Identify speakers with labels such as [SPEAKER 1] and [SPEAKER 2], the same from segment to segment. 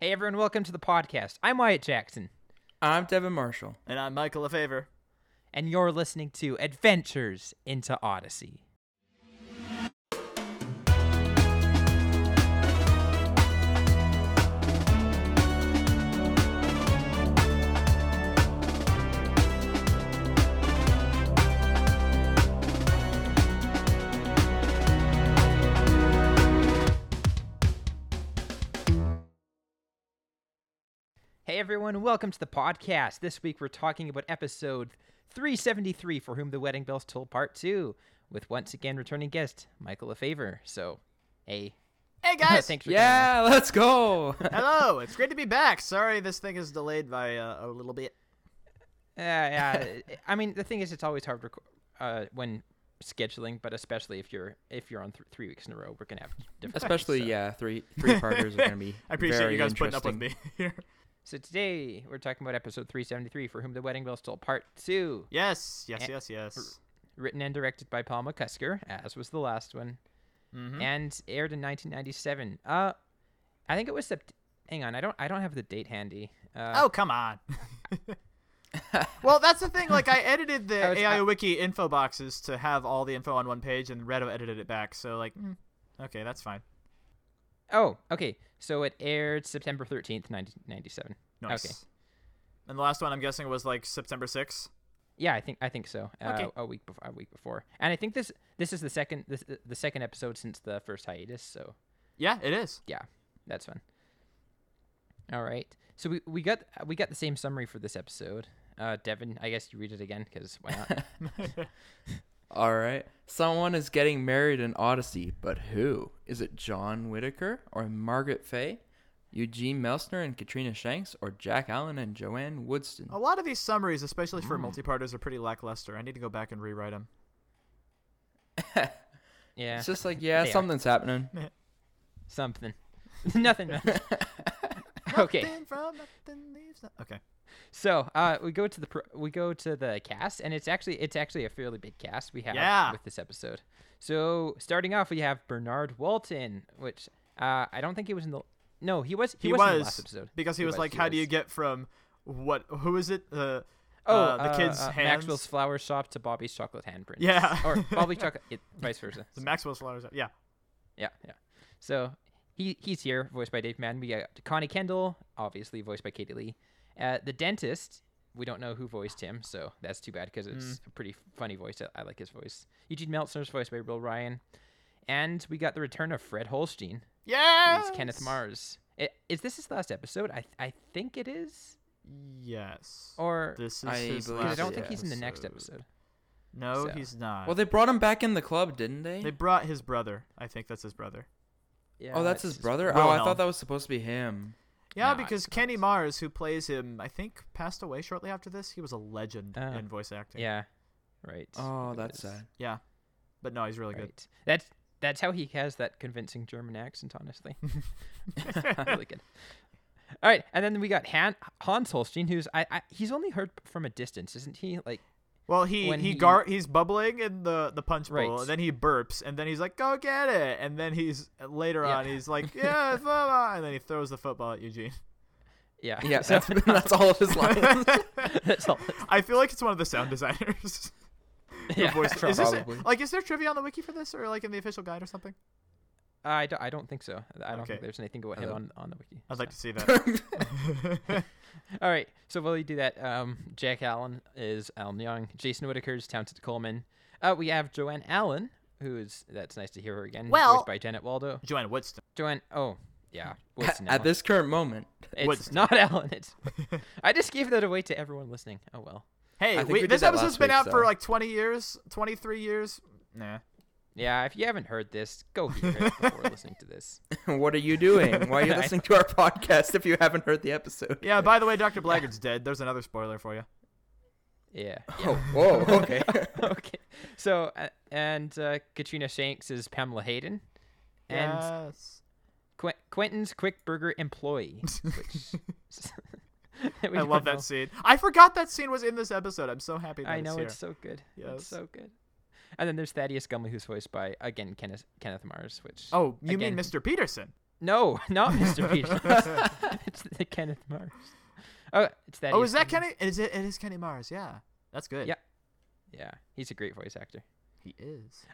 [SPEAKER 1] Hey everyone, welcome to the podcast. I'm Wyatt Jackson,
[SPEAKER 2] I'm Devin Marshall.
[SPEAKER 3] And I'm Michael LaFavor.
[SPEAKER 1] and you're listening to Adventures into Odyssey. Hey everyone, welcome to the podcast. This week we're talking about episode 373 for whom the wedding bells toll part 2 with once again returning guest Michael LaFavor. So, hey,
[SPEAKER 3] Hey guys!
[SPEAKER 1] thanks for coming.
[SPEAKER 2] Yeah, let's go.
[SPEAKER 3] Hello, it's great to be back. Sorry this thing is delayed by uh, a little bit.
[SPEAKER 1] Yeah, yeah. I mean, the thing is, it's always hard rec- uh, when scheduling, but especially if you're if you're on th- three weeks in a row, we're gonna have different.
[SPEAKER 2] Especially,
[SPEAKER 1] so.
[SPEAKER 2] yeah, three three parters are gonna be.
[SPEAKER 3] I appreciate
[SPEAKER 2] very
[SPEAKER 3] you guys putting up with
[SPEAKER 2] interesting.
[SPEAKER 3] me here.
[SPEAKER 1] So today we're talking about episode 373, for whom the wedding bell stole, part two,
[SPEAKER 3] Yes, yes,
[SPEAKER 1] Eh,
[SPEAKER 3] yes, yes.
[SPEAKER 1] written and directed by Paul McCusker, as was the last one,
[SPEAKER 3] Mhm.
[SPEAKER 1] and aired in 1997. Uh, I think it was Sept- Hang on, I don't I don't have the date handy. Uh,
[SPEAKER 3] Oh, come on. well, that's the thing. Like, I edited the
[SPEAKER 1] I was-
[SPEAKER 3] AI
[SPEAKER 1] I-
[SPEAKER 3] Wiki info boxes to have all the info on one page, and Redo edited it back. So, like, mm, okay, that's fine.
[SPEAKER 1] oh, okay. So it aired September 13th, 1997.
[SPEAKER 3] Nice.
[SPEAKER 1] Okay.
[SPEAKER 3] And the last one, I'm guessing, was like September 6th.
[SPEAKER 1] Yeah, I think I think so. Uh,
[SPEAKER 3] Okay.
[SPEAKER 1] A week before, a week before, and I think this this is the second this, the second episode since the first hiatus. So
[SPEAKER 3] Yeah, it is.
[SPEAKER 1] yeah, that's fun. All right, so we, we got we got the same summary for this episode. Uh, Devin, I guess you read it again because why not?
[SPEAKER 2] All right. Someone is getting married in Odyssey, but who? Is it John Whitaker or Margaret Fay, Eugene Melstner and Katrina Shanks, or Jack Allen and Joanne Woodston?
[SPEAKER 3] A lot of these summaries, especially for
[SPEAKER 1] Mm.
[SPEAKER 3] multi-parters, are pretty lackluster. I need to go back and rewrite them.
[SPEAKER 1] yeah,
[SPEAKER 2] It's just like yeah,
[SPEAKER 1] They are.
[SPEAKER 2] something's happening.
[SPEAKER 1] something, nothing. much. okay,
[SPEAKER 3] Okay.
[SPEAKER 1] so uh, we go to the pro- we go to the cast, and it's actually it's actually a fairly big cast we have
[SPEAKER 3] Yeah.
[SPEAKER 1] with this episode. So starting off, we have Bernard Walton, which uh, I don't think he was in the no he was he,
[SPEAKER 3] He
[SPEAKER 1] was, in
[SPEAKER 3] was
[SPEAKER 1] the last episode
[SPEAKER 3] because he, was, like, "How do you get from what? Who is it? Uh,
[SPEAKER 1] oh
[SPEAKER 3] uh, the kid's
[SPEAKER 1] uh,
[SPEAKER 3] hands.
[SPEAKER 1] Maxwell's flower shop to Bobby's chocolate handprint
[SPEAKER 3] Yeah.
[SPEAKER 1] or Bobby's chocolate it, vice versa
[SPEAKER 3] the Maxwell's flowers. Yeah.
[SPEAKER 1] yeah yeah so he he's here voiced by Dave Madden we got Connie Kendall obviously voiced by Katie Lee uh, the dentist we don't know who voiced him so that's too bad because it's
[SPEAKER 2] Mm.
[SPEAKER 1] a pretty funny voice I, I like his voice Eugene Meltzner's voiced by Will Ryan and we got the return of Fred Holstein
[SPEAKER 3] Yeah.
[SPEAKER 1] He's Kenneth Mars. I- Is this his last episode? I I think it is.
[SPEAKER 3] Yes.
[SPEAKER 1] Or
[SPEAKER 3] this is
[SPEAKER 2] I
[SPEAKER 3] his
[SPEAKER 2] believe
[SPEAKER 3] last
[SPEAKER 1] because I
[SPEAKER 2] last
[SPEAKER 1] don't think he's in the next episode.
[SPEAKER 3] No,
[SPEAKER 1] so.
[SPEAKER 3] he's not.
[SPEAKER 2] Well, they brought him back in the club, didn't they?
[SPEAKER 3] they brought his brother. I think that's his brother.
[SPEAKER 1] Yeah,
[SPEAKER 2] oh, that's
[SPEAKER 1] it's
[SPEAKER 2] his
[SPEAKER 1] just-
[SPEAKER 2] brother.
[SPEAKER 3] Wilhelm.
[SPEAKER 2] Oh, I thought that was supposed to be him.
[SPEAKER 3] Yeah,
[SPEAKER 1] Nah,
[SPEAKER 3] because
[SPEAKER 1] it's not
[SPEAKER 3] Kenny
[SPEAKER 1] his-
[SPEAKER 3] Mars, who plays him, I think passed away shortly after this. He was a legend
[SPEAKER 1] Ah.
[SPEAKER 3] in voice acting.
[SPEAKER 1] Yeah, right.
[SPEAKER 2] Oh,
[SPEAKER 1] it
[SPEAKER 2] that's
[SPEAKER 1] is.
[SPEAKER 2] sad.
[SPEAKER 3] Yeah. But no, he's really good.
[SPEAKER 1] Right. That's that's how he has that convincing German accent. Honestly, really good. All right, and then we got Han- Hans Holstein, who's I, I he's only heard from a distance, isn't he? Like
[SPEAKER 3] Well, he
[SPEAKER 1] when
[SPEAKER 3] he,
[SPEAKER 1] he-
[SPEAKER 3] gar- he's bubbling in the the punch bowl,
[SPEAKER 1] Right.
[SPEAKER 3] and then he burps, and then he's like, "Go get it!" And then he's later
[SPEAKER 1] Yeah.
[SPEAKER 3] on, he's like, "Yeah, football," and then he throws the football at Eugene.
[SPEAKER 1] yeah,
[SPEAKER 2] Yeah,
[SPEAKER 1] so-
[SPEAKER 2] that's that's all of his lines.
[SPEAKER 1] that's all.
[SPEAKER 3] I feel like it's one of the sound designers. who
[SPEAKER 1] Yeah,
[SPEAKER 3] voiced- is this,
[SPEAKER 2] probably.
[SPEAKER 3] like, is there trivia on the wiki for this, or like in the official guide or something?
[SPEAKER 1] I don't, I don't think so. I don't
[SPEAKER 3] Okay.
[SPEAKER 1] think there's anything about him
[SPEAKER 2] Hello.
[SPEAKER 1] on, on the wiki.
[SPEAKER 3] I'd
[SPEAKER 1] so.
[SPEAKER 3] like to see that.
[SPEAKER 1] All right. So while you do that, um, Jack Allen is Alan Young. Jason Whitaker's Townsend Coleman. Uh, we have Joanne Allen, who is that's nice to hear her again.
[SPEAKER 3] Well-
[SPEAKER 1] voiced by Janet Waldo.
[SPEAKER 3] Joanne Woodston.
[SPEAKER 1] Joanne. Oh, yeah.
[SPEAKER 2] At-
[SPEAKER 1] Woods now.
[SPEAKER 2] At this current moment,
[SPEAKER 1] it's
[SPEAKER 3] Woods.
[SPEAKER 1] not Allen. It's. I just gave that away to everyone listening. Oh well.
[SPEAKER 3] Hey,
[SPEAKER 2] I think
[SPEAKER 3] we,
[SPEAKER 2] we did
[SPEAKER 3] this
[SPEAKER 2] that
[SPEAKER 3] episode's
[SPEAKER 2] last
[SPEAKER 3] been
[SPEAKER 2] week,
[SPEAKER 3] out for
[SPEAKER 2] so-
[SPEAKER 3] like 20 years, 23 years. Nah.
[SPEAKER 1] Yeah. If you haven't heard this, go hear it before listening to this.
[SPEAKER 2] what are you doing? Why are you
[SPEAKER 1] I
[SPEAKER 2] listening to our podcast if you haven't heard the episode?
[SPEAKER 3] Yeah. By the way, Doctor Blackguard's dead. There's another spoiler for you.
[SPEAKER 1] Yeah.
[SPEAKER 2] Oh, whoa, okay.
[SPEAKER 1] okay. So uh, and uh, Katrina Shanks is Pamela Hayden, and
[SPEAKER 3] yes.
[SPEAKER 1] Qu- Quentin's Quick Burger employee. Which we
[SPEAKER 3] I
[SPEAKER 1] don't
[SPEAKER 3] love that
[SPEAKER 1] know.
[SPEAKER 3] scene. I forgot that scene was in this episode. I'm so happy. That
[SPEAKER 1] I know
[SPEAKER 3] here.
[SPEAKER 1] it's so good.
[SPEAKER 3] Yes.
[SPEAKER 1] It's so good. And then there's Thaddeus Gumley, who's voiced by again Kenneth Kenneth Mars, which
[SPEAKER 3] Oh, you mean
[SPEAKER 1] again-
[SPEAKER 3] Mr. Peterson?
[SPEAKER 1] No, not Mr. Peters. it's the Kenneth Mars. Oh, it's that.
[SPEAKER 3] oh, is that
[SPEAKER 1] Kenny?
[SPEAKER 3] Kenny? Is it? It is Kenny Mars. Yeah, that's good.
[SPEAKER 1] Yeah. Yeah, he's a great voice actor.
[SPEAKER 3] he is.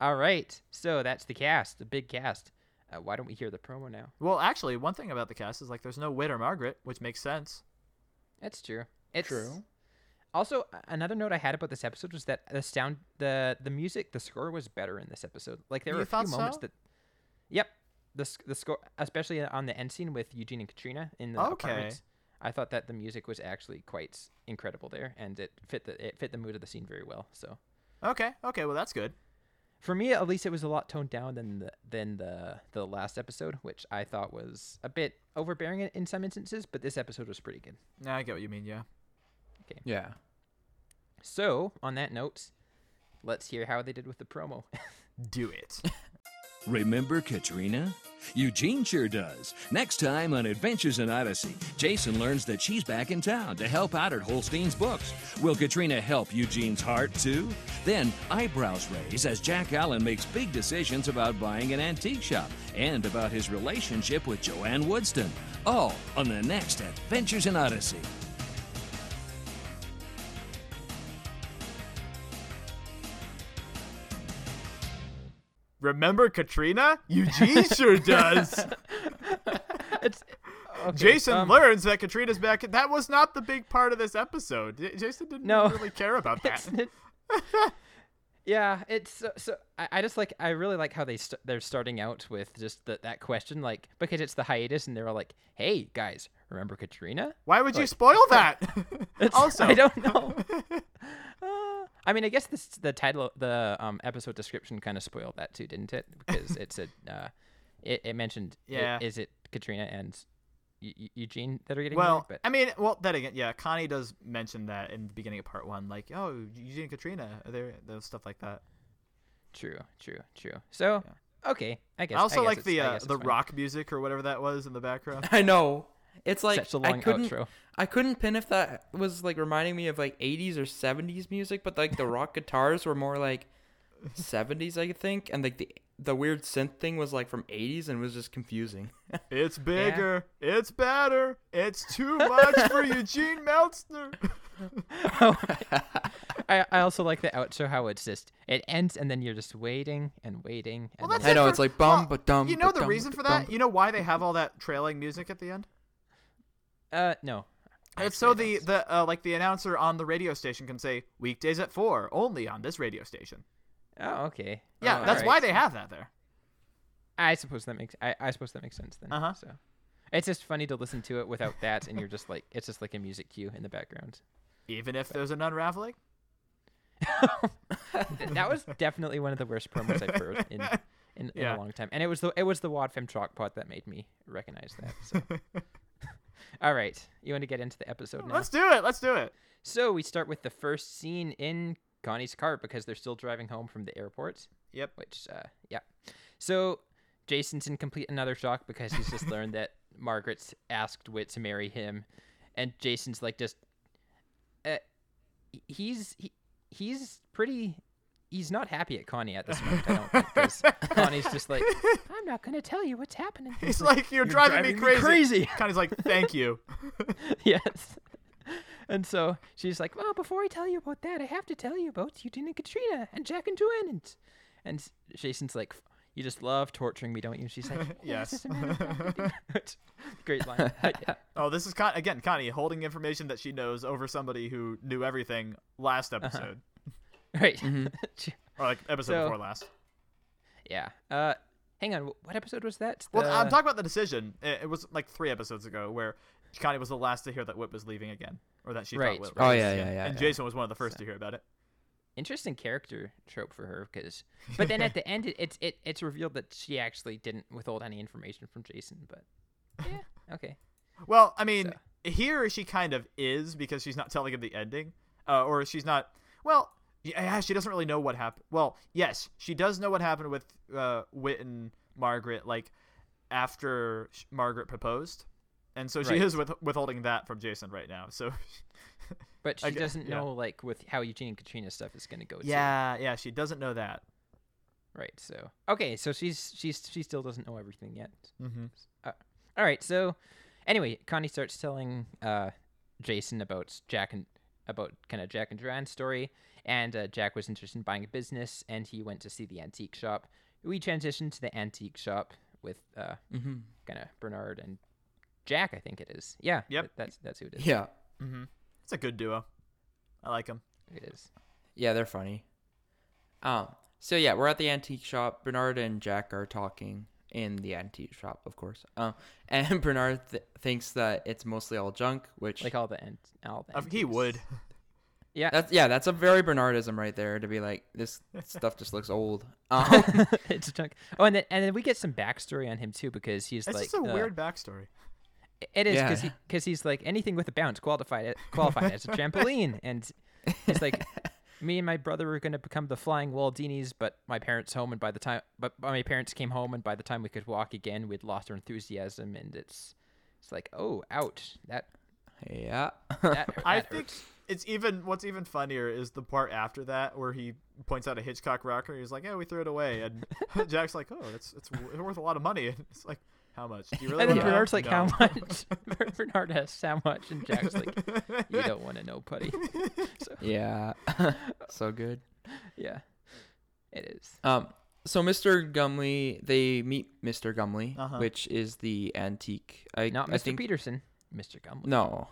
[SPEAKER 1] All right, so that's the cast, the big cast. Uh, why don't we hear the promo now?
[SPEAKER 3] Well, actually, one thing about the cast is like there's no Wit or Margaret, which makes sense.
[SPEAKER 1] That's true. It's Also, a- another note I had about this episode was that the sound, the the music, the score was better in this episode. Like there
[SPEAKER 3] You
[SPEAKER 1] were a few
[SPEAKER 3] thought
[SPEAKER 1] moments
[SPEAKER 3] so?
[SPEAKER 1] that, yep, the sc- the score, especially on the end scene with Eugene and Katrina in the
[SPEAKER 3] Okay.
[SPEAKER 1] apartments, I thought that the music was actually quite incredible there, and it fit the it fit the mood of the scene very well. So
[SPEAKER 3] Okay. Okay. Well, that's good.
[SPEAKER 1] for me, at least, it was a lot toned down than the than the the last episode, which I thought was a bit overbearing in, in some instances. But this episode was pretty good.
[SPEAKER 3] Now I get what you mean. Yeah.
[SPEAKER 2] Yeah.
[SPEAKER 1] So on that note, let's hear how they did with the promo.
[SPEAKER 3] Do it.
[SPEAKER 4] Remember Katrina? Eugene sure does. Next time on Adventures in Odyssey, Jason learns that she's back in town to help out at Holstein's Books. Will Katrina help Eugene's heart too? Then eyebrows raise as Jack Allen makes big decisions about buying an antique shop and about his relationship with Joanne Woodston. All on the next Adventures in Odyssey.
[SPEAKER 3] Remember Katrina? Eugene sure does.
[SPEAKER 1] it's okay,
[SPEAKER 3] Jason
[SPEAKER 1] um,
[SPEAKER 3] learns that Katrina's back. That was not the big part of this episode. J- Jason didn't
[SPEAKER 1] No.
[SPEAKER 3] really care about that.
[SPEAKER 1] it's- yeah, it's so, so I, I just like I really like how they st- they're starting out with just the, that question like because it's the hiatus and they're all like, "Hey guys, remember Katrina?"
[SPEAKER 3] Why would you
[SPEAKER 1] Like,
[SPEAKER 3] spoil that?
[SPEAKER 1] It's-
[SPEAKER 3] also,
[SPEAKER 1] I don't know. Uh, I mean, I guess this the title, the um, episode description kind of spoiled that too, didn't it? Because it said uh, it, it mentioned i-
[SPEAKER 3] Yeah.
[SPEAKER 1] is it Katrina and Eu- Eu- Eugene that are getting
[SPEAKER 3] Well,
[SPEAKER 1] married?
[SPEAKER 3] I mean, well, that again, yeah. Connie does mention that in the beginning of part one, like, oh, Eugene and Katrina, there, stuff like that.
[SPEAKER 1] true, true, true. So okay, I guess.
[SPEAKER 3] I also
[SPEAKER 1] guess
[SPEAKER 3] like
[SPEAKER 1] it's-
[SPEAKER 3] the
[SPEAKER 1] I
[SPEAKER 3] uh,
[SPEAKER 1] guess it's
[SPEAKER 3] the
[SPEAKER 1] fine.
[SPEAKER 3] rock music or whatever that was in the background.
[SPEAKER 2] I know. It's like
[SPEAKER 1] Such a
[SPEAKER 2] I
[SPEAKER 1] long
[SPEAKER 2] couldn't.
[SPEAKER 1] outro.
[SPEAKER 2] I couldn't pin if that was like reminding me of like 80s or 70s music, but like the rock guitars were more like 70s, I think, and like the the weird synth thing was like from 80s and was just confusing.
[SPEAKER 3] it's bigger, it's better, it's too much for Eugene Meltzer.
[SPEAKER 1] I, I also like the outro how it's just it ends and then you're just waiting and waiting. And
[SPEAKER 3] Well,
[SPEAKER 1] then
[SPEAKER 3] that's
[SPEAKER 2] I
[SPEAKER 3] it
[SPEAKER 2] know,
[SPEAKER 3] for-
[SPEAKER 2] it's like bum,
[SPEAKER 3] well,
[SPEAKER 2] ba-dum,
[SPEAKER 3] You know the
[SPEAKER 2] ba-dum,
[SPEAKER 3] reason for that?
[SPEAKER 2] ba-dum.
[SPEAKER 3] You know why they have all that trailing music at the end?
[SPEAKER 1] uh no.
[SPEAKER 3] It's so
[SPEAKER 1] Actually,
[SPEAKER 3] the
[SPEAKER 1] that's-
[SPEAKER 3] the uh, like the announcer on the radio station can say weekdays at four only on this radio station.
[SPEAKER 1] oh okay
[SPEAKER 3] Yeah,
[SPEAKER 1] Oh,
[SPEAKER 3] that's
[SPEAKER 1] alright.
[SPEAKER 3] why they have that there.
[SPEAKER 1] I suppose that makes I, I suppose that makes sense then.
[SPEAKER 3] Uh-huh.
[SPEAKER 1] So it's just funny to listen to it without that, and you're just like it's just like a music cue in the background.
[SPEAKER 3] Even if there's an unraveling.
[SPEAKER 1] Th- that was definitely one of the worst promos I've heard in in,
[SPEAKER 3] Yeah.
[SPEAKER 1] in a long time, and it was the it was the Wadfem Chalk Pod that made me recognize that. So. All right, you want to get into the episode now?
[SPEAKER 3] Let's do it. Let's do it.
[SPEAKER 1] So we start with the first scene in Connie's car because they're still driving home from the airport.
[SPEAKER 3] Yep.
[SPEAKER 1] Which, uh, yeah. So Jason's in complete another shock because he's just learned that Margaret's asked Wit to marry him, and Jason's like just, uh, he- he's he, he's pretty. He's not happy at Connie at this moment. I don't think 'cause Connie's just like, I'm not gonna tell you what's happening.
[SPEAKER 3] He's like, you're, driving, me crazy.
[SPEAKER 1] crazy.
[SPEAKER 3] Connie's like, thank you.
[SPEAKER 1] yes. And so she's like, "Well, before I tell you about that, I have to tell you about Eugene and Katrina and Jack and Joanne." And, and Jason's like, "You just love torturing me, don't you?" She's like,
[SPEAKER 3] Yes.
[SPEAKER 1] "Yes." yes. Great line. But yeah.
[SPEAKER 3] Oh, this is Con- again Connie holding information that she knows over somebody who knew everything last episode,
[SPEAKER 1] Right.
[SPEAKER 3] Mm-hmm. or like episode
[SPEAKER 1] So-
[SPEAKER 3] before last.
[SPEAKER 1] yeah. Uh, hang on. wh- What episode was that?
[SPEAKER 3] Well, I'm
[SPEAKER 1] The-
[SPEAKER 3] talking about the decision. It, it was like three episodes ago where Connie was the last to hear that Whip was leaving again, or that she
[SPEAKER 1] Right,
[SPEAKER 3] thought Whip.
[SPEAKER 1] right.
[SPEAKER 2] Oh,
[SPEAKER 3] was.
[SPEAKER 2] yeah, yeah, yeah,
[SPEAKER 3] And
[SPEAKER 2] yeah.
[SPEAKER 3] Jason was one of the first to hear about it.
[SPEAKER 1] interesting character trope for her because but then at the end it, it's it, it's revealed that she actually didn't withhold any information from jason but yeah okay
[SPEAKER 3] Well, I mean, here she kind of is because she's not telling him the ending, uh, or she's not. Well, uh, yeah, she doesn't really know what happened. Well, yes, she does know what happened with uh, Wit and Margaret, like after sh- Margaret proposed, and so she
[SPEAKER 1] Right.
[SPEAKER 3] is with- withholding that from Jason right now. So,
[SPEAKER 1] But she
[SPEAKER 3] I gue-
[SPEAKER 1] doesn't
[SPEAKER 3] yeah.
[SPEAKER 1] know like with how Eugene and Katrina stuff is gonna go. too.
[SPEAKER 3] yeah, yeah, she doesn't know that.
[SPEAKER 1] Right. So okay. So she's she's she still doesn't know everything yet.
[SPEAKER 3] Mhm.
[SPEAKER 1] Uh, all right. So anyway, Connie starts telling uh, Jason about Jack and about kind of Jack and Joanne's story, and uh, Jack was interested in buying a business, and he went to see the antique shop. We transitioned to the antique shop with uh,
[SPEAKER 2] Mm-hmm.
[SPEAKER 1] kind of Bernard and Jack. I think it is. Yeah.
[SPEAKER 3] Yep.
[SPEAKER 1] th- that's that's who it is.
[SPEAKER 2] Yeah.
[SPEAKER 3] It's a good duo. I like them.
[SPEAKER 1] It is.
[SPEAKER 2] Yeah, they're funny. Um, so yeah, we're at the antique shop. Bernard and Jack are talking in the antique shop, of course. Um, and Bernard th- thinks that it's mostly all junk, which
[SPEAKER 1] Like uh, all the and all the.
[SPEAKER 3] He
[SPEAKER 1] antiques.
[SPEAKER 3] would.
[SPEAKER 1] Yeah.
[SPEAKER 2] that's yeah, that's a very Bernardism right there to be like this stuff just looks old. Um,
[SPEAKER 1] it's a junk. Oh, and then and then we get some backstory on him too because he's
[SPEAKER 3] It's
[SPEAKER 1] like
[SPEAKER 3] just a
[SPEAKER 1] uh,
[SPEAKER 3] weird backstory.
[SPEAKER 1] It is because
[SPEAKER 2] Yeah.
[SPEAKER 1] he's like anything with a bounce qualified uh, qualified as a trampoline, and he's like, me and my brother were gonna become the flying Waldinis, but my parents home, and by the time but but my parents came home, and by the time we could walk again, we'd lost our enthusiasm, and it's it's like oh ouch that
[SPEAKER 2] yeah.
[SPEAKER 1] that, hurt-
[SPEAKER 3] I
[SPEAKER 1] that
[SPEAKER 3] think
[SPEAKER 1] hurts.
[SPEAKER 3] it's even what's even funnier is the part after that where he points out a Hitchcock rocker. He's like, "Yeah, we threw it away," and Jack's like, "Oh, it's it's wo- worth a lot of money." And it's like, "How much? Do you really?"
[SPEAKER 1] And then
[SPEAKER 3] wanna know?"
[SPEAKER 1] Bernard's like,
[SPEAKER 3] No.
[SPEAKER 1] how much? Bernard asks how much, and Jack's like, you don't want to know, putty.
[SPEAKER 2] yeah. so good.
[SPEAKER 1] Yeah, it is.
[SPEAKER 2] Um, so Mr. Gumley, they meet Mr. Gumley,
[SPEAKER 3] Uh-huh.
[SPEAKER 2] which is the antique. I,
[SPEAKER 1] Not
[SPEAKER 2] I
[SPEAKER 1] Mr.
[SPEAKER 2] think,
[SPEAKER 1] Peterson, Mr. Gumley.
[SPEAKER 2] No,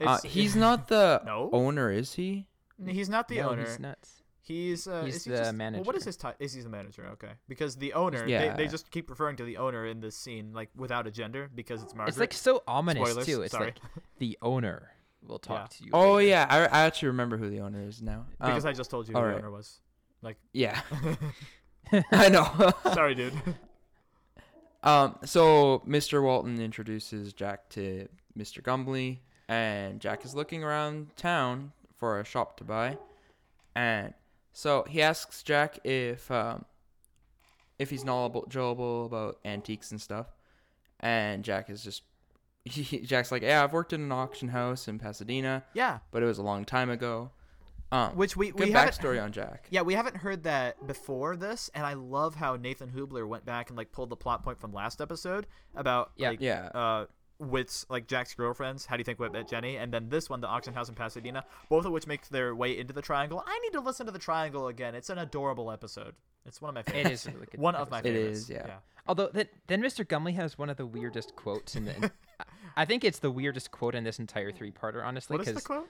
[SPEAKER 2] uh,
[SPEAKER 3] It's-
[SPEAKER 2] he's not the
[SPEAKER 3] No?
[SPEAKER 2] owner, is he?
[SPEAKER 3] He's not the
[SPEAKER 1] No,
[SPEAKER 3] owner.
[SPEAKER 1] he's nuts.
[SPEAKER 3] He's uh,
[SPEAKER 1] He's
[SPEAKER 3] is he
[SPEAKER 1] the
[SPEAKER 3] just, Well, what
[SPEAKER 1] manager.
[SPEAKER 3] is his title? Is he the manager? Okay, because the owner,
[SPEAKER 2] Yeah.
[SPEAKER 3] they, they just keep referring to the owner in this scene like without a gender because it's Margaret.
[SPEAKER 1] It's like so ominous
[SPEAKER 3] Spoilers,
[SPEAKER 1] too. It's
[SPEAKER 3] sorry.
[SPEAKER 1] like the owner will talk to you.
[SPEAKER 2] Oh
[SPEAKER 1] later."
[SPEAKER 2] yeah, I, I actually remember who the owner is now. Um,
[SPEAKER 3] because I just told you who
[SPEAKER 2] all
[SPEAKER 3] the
[SPEAKER 2] right.
[SPEAKER 3] owner was. Like,
[SPEAKER 2] yeah, I know.
[SPEAKER 3] sorry, dude.
[SPEAKER 2] um, so Mr. Walton introduces Jack to Mr. Gumbley, and Jack is looking around town for a shop to buy, and so he asks Jack if um, if he's knowledgeable about antiques and stuff, and Jack is just. Jack's like, yeah, I've worked in an auction house in Pasadena,
[SPEAKER 3] yeah,
[SPEAKER 2] but it was a long time ago. Um,
[SPEAKER 3] which we
[SPEAKER 2] good
[SPEAKER 3] we haven't
[SPEAKER 2] backstory on Jack.
[SPEAKER 3] Yeah, we haven't heard that before this, and I love how Nathan Hubler went back and like pulled the plot point from last episode about
[SPEAKER 1] Yeah.
[SPEAKER 3] like,
[SPEAKER 2] Yeah.
[SPEAKER 3] uh Wit's like Jack's girlfriends. How do you think we met Jenny? And then this one, the auction house in Pasadena, both of which make their way into the triangle. I need to listen to the triangle again. It's an adorable episode. It's one of my
[SPEAKER 1] it
[SPEAKER 3] favorites.
[SPEAKER 1] is a really good.
[SPEAKER 3] one of my
[SPEAKER 1] episode.
[SPEAKER 2] It
[SPEAKER 3] favorites.
[SPEAKER 2] is, yeah.
[SPEAKER 1] Although then, then Mr. Gumley has one of the weirdest quotes in the. in- I think it's the weirdest quote in this entire three-parter, honestly.
[SPEAKER 3] What is the
[SPEAKER 1] 'cause,
[SPEAKER 3] quote?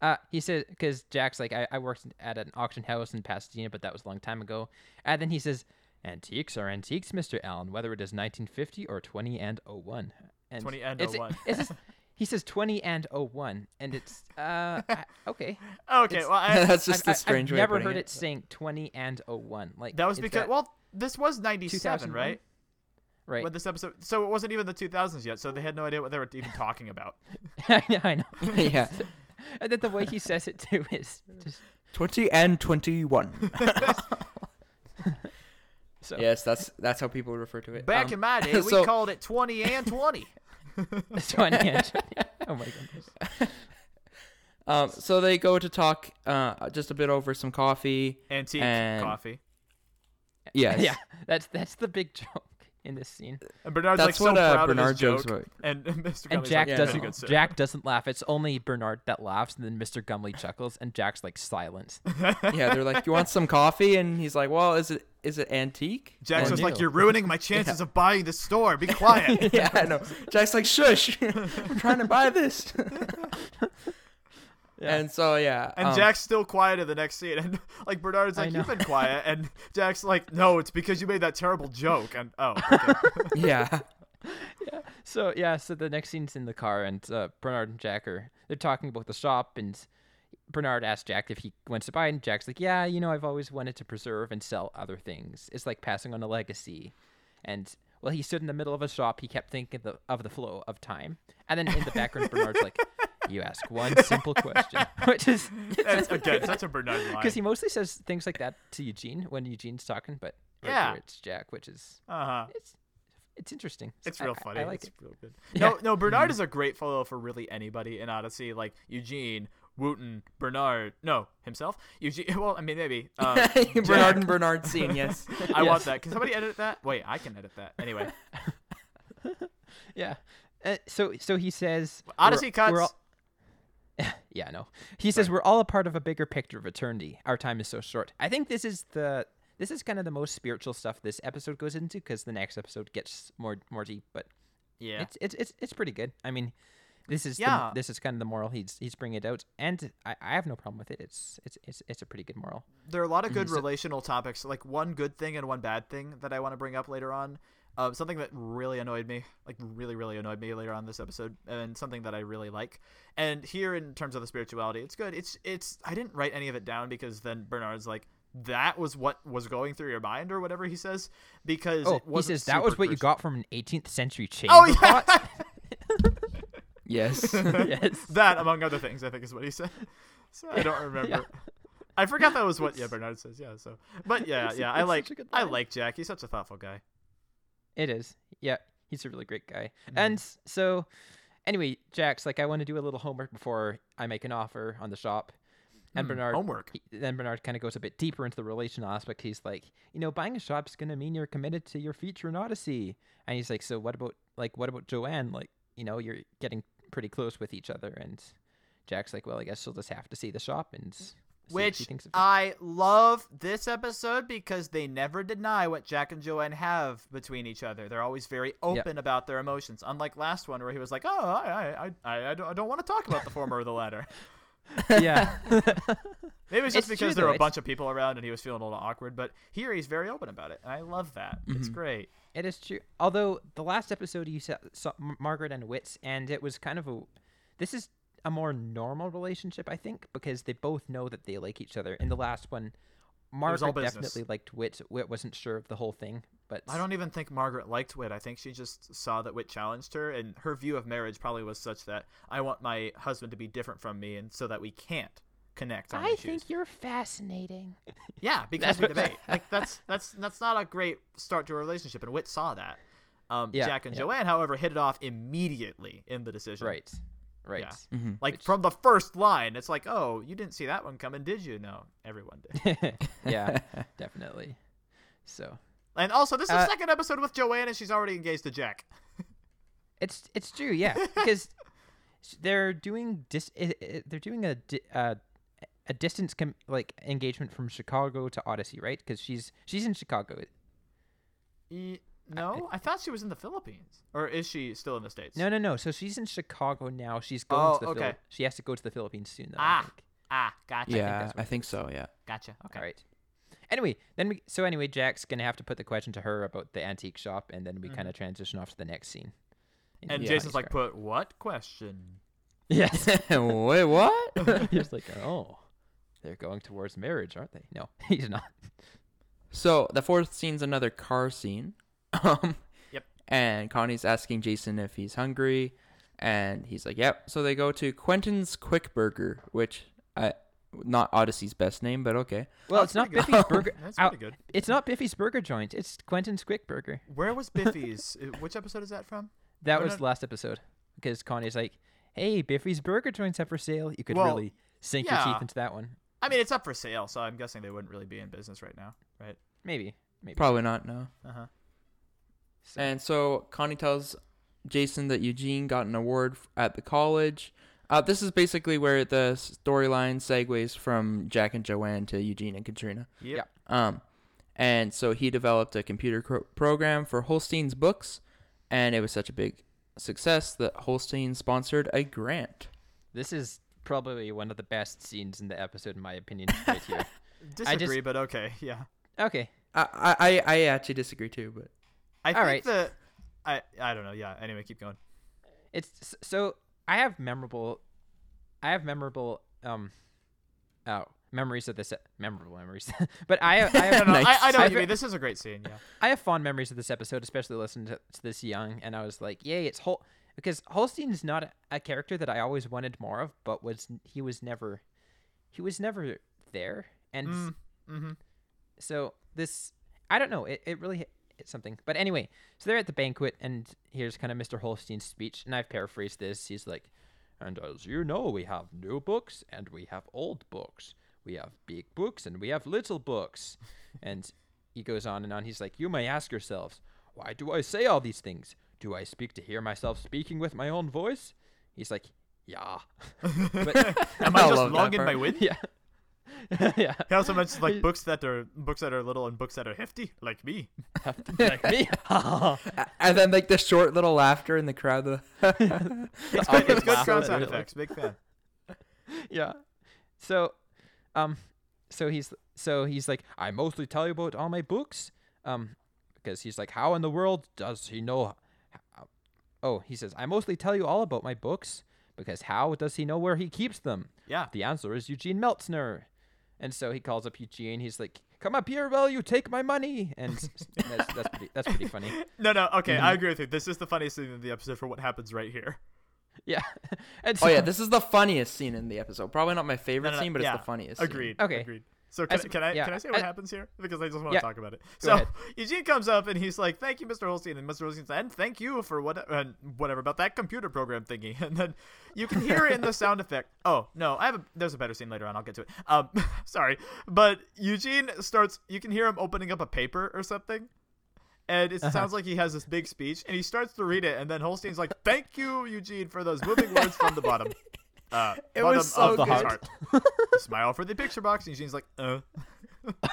[SPEAKER 1] Uh, he says because Jack's like I, I worked at an auction house in Pasadena, but that was a long time ago. And then he says, "Antiques are antiques, Mr. Allen, whether it is 1950 or 20 and 01." And
[SPEAKER 3] 20 and
[SPEAKER 1] it's,
[SPEAKER 3] 01.
[SPEAKER 1] It's just, he says 20 and 01, and it's uh I- okay.
[SPEAKER 3] Okay, well, I,
[SPEAKER 2] That's just
[SPEAKER 1] I've,
[SPEAKER 2] a strange
[SPEAKER 1] I've
[SPEAKER 2] way. of
[SPEAKER 1] never
[SPEAKER 2] putting
[SPEAKER 1] heard it. saying 20 and 01. Like
[SPEAKER 3] that was
[SPEAKER 1] is
[SPEAKER 3] because well, this was '97,
[SPEAKER 1] 2001?
[SPEAKER 3] right?
[SPEAKER 1] right.
[SPEAKER 3] When this episode, so it wasn't even the 2000s yet, so they had no idea what they were even talking about.
[SPEAKER 1] I know, I know.
[SPEAKER 2] yeah,
[SPEAKER 1] And then the way he says it too is just
[SPEAKER 2] twenty and twenty-one.
[SPEAKER 1] so.
[SPEAKER 2] yes, that's that's how people refer to it.
[SPEAKER 3] Back
[SPEAKER 2] Um,
[SPEAKER 3] in my day, we
[SPEAKER 2] so-
[SPEAKER 3] called it 20 and 20.
[SPEAKER 1] 20 and 20. Oh my goodness.
[SPEAKER 2] um, so they go to talk uh, just a bit over some coffee.
[SPEAKER 3] Antique
[SPEAKER 2] And-
[SPEAKER 3] coffee.
[SPEAKER 2] Yes.
[SPEAKER 1] Yeah, that's that's the big joke in this scene.
[SPEAKER 3] And Bernard's
[SPEAKER 2] That's
[SPEAKER 3] like
[SPEAKER 2] what,
[SPEAKER 3] so
[SPEAKER 2] uh,
[SPEAKER 3] proud
[SPEAKER 2] Bernard
[SPEAKER 3] of his
[SPEAKER 2] jokes
[SPEAKER 3] joke.
[SPEAKER 2] about.
[SPEAKER 3] And Mr.
[SPEAKER 1] And
[SPEAKER 3] Gumby's
[SPEAKER 1] Jack
[SPEAKER 3] like,
[SPEAKER 2] yeah,
[SPEAKER 3] "Pretty good,
[SPEAKER 1] doesn't
[SPEAKER 3] sir."
[SPEAKER 1] Jack doesn't laugh. It's only Bernard that laughs and then Mr. Gumley chuckles and Jack's like silence.
[SPEAKER 2] yeah, they're like, "You want some coffee?" And he's like, "Well, is it is it antique?"
[SPEAKER 3] Jack's
[SPEAKER 1] Or
[SPEAKER 3] just like,
[SPEAKER 1] Neil.
[SPEAKER 3] "You're ruining my chances of buying this store. Be quiet."
[SPEAKER 2] yeah, I know. Jack's like, shush, I'm trying to buy this. And so, yeah.
[SPEAKER 3] And
[SPEAKER 2] um,
[SPEAKER 3] Jack's still quiet in the next scene. And like Bernard's
[SPEAKER 1] I
[SPEAKER 3] like,
[SPEAKER 1] know.
[SPEAKER 3] "You've been quiet." And Jack's like, "No, it's because you made that terrible joke." And oh, okay.
[SPEAKER 2] Yeah.
[SPEAKER 1] So yeah, so the next scene's in the car, and uh, Bernard and Jack are they're talking about the shop, and Bernard asks Jack if he wants to buy, it, and Jack's like, "Yeah, you know, I've always wanted to preserve and sell other things. It's like passing on a legacy." And well, he stood in the middle of a shop. He kept thinking the, of the flow of time, and then in the background, Bernard's like, "You ask one simple question," which is
[SPEAKER 3] that's again such a Bernard line.
[SPEAKER 1] because he mostly says things like that to Eugene when Eugene's talking, but right
[SPEAKER 3] Yeah.
[SPEAKER 1] here it's Jack, which is
[SPEAKER 3] uh-huh.
[SPEAKER 1] it's it's interesting.
[SPEAKER 3] It's
[SPEAKER 1] I-
[SPEAKER 3] real
[SPEAKER 1] I-
[SPEAKER 3] funny.
[SPEAKER 1] I, like
[SPEAKER 3] it's
[SPEAKER 1] it.
[SPEAKER 3] real good.
[SPEAKER 1] Yeah. Mm.
[SPEAKER 3] No, no, Bernard is a great follow for really anybody in Odyssey. Like Eugene Wooten, Bernard, no, himself. Eugene, well, I mean, maybe. Um,
[SPEAKER 2] Bernard and Bernard scene, yes.
[SPEAKER 3] I
[SPEAKER 2] Yes.
[SPEAKER 3] want that. Can somebody edit that? Wait, I can edit that. Anyway,
[SPEAKER 1] Yeah. Uh, so so he says we're-
[SPEAKER 3] Odyssey cuts.
[SPEAKER 1] we're all- yeah, no. He says we're all a part of a bigger picture of eternity. Our time is so short. I think this is the this is kind of the most spiritual stuff this episode goes into because the next episode gets more more deep, but
[SPEAKER 3] yeah.
[SPEAKER 1] it's, it's it's it's pretty good. I mean, this is the-
[SPEAKER 3] Yeah.
[SPEAKER 1] this is kind of the moral he's he's bringing it out, and I, I have no problem with it. It's it's it's it's a pretty good moral.
[SPEAKER 3] there are a lot of good relational topics like one good thing and one bad thing that i want to bring up later on um, something that really annoyed me like really really annoyed me later on this episode and something that i really like and here in terms of the spirituality it's good it's it's i didn't write any of it down because then bernard's like that was what was going through your mind or whatever he says because
[SPEAKER 1] Oh,
[SPEAKER 3] it
[SPEAKER 1] he
[SPEAKER 3] wasn't
[SPEAKER 1] says that was
[SPEAKER 3] super
[SPEAKER 1] what you
[SPEAKER 3] crucial.
[SPEAKER 1] got from an 18th century chamber.
[SPEAKER 3] oh yeah
[SPEAKER 1] pot."
[SPEAKER 2] Yes.
[SPEAKER 1] yes.
[SPEAKER 3] that among other things i think is what he said so i don't remember i forgot that was what yeah bernard says yeah so but yeah
[SPEAKER 1] It's-
[SPEAKER 3] yeah i
[SPEAKER 1] it's
[SPEAKER 3] like
[SPEAKER 1] such a good
[SPEAKER 3] i
[SPEAKER 1] line.
[SPEAKER 3] like jack he's such a thoughtful guy
[SPEAKER 1] It is. Yeah, he's a really great guy. And
[SPEAKER 3] Mm-hmm.
[SPEAKER 1] s- so, anyway, Jack's like, I want to do a little homework before I make an offer on the shop. And Bernard
[SPEAKER 3] Mm, homework.
[SPEAKER 1] he- then Bernard kind of goes a bit deeper into the relational aspect. He's like, you know, buying a shop's gonna mean you're committed to your future in Odyssey. And he's like, so what about like what about Joanne? Like, you know, you're getting pretty close with each other. And Jack's like, well, I guess she'll just have to see the shop and s- see what she
[SPEAKER 3] Which
[SPEAKER 1] thinks of it."
[SPEAKER 3] I love this episode because they never deny what Jack and Joanne have between each other. They're always very open about their emotions, unlike last one where he was like, "Oh, I, I, I, I don't, I don't want to talk about the former or the latter."
[SPEAKER 1] yeah.
[SPEAKER 3] Maybe it's just
[SPEAKER 1] It's true,
[SPEAKER 3] because there
[SPEAKER 1] though.
[SPEAKER 3] were a
[SPEAKER 1] It's-
[SPEAKER 3] bunch of people around and he was feeling a little awkward. But here he's very open about it, and I love that.
[SPEAKER 1] Mm-hmm.
[SPEAKER 3] It's great.
[SPEAKER 1] It is true. Although the last episode you saw, saw M- Margaret and Wits, and it was kind of a. This is a more normal relationship, I think, because they both know that they like each other. In the last one,
[SPEAKER 3] was all
[SPEAKER 1] Margaret
[SPEAKER 3] business.
[SPEAKER 1] definitely liked Wit. Wit wasn't sure of the whole thing, but
[SPEAKER 3] I don't even think Margaret liked Wit. I think she just saw that Wit challenged her, and her view of marriage probably was such that I want my husband to be different from me, and so that we can't connect. On
[SPEAKER 1] I
[SPEAKER 3] issues.
[SPEAKER 1] think you're fascinating.
[SPEAKER 3] Yeah, because we debate. Like that's that's that's not a great start to a relationship, and Wit saw that. Um,
[SPEAKER 1] Yeah,
[SPEAKER 3] Jack and
[SPEAKER 1] yeah.
[SPEAKER 3] Joanne, however, hit it off immediately in the decision.
[SPEAKER 1] Right, right.
[SPEAKER 3] Like from the first line, it's like, oh, you didn't see that one coming, did you? No, everyone did.
[SPEAKER 1] yeah, definitely. So
[SPEAKER 3] and also, this is the
[SPEAKER 1] Uh,
[SPEAKER 3] second episode with Joanne, and she's already engaged to Jack.
[SPEAKER 1] It's it's true, yeah, because they're doing dis i- i- they're doing a di- uh, a distance com- like engagement from Chicago to Odyssey, right? Because she's she's in Chicago.
[SPEAKER 3] E- no, I, thought she was in the Philippines, or is she still in the states?
[SPEAKER 1] No, no, no. So she's in Chicago now. She's going
[SPEAKER 3] Oh,
[SPEAKER 1] to the Phil-
[SPEAKER 3] okay.
[SPEAKER 1] she has to go to the Philippines soon, though. I
[SPEAKER 3] Ah,
[SPEAKER 1] think.
[SPEAKER 3] ah, gotcha.
[SPEAKER 2] yeah, I think so, yeah.
[SPEAKER 3] gotcha. Okay.
[SPEAKER 1] All right. Anyway, then we so anyway, Jack's gonna have to put the question to her about the antique shop, and then we kind of transition off to the next scene. in
[SPEAKER 3] Mm-hmm. And
[SPEAKER 1] the
[SPEAKER 3] Jason's like,
[SPEAKER 1] Odyssey
[SPEAKER 3] put what question?
[SPEAKER 1] shop. yes.
[SPEAKER 2] Wait, what?
[SPEAKER 1] He was like, oh, they're going towards marriage, aren't they? No, he's not.
[SPEAKER 2] so the fourth scene's another car scene. Um,
[SPEAKER 3] Yep.
[SPEAKER 2] And Connie's asking Jason if he's hungry, and he's like, "Yep." So they go to Quentin's Quick Burger, which I not Odyssey's best name, but okay.
[SPEAKER 1] Well,
[SPEAKER 3] That's
[SPEAKER 1] it's not
[SPEAKER 3] Oh, pretty good.
[SPEAKER 1] Biffy's Burger.
[SPEAKER 3] That's
[SPEAKER 1] Ow.
[SPEAKER 3] pretty good.
[SPEAKER 1] It's not Biffy's Burger Joint. It's Quentin's Quick Burger.
[SPEAKER 3] Where was Biffy's? Uh, Which episode is that from?
[SPEAKER 1] That
[SPEAKER 3] We're
[SPEAKER 1] was
[SPEAKER 3] not-
[SPEAKER 1] the last episode because Connie's like, "Hey, Biffy's Burger Joint's up for sale." You could
[SPEAKER 3] Well,
[SPEAKER 1] really sink your
[SPEAKER 3] yeah.
[SPEAKER 1] teeth into that one.
[SPEAKER 3] I mean, it's up for sale, so I'm guessing they wouldn't really be in business right now, right?
[SPEAKER 1] Maybe, maybe.
[SPEAKER 2] Probably not. No.
[SPEAKER 3] Uh huh.
[SPEAKER 1] So-
[SPEAKER 2] And so Connie tells Jason that Eugene got an award f- at the college. Uh, this is basically where the storyline segues from Jack and Joanne to Eugene and Katrina.
[SPEAKER 3] Yep.
[SPEAKER 1] Yeah.
[SPEAKER 2] Um, and so he developed a computer cro- program for Holstein's books, and it was such a big success that Holstein sponsored a grant.
[SPEAKER 1] This is probably one of the best scenes in the episode, in my opinion. Right here. I just-
[SPEAKER 3] Disagree, but okay. Yeah.
[SPEAKER 1] okay.
[SPEAKER 2] I, I, I actually disagree too, but
[SPEAKER 3] I
[SPEAKER 1] All
[SPEAKER 3] think
[SPEAKER 1] right.
[SPEAKER 3] the. I I don't know. Yeah. Anyway, keep going.
[SPEAKER 1] It's s- so I have memorable, I have memorable um, oh memories of this e- memorable memories, but I I have
[SPEAKER 3] No,
[SPEAKER 2] Nice.
[SPEAKER 3] I, I know what
[SPEAKER 1] I've-
[SPEAKER 3] you mean. This is a great scene. Yeah.
[SPEAKER 1] I have fond memories of this episode, especially listening to, to this young, and I was like, "Yay, it's Hol," because Holstein is not a, a character that I always wanted more of, but was he was never, he was never there, and
[SPEAKER 3] Mm-hmm.
[SPEAKER 1] so this, I don't know, it, it really hit, hit something. But anyway, so they're at the banquet, and here's kind of Mr. Holstein's speech, and I've paraphrased this. He's like, And as you know, we have new books and we have old books. We have big books and we have little books. and he goes on and on. He's like, You may ask yourselves, why do I say all these things? Do I speak to hear myself speaking with my own voice? He's like, Yeah. but
[SPEAKER 3] Am I,
[SPEAKER 2] I
[SPEAKER 3] just
[SPEAKER 2] love that
[SPEAKER 3] long in my
[SPEAKER 2] part.
[SPEAKER 3] wit?
[SPEAKER 1] yeah. yeah.
[SPEAKER 3] He also mentions like books that are books that are little and books that are hefty, like me.
[SPEAKER 1] like me.
[SPEAKER 2] And then like the short little laughter in the crowd. The
[SPEAKER 3] It's good, it's
[SPEAKER 1] awkward
[SPEAKER 3] good
[SPEAKER 1] laugh.
[SPEAKER 3] crowd sound
[SPEAKER 2] Really.
[SPEAKER 3] effects. Big fan.
[SPEAKER 1] yeah. So, um, so he's so he's like, I mostly tell you about all my books, um, because he's like, how in the world does he know? How? Oh, he says, I mostly tell you all about my books because how does he know where he keeps them?
[SPEAKER 3] Yeah.
[SPEAKER 1] The answer is Eugene Meltzner, and so he calls up Eugene. He's like, come up here, will you take my money? And s- s- that's that's pretty, that's pretty funny.
[SPEAKER 3] No, no. Okay,
[SPEAKER 1] Mm-hmm.
[SPEAKER 3] I agree with you. This is the funniest thing in the episode for what happens right here.
[SPEAKER 1] Yeah. and so,
[SPEAKER 2] oh yeah, this is the funniest scene in the episode. Probably not my favorite
[SPEAKER 3] No, no, no,
[SPEAKER 2] scene, but
[SPEAKER 3] yeah.
[SPEAKER 2] it's the funniest. scene.
[SPEAKER 3] Agreed.
[SPEAKER 1] Okay.
[SPEAKER 3] Agreed. So can,
[SPEAKER 1] As-
[SPEAKER 3] can I
[SPEAKER 1] yeah,
[SPEAKER 3] can I say what
[SPEAKER 1] as-
[SPEAKER 3] happens here because I just want
[SPEAKER 1] Yeah.
[SPEAKER 3] to talk about it.
[SPEAKER 1] Go
[SPEAKER 3] so
[SPEAKER 1] ahead.
[SPEAKER 3] Eugene comes up and he's like, "Thank you, Mr. Holstein," and Mr. Holstein's like, and "Thank you for what and whatever about that computer program thingy." And then you can hear in the sound effect. Oh no, I have a, there's a better scene later on. I'll get to it. Um, sorry, but Eugene starts. You can hear him opening up a paper or something. And
[SPEAKER 2] Uh-huh.
[SPEAKER 3] it sounds like he has this big speech, and he starts to read it, and then Holstein's like, "Thank you, Eugene, for those moving words from the bottom." Uh,
[SPEAKER 2] It
[SPEAKER 3] bottom
[SPEAKER 2] was
[SPEAKER 3] of
[SPEAKER 2] so
[SPEAKER 3] the
[SPEAKER 2] good.
[SPEAKER 3] heart. Smile for the picture box, and Eugene's like, "Uh."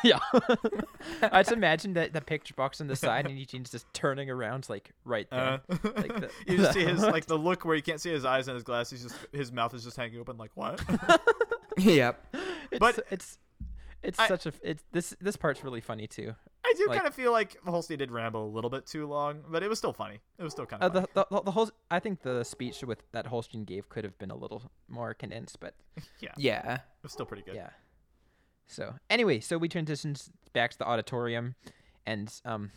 [SPEAKER 1] Yeah. I just imagine that the picture box on the side and Eugene's just turning around like right
[SPEAKER 3] Uh,
[SPEAKER 1] there. Like the,
[SPEAKER 3] you just see his like the look where you can't see his eyes and his glasses. Just his mouth is just hanging open, like what?
[SPEAKER 2] yep.
[SPEAKER 1] it's,
[SPEAKER 3] but-
[SPEAKER 1] it's it's
[SPEAKER 3] I-
[SPEAKER 1] such a it's this this part's really funny too.
[SPEAKER 3] I do
[SPEAKER 1] Like-
[SPEAKER 3] kind of feel like Holstein did ramble a little bit too long, but it was still funny. It was still kind
[SPEAKER 1] Uh,
[SPEAKER 3] of.
[SPEAKER 1] the, the the whole I think the speech with that Holstein gave could have been a little more condensed, but
[SPEAKER 2] Yeah.
[SPEAKER 3] it was still pretty good.
[SPEAKER 1] yeah. So anyway, so we transitioned back to the auditorium, and um,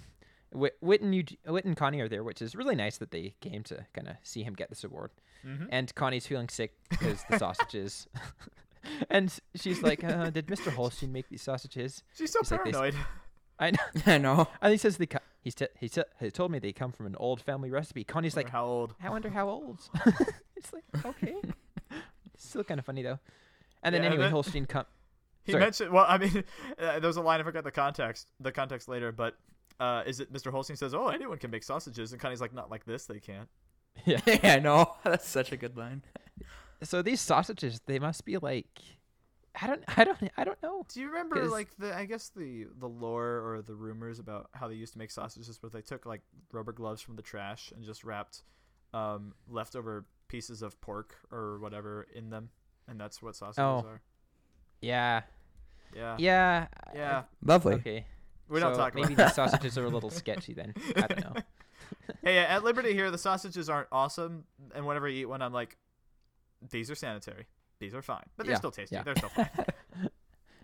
[SPEAKER 1] Whit, Whit and Eug- Whit and Connie are there, which is really nice that they came to kind of see him get this award.
[SPEAKER 3] Mm-hmm.
[SPEAKER 1] And Connie's feeling sick because the sausages, and she's like, uh, "Did Mr. Holstein make these sausages?"
[SPEAKER 3] She's so
[SPEAKER 1] He's like, "They s-
[SPEAKER 3] paranoid.
[SPEAKER 1] I know.
[SPEAKER 2] I know.
[SPEAKER 1] And he says they co- he's t- he, t- he told me they come from an old family recipe. Connie's like,
[SPEAKER 3] how old?
[SPEAKER 1] I wonder how old. it's like okay, still kind of funny though. And then
[SPEAKER 3] Yeah, and
[SPEAKER 1] anyway,
[SPEAKER 3] then-
[SPEAKER 1] Holstein come.
[SPEAKER 3] He
[SPEAKER 1] Sorry.
[SPEAKER 3] mentioned. Well, I mean, uh, there's a line I forgot the context. The context later, but. Uh, is it Mr. Holstein says, "Oh, anyone can make sausages," and Connie's like, "Not like this, they can't."
[SPEAKER 2] Yeah, I know. That's such a good line.
[SPEAKER 1] So these sausages, they must be like, I don't, I don't, I don't know.
[SPEAKER 3] Do you remember
[SPEAKER 1] 'Cause-
[SPEAKER 3] like the I guess the the lore or the rumors about how they used to make sausages where they took like rubber gloves from the trash and just wrapped um leftover pieces of pork or whatever in them and that's what sausages
[SPEAKER 1] Oh.
[SPEAKER 3] are.
[SPEAKER 1] Yeah,
[SPEAKER 3] Yeah. Yeah.
[SPEAKER 1] yeah, I-
[SPEAKER 2] Lovely.
[SPEAKER 1] Okay,
[SPEAKER 3] We're
[SPEAKER 1] so
[SPEAKER 3] not talking
[SPEAKER 1] Maybe
[SPEAKER 3] about
[SPEAKER 1] these sausages are a little sketchy then. I don't know.
[SPEAKER 3] Hey, yeah, at Liberty here the sausages aren't awesome and whenever I eat one I'm like these are sanitary. These are fine. But they're
[SPEAKER 1] Yeah,
[SPEAKER 3] still tasty.
[SPEAKER 1] yeah.
[SPEAKER 3] They're still fine.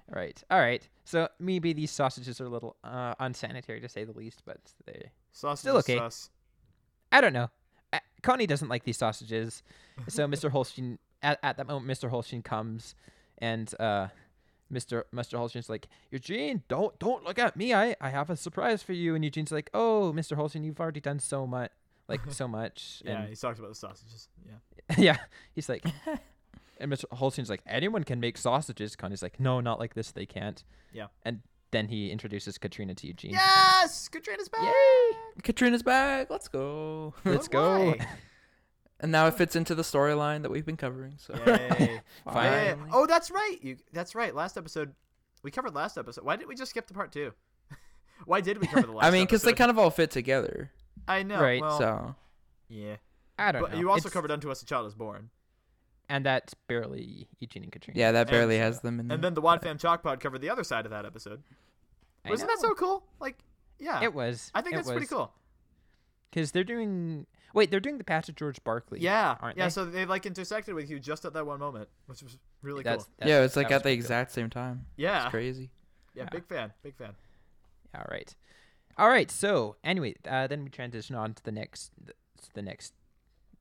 [SPEAKER 1] Right, all right. So maybe these sausages are a little uh, unsanitary to say the least, but they,
[SPEAKER 3] Sausage
[SPEAKER 1] Still okay.
[SPEAKER 3] sauce.
[SPEAKER 1] I don't know. I, Connie doesn't like these sausages, so Mr. Holstein at, at that moment, Mr. Holstein comes, and uh, Mr. Mr. Holstein's like, Eugene, don't don't look at me. I I have a surprise for you. And Eugene's like, Oh, Mr. Holstein, you've already done so much, like so much.
[SPEAKER 3] Yeah,
[SPEAKER 1] and
[SPEAKER 3] he talks about the sausages. Yeah.
[SPEAKER 1] yeah, he's like, and Mr. Holstein's like, anyone can make sausages. Connie's like, no, not like this. They can't.
[SPEAKER 3] Yeah.
[SPEAKER 1] And then he introduces Katrina to Eugene.
[SPEAKER 3] Yes, Katrina's back.
[SPEAKER 1] Yay!
[SPEAKER 2] Katrina's back. Let's go.
[SPEAKER 1] Let's
[SPEAKER 3] But
[SPEAKER 1] go.
[SPEAKER 3] why?
[SPEAKER 2] and now it fits into the storyline that we've been covering. So
[SPEAKER 3] Yay.
[SPEAKER 1] Fine.
[SPEAKER 3] Yeah, yeah, yeah. Oh, that's right. You that's right. Last episode we covered last episode. Why didn't we just skip to part 2? Why did we cover the last
[SPEAKER 2] I mean, because they
[SPEAKER 3] episode? Oh.
[SPEAKER 2] kind of all fit together.
[SPEAKER 3] I know.
[SPEAKER 1] Right,
[SPEAKER 3] well,
[SPEAKER 2] So
[SPEAKER 3] yeah.
[SPEAKER 1] I don't
[SPEAKER 3] But
[SPEAKER 1] know.
[SPEAKER 3] you also
[SPEAKER 1] It's-
[SPEAKER 3] covered Unto Us a Child is Born.
[SPEAKER 1] and that's barely Eugene and Katrina.
[SPEAKER 2] yeah, that
[SPEAKER 3] And-
[SPEAKER 2] barely has them in there.
[SPEAKER 1] Mm-hmm.
[SPEAKER 3] And then the Wad Fam Chalk Pod covered the other side of that episode.
[SPEAKER 1] I
[SPEAKER 3] Wasn't
[SPEAKER 1] know.
[SPEAKER 3] that so cool? Like, yeah.
[SPEAKER 1] It was.
[SPEAKER 3] I think
[SPEAKER 1] it
[SPEAKER 3] that's pretty cool.
[SPEAKER 1] because they're doing. Wait, they're doing the patch of George Barkley.
[SPEAKER 3] Yeah.
[SPEAKER 1] aren't
[SPEAKER 3] yeah,
[SPEAKER 1] they?
[SPEAKER 3] so they like intersected with you just at that one moment, which was really
[SPEAKER 1] that's,
[SPEAKER 3] cool.
[SPEAKER 1] that's-
[SPEAKER 2] yeah, it's like
[SPEAKER 1] that was
[SPEAKER 2] at the
[SPEAKER 1] pretty cool.
[SPEAKER 2] exact same time.
[SPEAKER 3] Yeah.
[SPEAKER 2] It's crazy.
[SPEAKER 3] Yeah, big fan. Big fan.
[SPEAKER 1] All right, all right. So anyway, uh, then we transition on to the next, to the next,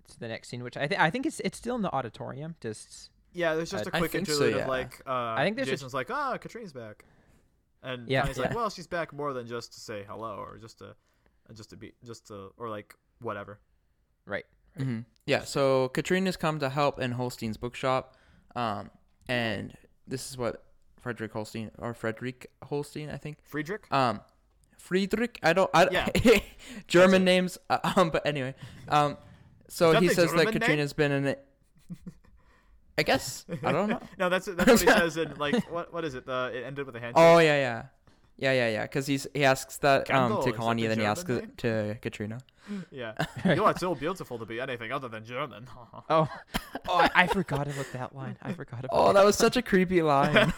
[SPEAKER 1] to the next scene, which I think I think it's it's still in the auditorium. Just
[SPEAKER 3] Yeah, there's just
[SPEAKER 1] Uh,
[SPEAKER 3] a
[SPEAKER 2] I
[SPEAKER 3] quick
[SPEAKER 2] think so,
[SPEAKER 3] interlude
[SPEAKER 2] yeah.
[SPEAKER 3] of like uh, I
[SPEAKER 1] think there's just-
[SPEAKER 3] Jason's like, "Ah, Katrine's back," and
[SPEAKER 1] Yeah,
[SPEAKER 3] Connie's like,
[SPEAKER 1] yeah.
[SPEAKER 3] "Well, she's back more than just to say hello or just to, uh, just to be, just to, or like whatever."
[SPEAKER 1] right, right?
[SPEAKER 2] Mhm. Yeah, so Katrina's come to help in Holstein's bookshop, um, and this is what Frederick Holstein or Frederick Holstein, I think.
[SPEAKER 3] Friedrich?
[SPEAKER 1] Uh,
[SPEAKER 2] Um, Friedrich, I don't, I
[SPEAKER 3] Yeah.
[SPEAKER 2] German names. uh, Um, but anyway, um, so
[SPEAKER 3] Is that
[SPEAKER 2] he
[SPEAKER 3] the
[SPEAKER 2] says
[SPEAKER 3] German
[SPEAKER 2] that
[SPEAKER 3] name?
[SPEAKER 2] Katrina's been in it. I guess I don't know.
[SPEAKER 3] No, that's that's what he says in like what what is it? The it ended with a handshake.
[SPEAKER 2] Oh yeah, yeah, yeah, yeah, yeah. Because he's he asks that um
[SPEAKER 3] Kendall,
[SPEAKER 2] to
[SPEAKER 3] is that
[SPEAKER 2] Connie,
[SPEAKER 3] the
[SPEAKER 2] then he
[SPEAKER 3] German
[SPEAKER 2] asks
[SPEAKER 3] name?
[SPEAKER 2] it to Katrina.
[SPEAKER 3] Yeah. you are too beautiful to be anything other than German.
[SPEAKER 1] Oh, oh, I, I forgot about that line. I forgot about.
[SPEAKER 2] Oh, that was such a creepy line.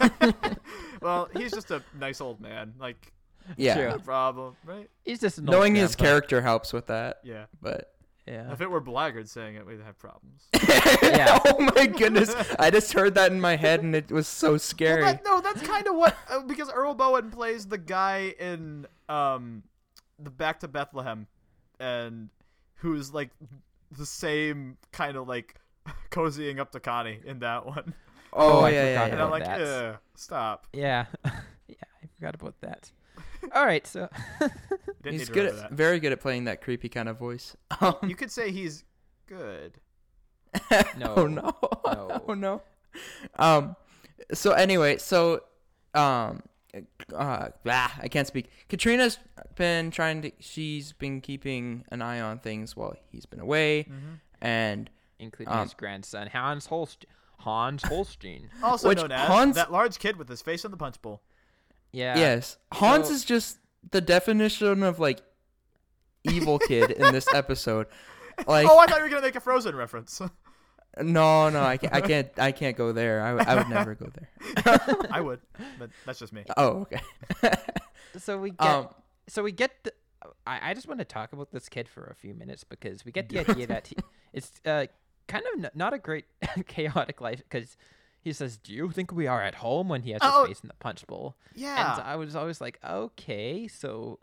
[SPEAKER 3] well, he's just a nice old man. Like
[SPEAKER 2] yeah,
[SPEAKER 1] True.
[SPEAKER 3] no problem, right?
[SPEAKER 1] He's just an old
[SPEAKER 2] knowing his
[SPEAKER 1] grandpa.
[SPEAKER 2] character helps with that.
[SPEAKER 3] Yeah.
[SPEAKER 2] But
[SPEAKER 1] Yeah.
[SPEAKER 2] Uh.
[SPEAKER 3] If it were blackguard saying it, we'd have problems.
[SPEAKER 1] yeah.
[SPEAKER 2] oh my goodness, I just heard that in my head, and it was so scary.
[SPEAKER 3] But no, that's kind of what uh, because Earl Bowen plays the guy in um the Back to Bethlehem, and who's like the same kind of like cozying up to Connie in that one.
[SPEAKER 2] oh
[SPEAKER 1] Oh, I
[SPEAKER 2] yeah, yeah,
[SPEAKER 1] forgot
[SPEAKER 2] yeah.
[SPEAKER 3] And I'm
[SPEAKER 1] about
[SPEAKER 3] like,
[SPEAKER 1] that.
[SPEAKER 3] "Ugh, stop.
[SPEAKER 1] Yeah. yeah. I forgot about that. All right. So.
[SPEAKER 2] Oh, He's
[SPEAKER 3] Didn't need to
[SPEAKER 2] good,
[SPEAKER 3] remember
[SPEAKER 2] at,
[SPEAKER 3] that.
[SPEAKER 2] very good at playing that creepy kind of voice. Um,
[SPEAKER 3] You could say he's good.
[SPEAKER 1] No.
[SPEAKER 2] oh no,
[SPEAKER 1] No.
[SPEAKER 2] oh no. Um, so anyway, so um, uh, blah, I can't speak. Katrina's been trying to. She's been keeping an eye on things while he's been away,
[SPEAKER 1] Mm-hmm.
[SPEAKER 2] and
[SPEAKER 1] Including his
[SPEAKER 2] Um.
[SPEAKER 1] grandson Hans Holst. Hans Holstein.
[SPEAKER 3] Also
[SPEAKER 2] Which
[SPEAKER 3] known as
[SPEAKER 2] Hans-
[SPEAKER 3] that large kid with his face on the punch bowl.
[SPEAKER 1] Yeah.
[SPEAKER 2] yes, Hans
[SPEAKER 1] so-
[SPEAKER 2] is just the definition of like evil kid in this episode. Like,
[SPEAKER 3] Oh, I thought you were gonna make a Frozen reference.
[SPEAKER 2] no, no, I can't, I can't, I can't go there. I, w- I would never go there.
[SPEAKER 3] I would, but that's just me.
[SPEAKER 2] Oh, okay.
[SPEAKER 1] So we get.
[SPEAKER 2] Um,
[SPEAKER 1] so we get the. I, I just want to talk about this kid for a few minutes because we get the idea that he, it's uh, kind of n- not a great chaotic life because he says, "Do you think we are at home?" when he has his
[SPEAKER 3] Oh.
[SPEAKER 1] face in the punch bowl.
[SPEAKER 3] Yeah.
[SPEAKER 1] And I was always like, "Okay, so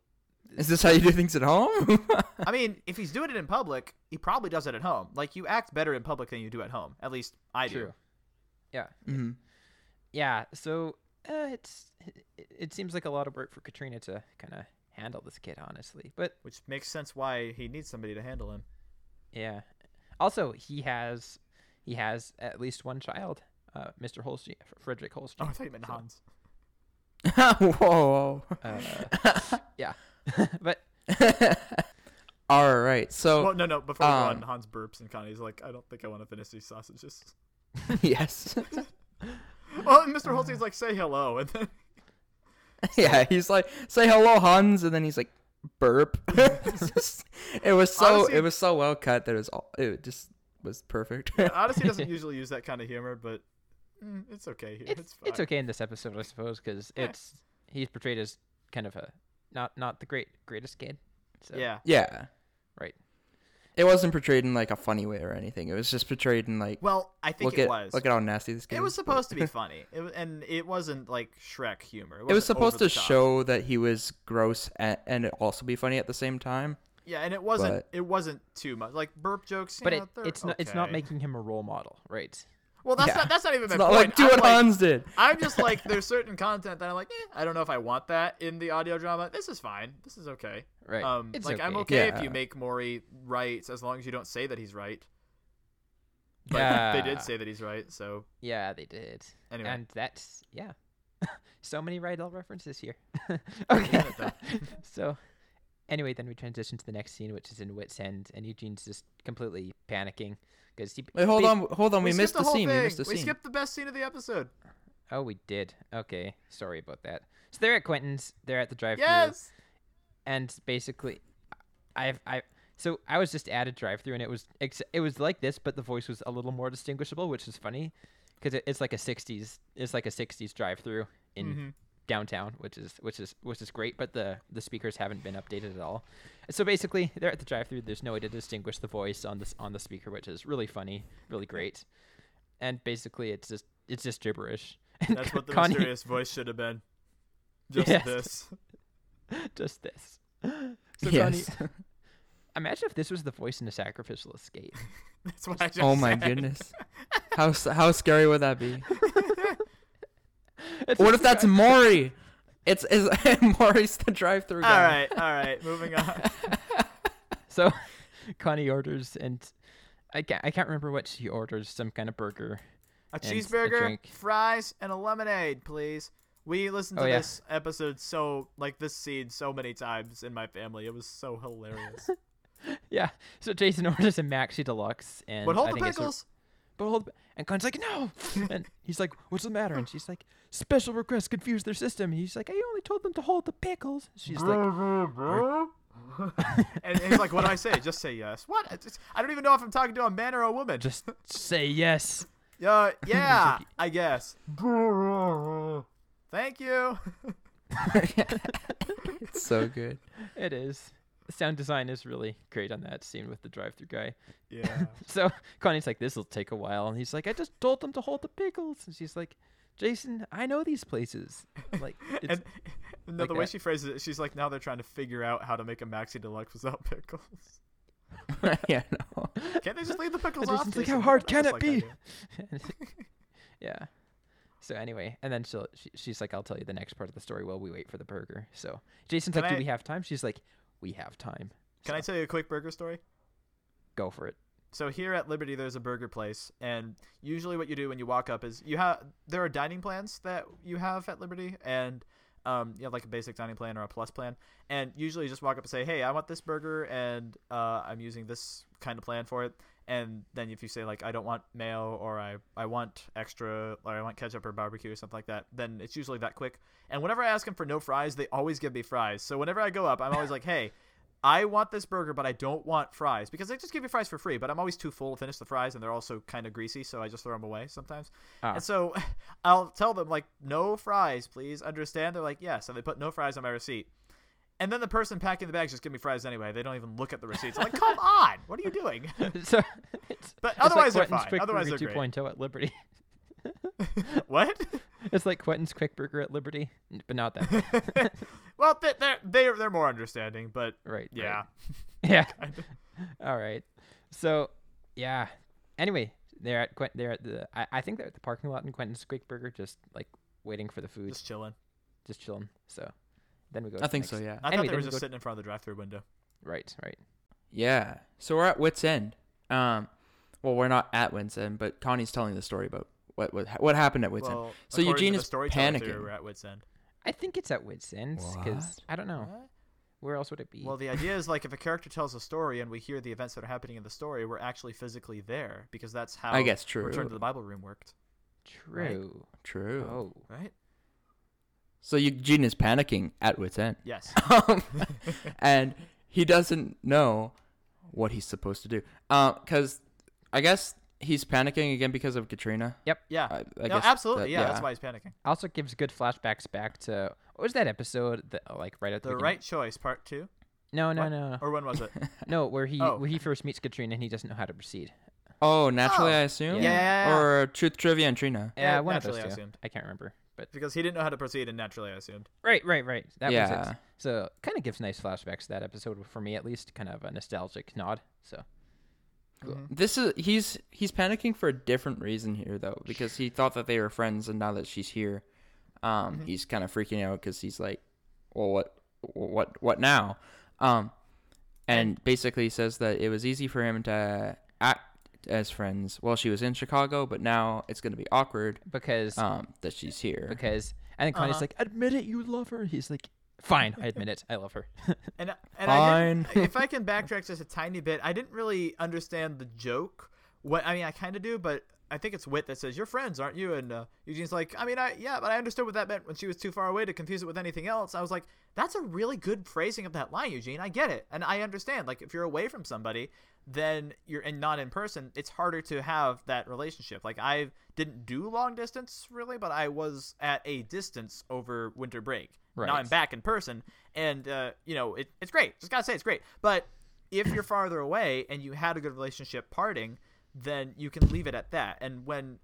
[SPEAKER 2] is this how you do things at home?
[SPEAKER 3] I mean, if he's doing it in public, he probably does it at home. Like you act better in public than you do at home. At least I do.
[SPEAKER 1] True. yeah,
[SPEAKER 2] Mhm.
[SPEAKER 1] yeah." So uh, it's it, it seems like a lot of work for Katrina to kind of handle this kid, honestly. But
[SPEAKER 3] Which makes sense why he needs somebody to handle him.
[SPEAKER 1] yeah, also he has he has at least one child, uh, Mr. Holstein, F- Frederick Holstein.
[SPEAKER 3] Oh, I thought you meant Hans.
[SPEAKER 2] Mm-hmm. Whoa.
[SPEAKER 1] Uh, yeah. but
[SPEAKER 2] All right. So
[SPEAKER 3] Well, no, no. Before we go on,
[SPEAKER 2] Oh, um,
[SPEAKER 3] Hans burps and Connie's like, I don't think I want to finish these sausages.
[SPEAKER 2] yes.
[SPEAKER 3] Well, and Mr. Holstein's like, say hello, and then
[SPEAKER 2] yeah. He's like, say hello, Hans, and then he's like, burp. It's just- it was so.
[SPEAKER 3] Honestly-
[SPEAKER 2] it was so well cut that it was. All, it just was perfect.
[SPEAKER 3] Odyssey doesn't usually use that kind of humor, but mm, it's okay here. It's,
[SPEAKER 1] it's
[SPEAKER 3] fine.
[SPEAKER 1] it's okay in this episode, I suppose, because it's he's portrayed as kind of a not not the great greatest kid. So,
[SPEAKER 3] Yeah.
[SPEAKER 2] yeah.
[SPEAKER 1] Right.
[SPEAKER 2] It wasn't portrayed in like a funny way or anything. It was just portrayed in like.
[SPEAKER 3] Well, I think
[SPEAKER 2] look
[SPEAKER 3] it
[SPEAKER 2] at
[SPEAKER 3] was.
[SPEAKER 2] look at how nasty this guy.
[SPEAKER 3] it was
[SPEAKER 2] is.
[SPEAKER 3] supposed to be funny, it, wa- and it wasn't like Shrek humor.
[SPEAKER 2] It was
[SPEAKER 3] wasn't over
[SPEAKER 2] supposed to
[SPEAKER 3] the top.
[SPEAKER 2] show that he was gross and, and it also be funny at the same time.
[SPEAKER 3] Yeah, and it wasn't.
[SPEAKER 2] but-
[SPEAKER 3] It wasn't too much like burp jokes.
[SPEAKER 1] But
[SPEAKER 3] yeah,
[SPEAKER 1] it,
[SPEAKER 3] they're
[SPEAKER 1] it's not it's not
[SPEAKER 3] okay.
[SPEAKER 1] making him a role model, right?
[SPEAKER 3] Well, that's
[SPEAKER 2] Yeah.
[SPEAKER 3] not that's not even
[SPEAKER 2] It's
[SPEAKER 3] my
[SPEAKER 2] not
[SPEAKER 3] point.
[SPEAKER 2] like do
[SPEAKER 3] I'm
[SPEAKER 2] what
[SPEAKER 3] like-
[SPEAKER 2] Hans did.
[SPEAKER 3] I'm just like there's certain content that I'm like, eh, I don't know if I want that in the audio drama. This is fine. This is okay.
[SPEAKER 1] Right.
[SPEAKER 3] Um,
[SPEAKER 1] It's
[SPEAKER 3] like I'm
[SPEAKER 1] okay.
[SPEAKER 3] okay if
[SPEAKER 2] Yeah.
[SPEAKER 3] you make Maury right as long as you don't say that he's right. But
[SPEAKER 1] yeah.
[SPEAKER 3] they did say that he's right, so
[SPEAKER 1] Yeah, they did.
[SPEAKER 3] Anyway.
[SPEAKER 1] And that's yeah. so many Rydell references here. okay. so anyway, then we transition to the next scene, which is in Wits End, and Eugene's just completely panicking because he
[SPEAKER 2] Wait, hold
[SPEAKER 1] ba-
[SPEAKER 2] on, hold on. We,
[SPEAKER 3] skipped
[SPEAKER 2] missed the,
[SPEAKER 3] whole
[SPEAKER 2] scene.
[SPEAKER 3] Thing.
[SPEAKER 2] We missed the
[SPEAKER 3] we
[SPEAKER 2] scene.
[SPEAKER 3] skipped the best scene of the episode.
[SPEAKER 1] Oh, we did. Okay, sorry about that. So they're at Quentin's. They're at the drive-through.
[SPEAKER 3] Yes.
[SPEAKER 1] and basically i've i so i was just at a drive-through and it was ex- it was like this but the voice was a little more distinguishable which is funny because it, it's like a 60s it's like a 60s drive-through in
[SPEAKER 3] Mm-hmm.
[SPEAKER 1] downtown which is which is which is great but the the speakers haven't been updated at all so basically they're at the drive-through there's no way to distinguish the voice on this on the speaker which is really funny really great and basically it's just it's just gibberish and
[SPEAKER 3] That's what the
[SPEAKER 1] Connie-
[SPEAKER 3] mysterious voice should have been. Just
[SPEAKER 1] Yes.
[SPEAKER 3] this.
[SPEAKER 1] just this so Connie,
[SPEAKER 2] yes.
[SPEAKER 1] imagine if this was the voice in a sacrificial escape
[SPEAKER 3] That's what I just
[SPEAKER 2] Oh my
[SPEAKER 3] said.
[SPEAKER 2] goodness. How s- how scary would that be?
[SPEAKER 1] It's
[SPEAKER 2] What
[SPEAKER 1] just
[SPEAKER 2] if
[SPEAKER 1] a
[SPEAKER 2] that's
[SPEAKER 1] guy-
[SPEAKER 2] Maury? It's is Maury's the drive-through
[SPEAKER 3] All
[SPEAKER 2] guy.
[SPEAKER 3] right, all right, moving on.
[SPEAKER 1] So Connie orders and I can't, I can't remember what she orders. Some kind of burger.
[SPEAKER 3] A
[SPEAKER 1] and s- a
[SPEAKER 3] cheeseburger,
[SPEAKER 1] drink.
[SPEAKER 3] fries, and a lemonade, please. We listened to
[SPEAKER 1] Oh, yeah.
[SPEAKER 3] this episode so like this scene so many times in my family. It was so hilarious.
[SPEAKER 1] Yeah. So Jason orders a maxi deluxe, and
[SPEAKER 3] but hold
[SPEAKER 1] I
[SPEAKER 3] the
[SPEAKER 1] think it's a-
[SPEAKER 3] pickles.
[SPEAKER 1] but hold. And Con's like, no. and he's like, what's the matter? And she's like, special requests confuse their system. And he's like, I only told them to hold the pickles. She's like,
[SPEAKER 3] and he's like, "What do I say? Just say yes." What? It's- it's- I don't even know if I'm talking to a man or a woman.
[SPEAKER 1] just say yes.
[SPEAKER 3] Uh, yeah, I guess. Thank you.
[SPEAKER 2] It's so good.
[SPEAKER 1] It is. The sound design is really great on that scene with the drive-through guy.
[SPEAKER 3] Yeah.
[SPEAKER 1] So Connie's like, "This will take a while," and he's like, "I just told them to hold the pickles," and she's like, "Jason, I know these places." Like, it's,
[SPEAKER 3] And, and the
[SPEAKER 1] like
[SPEAKER 3] way
[SPEAKER 1] that.
[SPEAKER 3] she phrases it, she's like, now they're trying to figure out how to make a maxi deluxe without pickles.
[SPEAKER 2] yeah, no.
[SPEAKER 3] Can't they just leave the pickles
[SPEAKER 1] And
[SPEAKER 3] off?
[SPEAKER 1] Jason's like, "How
[SPEAKER 3] Jason?
[SPEAKER 1] hard
[SPEAKER 3] I
[SPEAKER 1] can
[SPEAKER 3] just
[SPEAKER 1] it
[SPEAKER 3] like
[SPEAKER 1] be?"
[SPEAKER 3] that idea.
[SPEAKER 1] yeah. So anyway, and then she'll, she she's like, "I'll tell you the next part of the story while we wait for the burger." So Jason's
[SPEAKER 3] Can
[SPEAKER 1] like,
[SPEAKER 3] I-
[SPEAKER 1] "Do we have time?" She's like, "We have time.
[SPEAKER 3] Can I tell you a quick burger story?
[SPEAKER 1] Go for it."
[SPEAKER 3] So here at Liberty, there's a burger place, and usually what you do when you walk up is you have there are dining plans that you have at Liberty, and um, you have like a basic dining plan or a plus plan, and usually you just walk up and say, "Hey, I want this burger, and uh, I'm using this kind of plan for it." And then if you say like, "I don't want mayo," or "I I want extra," or "I want ketchup or barbecue" or something like that, then it's usually that quick. And whenever I ask them for no fries, they always give me fries. So whenever I go up, I'm always like, "Hey." I want this burger, but I don't want fries because they just give you fries for free. But I'm always too full to finish the fries, and they're also kind of greasy, so I just throw them away sometimes.
[SPEAKER 1] Ah.
[SPEAKER 3] And so I'll tell them like, "No fries, please." Understand? They're like, "Yes," and they put no fries on my receipt. And then the person packing the bags just give me fries anyway. They don't even look at the receipts. I'm like, "Come on, what are you doing?"
[SPEAKER 1] so it's
[SPEAKER 3] But
[SPEAKER 1] it's
[SPEAKER 3] otherwise they're
[SPEAKER 1] like Quentin's
[SPEAKER 3] fine.
[SPEAKER 1] Quick
[SPEAKER 3] Otherwise
[SPEAKER 1] Burger
[SPEAKER 3] they're great.
[SPEAKER 1] 2.0 at Liberty.
[SPEAKER 3] what?
[SPEAKER 1] it's like Quentin's Quick Burger at Liberty, n- but not that. way.
[SPEAKER 3] well, they- they're they're they're more understanding, but
[SPEAKER 1] Right.
[SPEAKER 3] yeah.
[SPEAKER 1] Right. Yeah. All right. So, yeah. Anyway, they're at Quent- they're at the I, I think they're at the parking lot in Quentin's Quick Burger, just like waiting for the food,
[SPEAKER 3] Just
[SPEAKER 1] just,
[SPEAKER 3] chilling.
[SPEAKER 1] chilling. So, then we go. to
[SPEAKER 2] I
[SPEAKER 1] the
[SPEAKER 2] think so,
[SPEAKER 1] next-
[SPEAKER 2] yeah.
[SPEAKER 1] Anyway,
[SPEAKER 3] I thought they
[SPEAKER 1] then
[SPEAKER 3] were
[SPEAKER 1] we
[SPEAKER 3] just
[SPEAKER 1] go-
[SPEAKER 3] sitting in front of the drive-through window.
[SPEAKER 1] Right. Right.
[SPEAKER 2] Yeah. So we're at Wits End. Um, well, we're not at Wits End, but Connie's telling the story about what what, what happened at Wits End.
[SPEAKER 3] Well,
[SPEAKER 2] So
[SPEAKER 3] according to
[SPEAKER 2] Eugene
[SPEAKER 3] the
[SPEAKER 2] is
[SPEAKER 3] storyteller theory,
[SPEAKER 2] panicking.
[SPEAKER 3] We're at wits end.
[SPEAKER 1] I think it's at Wits End because I don't
[SPEAKER 2] Oh.
[SPEAKER 1] know where else would it be.
[SPEAKER 3] Well, the idea is like if a character tells a story and we hear the events that are happening in the story, we're actually physically there because that's how
[SPEAKER 2] I guess true.
[SPEAKER 3] Return to the Bible Room worked,
[SPEAKER 1] True.
[SPEAKER 2] True.
[SPEAKER 1] Oh.
[SPEAKER 3] right?
[SPEAKER 2] So Eugene is panicking at Wits End.
[SPEAKER 3] Yes.
[SPEAKER 2] Um, and he doesn't know what he's supposed to do. Because I guess he's panicking again because of Katrina.
[SPEAKER 3] Yeah.
[SPEAKER 2] I- I
[SPEAKER 3] no,
[SPEAKER 2] guess
[SPEAKER 3] absolutely.
[SPEAKER 2] that-
[SPEAKER 3] yeah, that's
[SPEAKER 2] yeah.
[SPEAKER 3] why he's panicking.
[SPEAKER 1] Also gives good flashbacks back to what was that episode that uh, like right at the,
[SPEAKER 3] The
[SPEAKER 1] beginning?
[SPEAKER 3] right choice, part two,
[SPEAKER 1] No,
[SPEAKER 2] Oh,
[SPEAKER 1] no,
[SPEAKER 3] What?
[SPEAKER 1] no,
[SPEAKER 3] or when was it?
[SPEAKER 1] no. Where he
[SPEAKER 3] Oh.
[SPEAKER 1] where he first meets Katrina and he doesn't know how to proceed.
[SPEAKER 2] Oh, naturally,
[SPEAKER 3] Oh.
[SPEAKER 2] I assume?
[SPEAKER 3] Yeah.
[SPEAKER 2] Or Truth, Trivia, and Trina.
[SPEAKER 1] Yeah,
[SPEAKER 3] Yeah,
[SPEAKER 1] Uh, one of those
[SPEAKER 3] naturally, I
[SPEAKER 1] two.
[SPEAKER 3] assumed.
[SPEAKER 1] I can't remember, but
[SPEAKER 3] because he didn't know how to proceed, and naturally, I assumed.
[SPEAKER 1] Right, right, right. That makes
[SPEAKER 2] Yeah.
[SPEAKER 1] sense. So kind of gives nice flashbacks to that episode for me at least, kind of a nostalgic nod. So
[SPEAKER 2] This is he's he's panicking for a different reason here though because he thought that they were friends and now that she's here, um, he's kind of freaking out because he's like, well, what, what, what now? Um, and basically says that it was easy for him to act as friends while she was in Chicago, but now it's gonna be awkward
[SPEAKER 1] because
[SPEAKER 2] um, that she's here.
[SPEAKER 1] because and then Connie's like, admit it, you love her. He's like, fine, I admit it, I love her.
[SPEAKER 3] And, and I didn't-
[SPEAKER 2] Fine.
[SPEAKER 3] if I can backtrack just a tiny bit, I didn't really understand the joke. What I mean, I kind of do, but I think it's Wit that says, "You're friends, aren't you?" And uh, Eugene's like, "I mean, I yeah, but I understood what that meant when she was too far away to confuse it with anything else." I was like, "That's a really good phrasing of that line, Eugene. I get it, and I understand. Like, if you're away from somebody, then you're and not in person, it's harder to have that relationship. Like, I didn't do long distance really, but I was at a distance over winter break. Now I'm
[SPEAKER 1] Right.
[SPEAKER 3] back back in person and uh, you know it, it's great just gotta say it's great but if you're farther away and you had a good relationship parting then you can leave it at that and when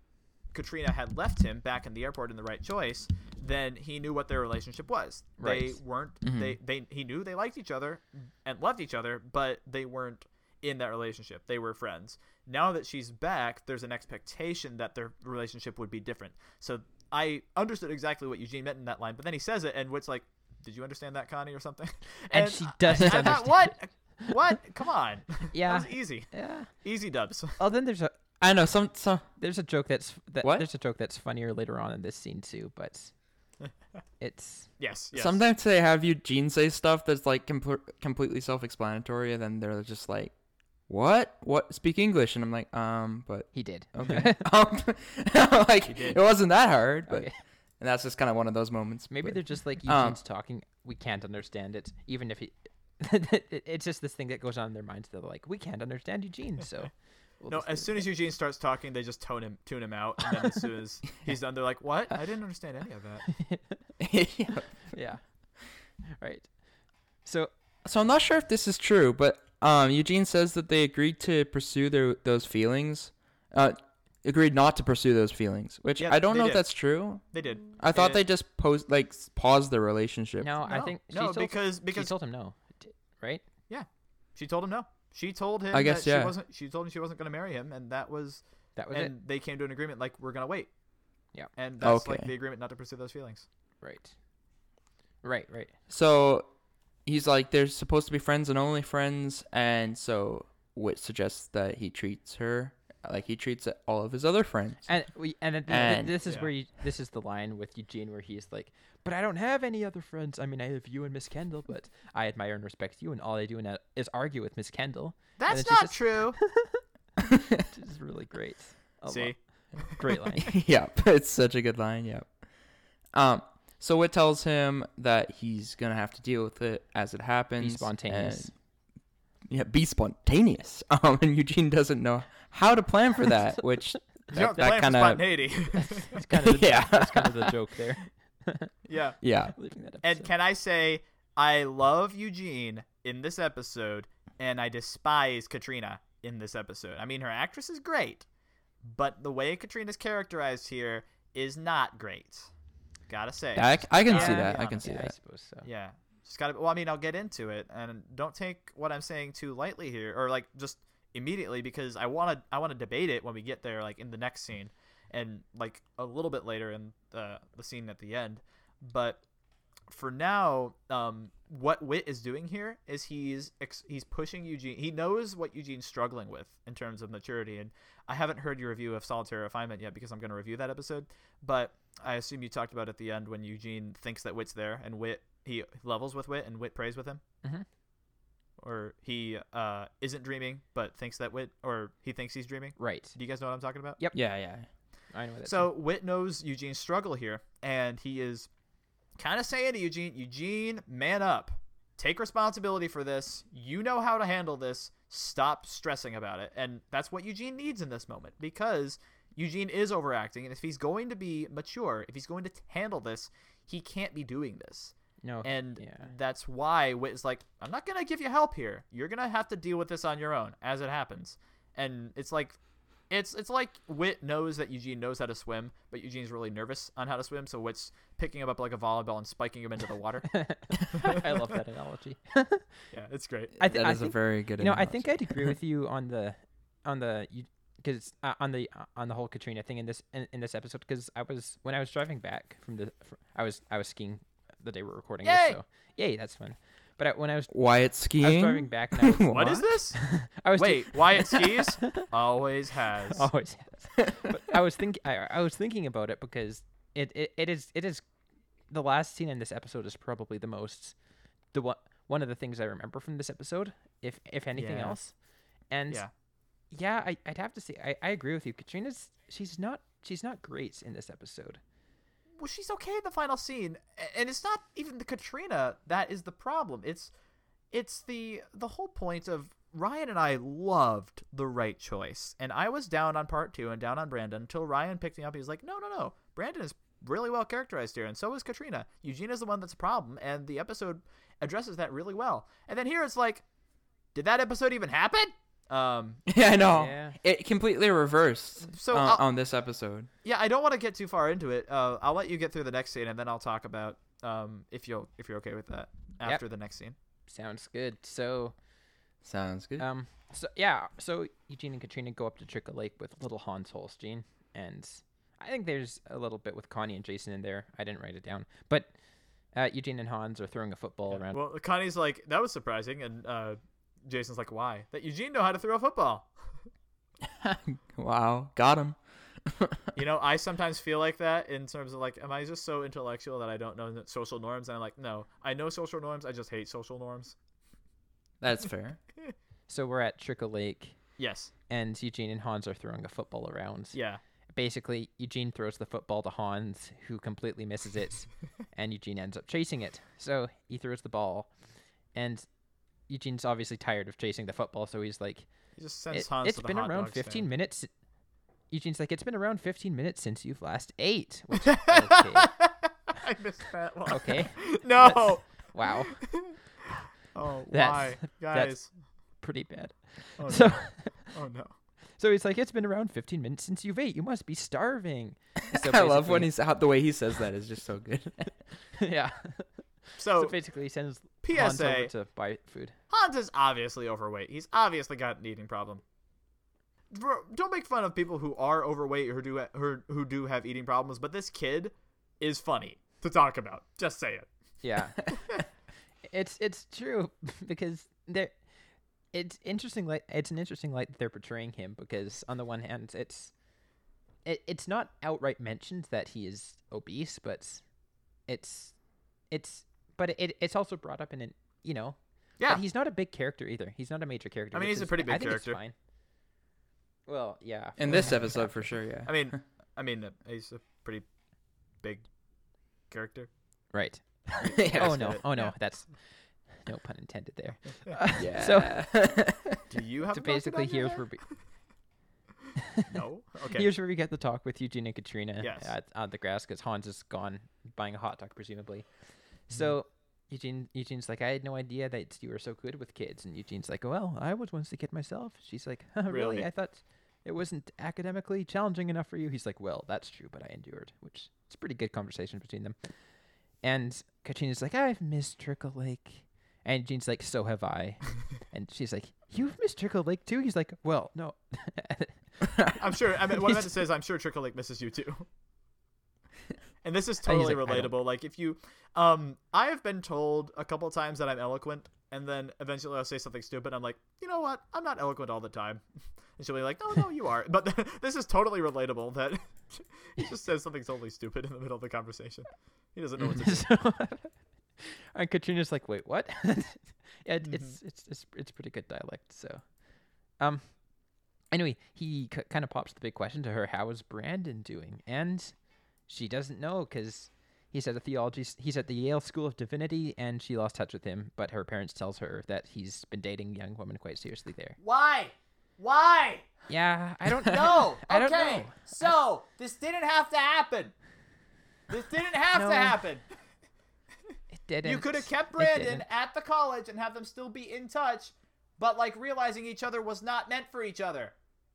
[SPEAKER 3] katrina had left him back in the airport in the right choice then he knew what their relationship was they
[SPEAKER 1] Right. Mm-hmm.
[SPEAKER 3] weren't they, they he knew they liked each other and loved each other but they weren't in that relationship they were friends now that she's back there's an expectation that their relationship would be different so i understood exactly what eugene meant in that line but then he says it and wit's like did you understand that connie or something
[SPEAKER 1] And she doesn't
[SPEAKER 3] I, I
[SPEAKER 1] understand.
[SPEAKER 3] thought, what What? Come on.
[SPEAKER 1] Yeah.
[SPEAKER 3] That was easy.
[SPEAKER 1] Yeah.
[SPEAKER 3] Easy dubs.
[SPEAKER 1] Oh, then there's a
[SPEAKER 2] I know some some.
[SPEAKER 1] there's a joke that's that
[SPEAKER 2] What?
[SPEAKER 1] there's a joke that's funnier later on in this scene too, but it's
[SPEAKER 3] Yes. yes.
[SPEAKER 2] Sometimes they have Eugene say stuff that's like com- completely self-explanatory, and then they're just like, "What? What? Speak English?" And I'm like, "Um, but
[SPEAKER 1] he did.
[SPEAKER 2] okay." um, like it wasn't that hard, but
[SPEAKER 1] Okay.
[SPEAKER 2] and that's just kind of one of those moments.
[SPEAKER 1] Maybe
[SPEAKER 2] but-
[SPEAKER 1] they're just like
[SPEAKER 2] Um,
[SPEAKER 1] Eugene's talking. We can't understand it, even if he. It- it's just this thing that goes on in their minds. They're like, we can't understand Eugene, so. we'll
[SPEAKER 3] No,
[SPEAKER 1] just
[SPEAKER 3] as
[SPEAKER 1] leave
[SPEAKER 3] soon as Eugene starts talking, they just tone him, tune him out, and then as soon as he's done, they're like, "What? I didn't understand any of that."
[SPEAKER 2] Yeah.
[SPEAKER 1] it." yeah, right. So
[SPEAKER 2] So I'm not sure if this is true, but um, Eugene says that they agreed to pursue their those feelings, uh, agreed not to pursue those feelings, which
[SPEAKER 3] Yeah,
[SPEAKER 2] I don't
[SPEAKER 3] they
[SPEAKER 2] know if
[SPEAKER 3] did.
[SPEAKER 2] that's true.
[SPEAKER 3] They did.
[SPEAKER 2] I thought
[SPEAKER 3] Uh,
[SPEAKER 2] they just pose like s- paused their relationship.
[SPEAKER 1] no, I
[SPEAKER 3] No,
[SPEAKER 1] think she
[SPEAKER 3] no,
[SPEAKER 1] told,
[SPEAKER 3] because-
[SPEAKER 1] she
[SPEAKER 3] because-
[SPEAKER 1] told him no, d- right?
[SPEAKER 3] Yeah, she told him no. She told him.
[SPEAKER 2] I guess,
[SPEAKER 3] that
[SPEAKER 2] yeah.
[SPEAKER 3] She wasn't. She told him she wasn't going to marry him, and that was.
[SPEAKER 1] That was
[SPEAKER 3] and they came to an agreement like we're going to wait.
[SPEAKER 1] Yeah.
[SPEAKER 3] And that's like
[SPEAKER 2] Okay.
[SPEAKER 3] the agreement not to pursue those feelings.
[SPEAKER 1] it, right? Right, right.
[SPEAKER 2] So he's like they're supposed to be friends and only friends, and so which suggests that he treats her like he treats all of his other friends.
[SPEAKER 1] And we and, then th- th-
[SPEAKER 2] And-
[SPEAKER 1] this is
[SPEAKER 3] Yeah.
[SPEAKER 1] where you, this is the line with Eugene where he's like, "But I don't have any other friends. I mean, I have you and Miss Kendall, but I admire and respect you, and all I do now is argue with Miss Kendall." And
[SPEAKER 3] That's
[SPEAKER 1] it's just-
[SPEAKER 3] not true.
[SPEAKER 1] This is really great. I lo-
[SPEAKER 3] See,
[SPEAKER 1] great line.
[SPEAKER 2] yep, it's such a good line. Yep. Um. So it tells him that he's gonna have to deal with it as it happens.
[SPEAKER 1] Be
[SPEAKER 2] and-
[SPEAKER 1] spontaneous.
[SPEAKER 2] yeah, be spontaneous. Um, and Eugene doesn't know how to plan for that, which
[SPEAKER 3] you don't
[SPEAKER 2] that,
[SPEAKER 3] blame
[SPEAKER 2] that
[SPEAKER 3] for
[SPEAKER 2] kind of
[SPEAKER 3] spontaneity.
[SPEAKER 1] That's kind of the,
[SPEAKER 2] Yeah.
[SPEAKER 1] that's kind of the joke there.
[SPEAKER 3] yeah.
[SPEAKER 2] yeah.
[SPEAKER 1] Leaving that
[SPEAKER 3] And
[SPEAKER 1] episode.
[SPEAKER 3] can I say I love Eugene in this episode, and I despise Katrina in this episode. I mean, her actress is great, but the way Katrina's characterized here is not great. Gotta say,
[SPEAKER 2] I, I can see
[SPEAKER 1] Yeah,
[SPEAKER 2] that. I
[SPEAKER 1] yeah,
[SPEAKER 2] can see
[SPEAKER 1] yeah, I
[SPEAKER 2] that.
[SPEAKER 1] suppose so.
[SPEAKER 3] yeah, just gotta. Well, I mean, I'll get into it, and don't take what I'm saying too lightly here, or like just immediately, because I wanna I wanna debate it when we get there, like in the next scene, and like a little bit later in the the scene at the end, but for now, um, what Wit is doing here is he's ex- he's pushing Eugene. He knows what Eugene's struggling with in terms of maturity. And I haven't heard your review of Solitary Refinement yet because I'm going to review that episode. But I assume you talked about at the end when Eugene thinks that Wit's there and Wit he levels with Wit and Wit prays with him,
[SPEAKER 1] Mhm.
[SPEAKER 3] or he uh, isn't dreaming but thinks that Wit or he thinks he's dreaming.
[SPEAKER 1] Right.
[SPEAKER 3] Do you guys know what I'm talking about?
[SPEAKER 1] Yep.
[SPEAKER 2] Yeah, yeah.
[SPEAKER 1] I know what that's
[SPEAKER 3] So Wit knows Eugene's struggle here, and he is kind of saying to Eugene, Eugene, man up. Take responsibility for this. You know how to handle this. Stop stressing about it. And that's what Eugene needs in this moment because Eugene is overacting. And if he's going to be mature, if he's going to handle this, he can't be doing this.
[SPEAKER 1] no.
[SPEAKER 3] And
[SPEAKER 1] yeah.
[SPEAKER 3] that's why Wit is like, I'm not going to give you help here. You're going to have to deal with this on your own as it happens. And it's like, it's it's like Wit knows that Eugene knows how to swim, but Eugene's really nervous on how to swim, so Wit's picking him up like a volleyball and spiking him into the water.
[SPEAKER 1] I love that analogy.
[SPEAKER 3] yeah, it's great.
[SPEAKER 1] I, th-
[SPEAKER 2] that
[SPEAKER 1] I
[SPEAKER 2] is
[SPEAKER 1] think
[SPEAKER 2] a very good.
[SPEAKER 1] you know, I
[SPEAKER 2] analogy.
[SPEAKER 1] think I'd agree with you on the on the because uh, on the uh, on the whole Katrina thing in this in, in this episode because I was when I was driving back from the fr- I was I was skiing the day we're recording
[SPEAKER 3] Yay!
[SPEAKER 1] this so yay that's fun but I, when I was
[SPEAKER 2] Wyatt
[SPEAKER 1] I was
[SPEAKER 2] skiing.
[SPEAKER 1] driving back and I was,
[SPEAKER 3] What is this?
[SPEAKER 1] I was Oh,
[SPEAKER 3] Wait, Wyatt skis? Always has.
[SPEAKER 1] always has. But I was think I, I was thinking about it because it, it, it is it is the last scene in this episode is probably the most the one one of the things I remember from this episode, if if anything
[SPEAKER 3] Yeah.
[SPEAKER 1] else. And
[SPEAKER 3] Yeah.
[SPEAKER 1] yeah, I, I'd have to say I, I agree with you. Katrina's she's not she's not great in this episode.
[SPEAKER 3] Well, she's okay in the final scene, a- and it's not even the Katrina that is the problem. It's it's the the whole point of Ryan and I loved the right choice, and I was down on part two and down on Brandon until Ryan picked me up. He was like, "No, no, no, Brandon is really well characterized here, and so is Katrina. Eugene is the one that's a problem, and the episode addresses that really well." And then here it's like, "Did that episode even happen?" Um,
[SPEAKER 2] yeah, I know.
[SPEAKER 1] Yeah.
[SPEAKER 2] It completely reversed
[SPEAKER 3] So
[SPEAKER 2] so uh,
[SPEAKER 3] I'll-
[SPEAKER 2] on this episode.
[SPEAKER 3] yeah, I don't want to get too far into it. Uh, I'll let you get through the next scene, and then I'll talk about um, if you'll if you're okay with that
[SPEAKER 1] Yep.
[SPEAKER 3] after the next scene.
[SPEAKER 1] Sounds good. So
[SPEAKER 2] Sounds good.
[SPEAKER 1] um so yeah, so Eugene and Katrina go up to Trickle Lake with little Hans Holstein and I think there's a little bit with Connie and Jason in there. I didn't write it down. But uh, Eugene and Hans are throwing a football around.
[SPEAKER 3] Well, Connie's like, that was surprising, and uh, Jason's like, why? That Eugene know how to throw a football.
[SPEAKER 2] Wow, got him.
[SPEAKER 3] You know, I sometimes feel like that in terms of like, am I just so intellectual that I don't know social norms? And I'm like, no, I know social norms. I just hate social norms.
[SPEAKER 2] That's fair.
[SPEAKER 1] So we're at Trickle Lake,
[SPEAKER 3] Yes.
[SPEAKER 1] and Eugene and Hans are throwing a football around.
[SPEAKER 3] Yeah.
[SPEAKER 1] Basically, Eugene throws the football to Hans, who completely misses it, and Eugene ends up chasing it. So he throws the ball, and Eugene's obviously tired of chasing the football, so he's like,
[SPEAKER 3] He just sends
[SPEAKER 1] "It-
[SPEAKER 3] Hans
[SPEAKER 1] It's
[SPEAKER 3] to the
[SPEAKER 1] been
[SPEAKER 3] hot
[SPEAKER 1] around
[SPEAKER 3] dog
[SPEAKER 1] 15
[SPEAKER 3] stand.
[SPEAKER 1] minutes. Eugene's like, It's been around 15 minutes since you've last ate. Which, okay.
[SPEAKER 3] I missed that one.
[SPEAKER 1] okay.
[SPEAKER 3] No.
[SPEAKER 1] Wow.
[SPEAKER 3] Oh,
[SPEAKER 1] That's-
[SPEAKER 3] why, guys?
[SPEAKER 1] that's- Pretty bad.
[SPEAKER 3] Oh, no.
[SPEAKER 1] So.
[SPEAKER 3] oh no.
[SPEAKER 1] So he's like, it's been around 15 minutes since you've ate. You must be starving. So
[SPEAKER 2] I love when
[SPEAKER 1] basically-
[SPEAKER 2] he's how the way he says that is just so good.
[SPEAKER 1] yeah.
[SPEAKER 3] So,
[SPEAKER 1] so basically, he sends Hans over
[SPEAKER 3] PSA:
[SPEAKER 1] to buy food.
[SPEAKER 3] Hans is obviously overweight. He's obviously got an eating problem. Bro, don't make fun of people who are overweight or do who, who do have eating problems. But this kid is funny to talk about. Just say it.
[SPEAKER 1] Yeah. it's it's true because they're it's interesting like it's an interesting light that they're portraying him because on the one hand it's it, it's not outright mentioned that he is obese but it's it's but it it's also brought up in an you know
[SPEAKER 3] Yeah.
[SPEAKER 1] But he's not a big character either. He's not a major character.
[SPEAKER 3] I mean,
[SPEAKER 1] which
[SPEAKER 3] he's a
[SPEAKER 1] is-
[SPEAKER 3] pretty
[SPEAKER 1] I
[SPEAKER 3] big
[SPEAKER 1] think it's
[SPEAKER 3] character.
[SPEAKER 1] fine. Well, yeah.
[SPEAKER 2] In
[SPEAKER 1] for-
[SPEAKER 2] this episode, for sure, yeah.
[SPEAKER 3] I mean, I mean, uh, he's a pretty big character.
[SPEAKER 1] right.
[SPEAKER 2] yeah,
[SPEAKER 1] oh no!
[SPEAKER 3] it.
[SPEAKER 1] Oh no! That's no pun intended there.
[SPEAKER 2] yeah.
[SPEAKER 1] So
[SPEAKER 3] Do you have
[SPEAKER 1] so
[SPEAKER 3] a doctor
[SPEAKER 1] basically,
[SPEAKER 3] down your
[SPEAKER 1] here's
[SPEAKER 3] hair?
[SPEAKER 1] where we,
[SPEAKER 3] no. Okay.
[SPEAKER 1] here's where we get the talk with Eugene and Katrina
[SPEAKER 3] Yes.
[SPEAKER 1] at, on the grass because Hans is gone buying a hot dog presumably.
[SPEAKER 3] Mm-hmm.
[SPEAKER 1] So Eugene Eugene's like, I had no idea that you were so good with kids, and Eugene's like, Well, I was once a kid myself. She's like, "Huh, really?
[SPEAKER 3] Really?
[SPEAKER 1] I thought it wasn't academically challenging enough for you. He's like, Well, that's true, but I endured, which it's a pretty good conversation between them. And Katrina's like, I've missed Trickle Lake. And Eugene's like, so have I. and she's like, you've missed Trickle Lake too? He's like, well, no.
[SPEAKER 3] I'm sure. I mean, what I meant to say is, I'm sure Trickle Lake misses you too. And this is
[SPEAKER 1] And he's
[SPEAKER 3] totally
[SPEAKER 1] like, "I don't-"
[SPEAKER 3] relatable. Like if you, um, I have been told a couple times that I'm eloquent, and then eventually I'll say something stupid. and I'm like, you know what? I'm not eloquent all the time. And she'll be like, no, no, you are. But this is totally relatable. That he just says something totally stupid in the middle of the conversation. He doesn't know what to do.
[SPEAKER 1] so, and Katrina's like, wait, what? yeah, it, it's, it's it's it's pretty good dialect. So, um, anyway, he c- kind of pops the big question to her: How is Brandon doing? And she doesn't know because he's at a theology. s- He's at the Yale School of Divinity, and she lost touch with him. But her parents tells her that he's been dating a young woman quite seriously there.
[SPEAKER 5] Why? Why?
[SPEAKER 1] Yeah, I don't know.
[SPEAKER 5] No.
[SPEAKER 1] I don't
[SPEAKER 5] okay.
[SPEAKER 1] know.
[SPEAKER 5] So this didn't have to happen. This didn't have
[SPEAKER 1] No.
[SPEAKER 5] to happen.
[SPEAKER 1] It didn't.
[SPEAKER 5] You could have kept
[SPEAKER 1] It
[SPEAKER 5] Brandon
[SPEAKER 1] didn't.
[SPEAKER 5] at the college and have them still be in touch, but like realizing each other was not meant for each other.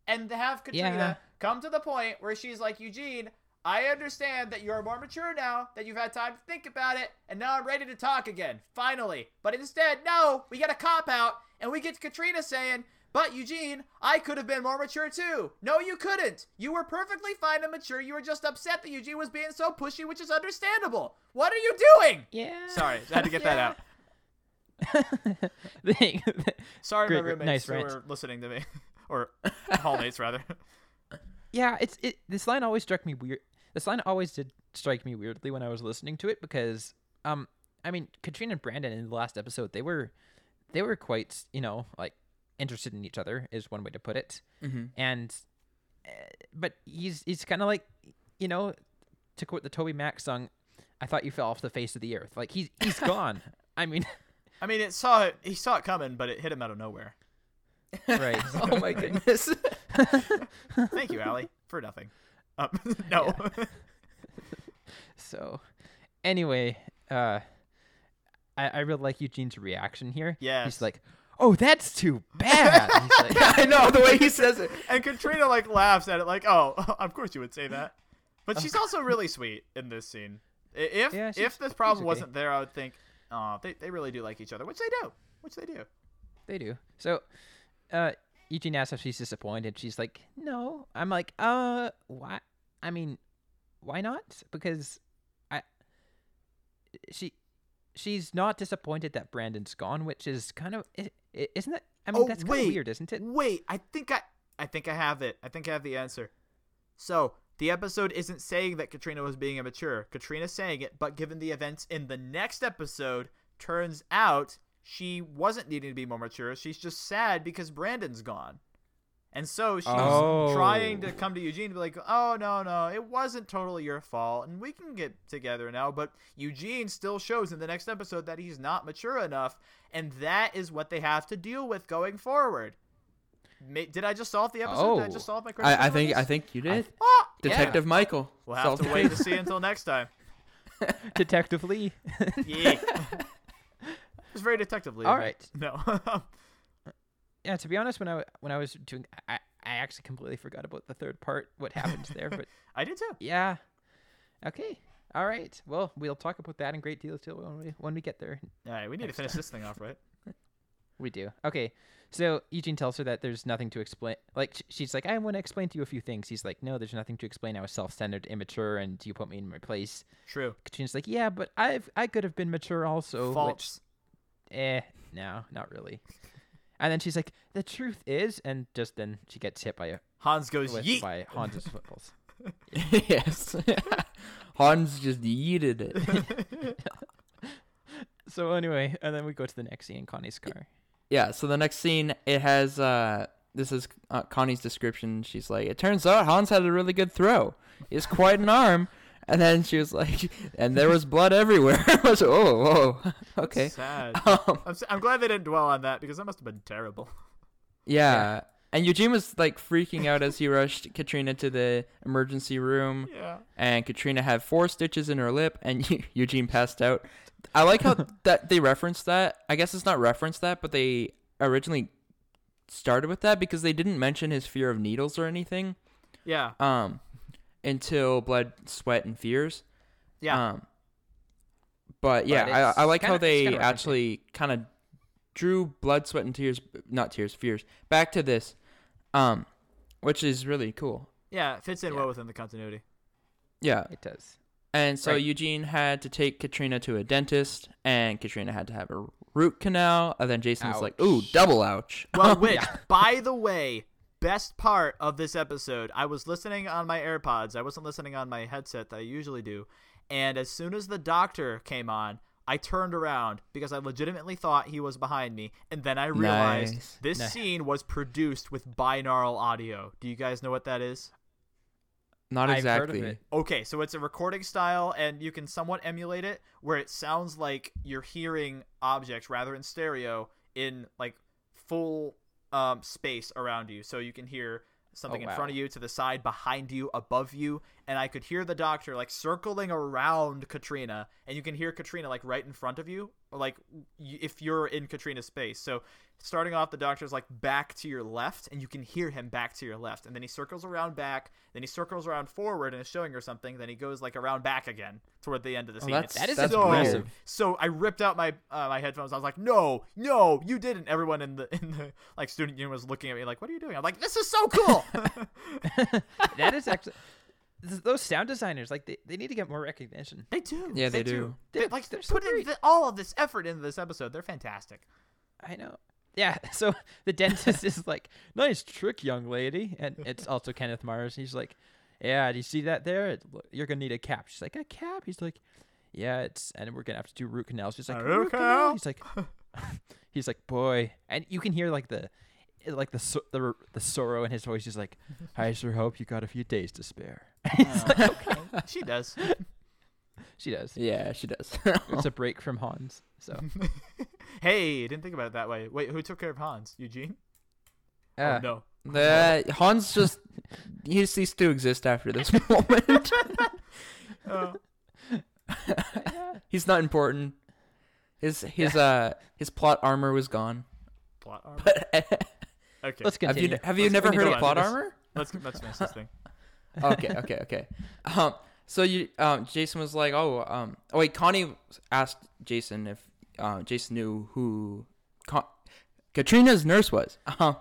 [SPEAKER 5] And to have Katrina
[SPEAKER 1] Yeah.
[SPEAKER 5] come to the point where she's like, Eugene, I understand that you're more mature now, that you've had time to think about it, and now I'm ready to talk again, finally. But instead, no, we get a cop out, and we get Katrina saying, But Eugene, I could have been more mature too. No, you couldn't. You were perfectly fine and mature. You were just upset that Eugene was being so pushy, which is understandable. What are you doing?
[SPEAKER 1] Yeah.
[SPEAKER 3] Sorry, I had to get that out.
[SPEAKER 1] Thing-
[SPEAKER 3] Sorry,
[SPEAKER 1] Great,
[SPEAKER 3] my
[SPEAKER 1] great,
[SPEAKER 3] roommates
[SPEAKER 1] nice
[SPEAKER 3] who
[SPEAKER 1] rant.
[SPEAKER 3] were listening to me, or hallmates rather.
[SPEAKER 1] yeah, it's it. This line always struck me weird. This line always did strike me weirdly when I was listening to it because, um, I mean, Katrina and Brandon in the last episode they were, they were quite you know like interested in each other is one way to put it, mm-hmm. and, uh, but he's he's kind of like, you know, to quote the Toby Mac song, "I thought you fell off the face of the earth." Like he's he's gone. I mean,
[SPEAKER 3] I mean, it saw it. He saw it coming, but it hit him out of nowhere.
[SPEAKER 1] right?
[SPEAKER 2] oh my goodness.
[SPEAKER 3] Thank you, Allie, for nothing. Um, no.
[SPEAKER 1] So, anyway, uh, I, I really like Eugene's reaction here.
[SPEAKER 3] Yes.
[SPEAKER 1] he's like, "Oh, that's too bad." He's like,
[SPEAKER 2] I know the way he says it.
[SPEAKER 3] and Katrina like laughs at it, like, "Oh, of course you would say that." But she's also really sweet in this scene. I- If
[SPEAKER 1] Yeah, she's-
[SPEAKER 3] if this problem
[SPEAKER 1] she's okay.
[SPEAKER 3] wasn't there, I would think, "Oh, they they really do like each other," which they do, which they do.
[SPEAKER 1] they do. So, uh, Eugene asks if she's disappointed. She's like, "No." I'm like, "Uh, why? I mean, why not? Because I she." She's not disappointed that Brandon's gone, which is kind of i- i- isn't that I mean,
[SPEAKER 3] oh,
[SPEAKER 1] that's kind
[SPEAKER 3] wait,
[SPEAKER 1] of weird, isn't it?
[SPEAKER 3] Wait, I think I, I think I have it. I think I have the answer. So the episode isn't saying that Katrina was being immature. Katrina's saying it, but given the events in the next episode, turns out she wasn't needing to be more mature. She's just sad because Brandon's gone. And so she's
[SPEAKER 1] Oh.
[SPEAKER 3] trying to come to Eugene to be like, "Oh no, no, it wasn't totally your fault, and we can get together now." But Eugene still shows in the next episode that he's not mature enough, and that is what they have to deal with going forward. Ma- Did I just solve the episode? Did I
[SPEAKER 1] Oh.
[SPEAKER 3] just solve my question?
[SPEAKER 2] I, I
[SPEAKER 3] on
[SPEAKER 2] think
[SPEAKER 3] this?
[SPEAKER 2] I think you did.
[SPEAKER 3] Ah!
[SPEAKER 2] Detective Michael.
[SPEAKER 3] We'll have to
[SPEAKER 2] Solved
[SPEAKER 3] wait
[SPEAKER 2] it.
[SPEAKER 3] to see until next time.
[SPEAKER 1] Detective Lee.
[SPEAKER 3] Yeah. it's very detectively.
[SPEAKER 1] All right.
[SPEAKER 3] No.
[SPEAKER 1] Yeah, to be honest, when I w- when I was doing, I, I actually completely forgot about the third part, what happened there. But
[SPEAKER 3] I did too.
[SPEAKER 1] yeah, okay, all right. Well, we'll talk about that in great detail when we when we get there.
[SPEAKER 3] All right, we need to finish this thing off, right?
[SPEAKER 1] We do. Okay. So Eugene tells her that there's nothing to explain. Like sh- she's like, I want to explain to you a few things. He's like, No, there's nothing to explain. I was self-centered, immature, and you put me in my place.
[SPEAKER 3] True.
[SPEAKER 1] Katrina's like, Yeah, but I've I could have been mature also. which-
[SPEAKER 3] False.
[SPEAKER 1] eh, no, not really. and then she's like, The truth is, and just then she gets hit by a
[SPEAKER 3] Hans goes
[SPEAKER 1] with,
[SPEAKER 3] yeet.
[SPEAKER 1] by Hans's footballs.
[SPEAKER 2] yes. Hans just yeeted it.
[SPEAKER 1] So anyway, and then we go to the next scene in Connie's car.
[SPEAKER 2] yeah. So the next scene, it has. Uh, this is uh, Connie's description. She's like, it turns out Hans had a really good throw. It's quite an arm. And then she was like, and there was blood everywhere. I was like, oh, whoa, okay.
[SPEAKER 3] Sad.
[SPEAKER 2] Um,
[SPEAKER 3] I'm, s- I'm glad they didn't dwell on that because that must have been terrible.
[SPEAKER 2] yeah. And Eugene was like freaking out as he rushed Katrina to the emergency room.
[SPEAKER 3] Yeah.
[SPEAKER 2] and Katrina had four stitches in her lip, and E- Eugene passed out. I like how that they referenced that. I guess it's not referenced that, but they originally started with that because they didn't mention his fear of needles or anything
[SPEAKER 3] Yeah.
[SPEAKER 2] um, until blood, sweat, and fears.
[SPEAKER 1] Uh,
[SPEAKER 3] Yeah.
[SPEAKER 2] Um, but yeah,
[SPEAKER 1] But it's
[SPEAKER 2] I, I like
[SPEAKER 1] kinda-
[SPEAKER 2] how
[SPEAKER 1] it's
[SPEAKER 2] they
[SPEAKER 1] kinda referencing.
[SPEAKER 2] actually kind of drew blood, sweat, and tears, not tears, fears, back to this, um, which is really cool.
[SPEAKER 3] yeah. It fits in
[SPEAKER 1] yeah.
[SPEAKER 3] well within the continuity.
[SPEAKER 2] Yeah.
[SPEAKER 1] It does.
[SPEAKER 2] And so
[SPEAKER 1] Right.
[SPEAKER 2] Eugene had to take Katrina to a dentist, and Katrina had to have a root canal. And then Jason was like, "Ooh,
[SPEAKER 1] Ouch.
[SPEAKER 2] double ouch."
[SPEAKER 3] Well, which, by the way, best part of this episode, I was listening on my AirPods. I wasn't listening on my headset that I usually do. And as soon as the doctor came on, I turned around because I legitimately thought he was behind me. And then I realized
[SPEAKER 2] Nice.
[SPEAKER 3] this
[SPEAKER 1] Nice.
[SPEAKER 3] scene was produced with binaural audio. Do you guys know what that is?
[SPEAKER 2] Not
[SPEAKER 1] I've heard of
[SPEAKER 2] exactly.
[SPEAKER 1] it.
[SPEAKER 3] Okay, so it's a recording style, and you can somewhat emulate it, where it sounds like you're hearing objects rather in stereo in like full um, space around you. So you can hear something
[SPEAKER 1] Oh,
[SPEAKER 3] in
[SPEAKER 1] wow.
[SPEAKER 3] front of you, to the side, behind you, above you, and I could hear the doctor like circling around Katrina, and you can hear Katrina like right in front of you, or, like y- if you're in Katrina's space. So starting off, the doctor's like back to your left, and you can hear him back to your left, and then he circles around back, then he circles around forward and is showing her something, then he goes like around back again toward the end of the scene.
[SPEAKER 2] that's-
[SPEAKER 3] It's
[SPEAKER 1] That is
[SPEAKER 2] That's
[SPEAKER 3] so,
[SPEAKER 1] impressive.
[SPEAKER 3] So I ripped out my uh, my headphones. I was like, "No, no, you didn't!" Everyone in the in the like student union was looking at me like, "What are you doing?" I'm like, "This is so cool."
[SPEAKER 1] that is actually th- those sound designers like they, they need to get more recognition.
[SPEAKER 3] They do.
[SPEAKER 2] Yeah, they do.
[SPEAKER 3] They,
[SPEAKER 1] They're-
[SPEAKER 3] like
[SPEAKER 1] they're so
[SPEAKER 3] put in
[SPEAKER 1] great.
[SPEAKER 3] the, all of this effort into this episode. They're fantastic.
[SPEAKER 1] I know. Yeah, so the dentist is like, "Nice trick, young lady," and it's also Kenneth Mars. He's like, "Yeah, do you see that there? It, lo- you're gonna need a cap." She's like, "A cap?" He's like, "Yeah, it's and we're gonna have to do root canals." She's like,
[SPEAKER 3] A root
[SPEAKER 1] root, canal?"
[SPEAKER 3] canal?
[SPEAKER 1] He's like, "He's like, boy," and you can hear like the eh, like the so- the r- the sorrow in his voice. He's like, "I sure hope you got a few days to spare." It's like,
[SPEAKER 3] she does.
[SPEAKER 1] she does.
[SPEAKER 2] Yeah, she does.
[SPEAKER 1] It's a break from Hans. So
[SPEAKER 3] Hey, didn't think about it that way. Wait, who took care of Hans? Eugene?
[SPEAKER 1] uh,
[SPEAKER 3] oh, no.
[SPEAKER 2] The- Hans just he ceased to exist after this moment.
[SPEAKER 3] Oh.
[SPEAKER 2] He's not important. His his uh his plot armor was gone.
[SPEAKER 3] plot armor. Okay.
[SPEAKER 1] let's
[SPEAKER 3] Let's
[SPEAKER 2] have
[SPEAKER 1] continue.
[SPEAKER 2] you have you
[SPEAKER 3] Let's-
[SPEAKER 2] never
[SPEAKER 3] we need
[SPEAKER 2] heard
[SPEAKER 3] to
[SPEAKER 2] of
[SPEAKER 3] go on
[SPEAKER 2] plot
[SPEAKER 3] to this.
[SPEAKER 2] armor?
[SPEAKER 3] let's let's finish this thing.
[SPEAKER 2] okay, okay, okay. Um, so you, um, Jason was like, oh, um, oh wait, Connie asked Jason if um, Jason knew who Con- Katrina's nurse was. Um,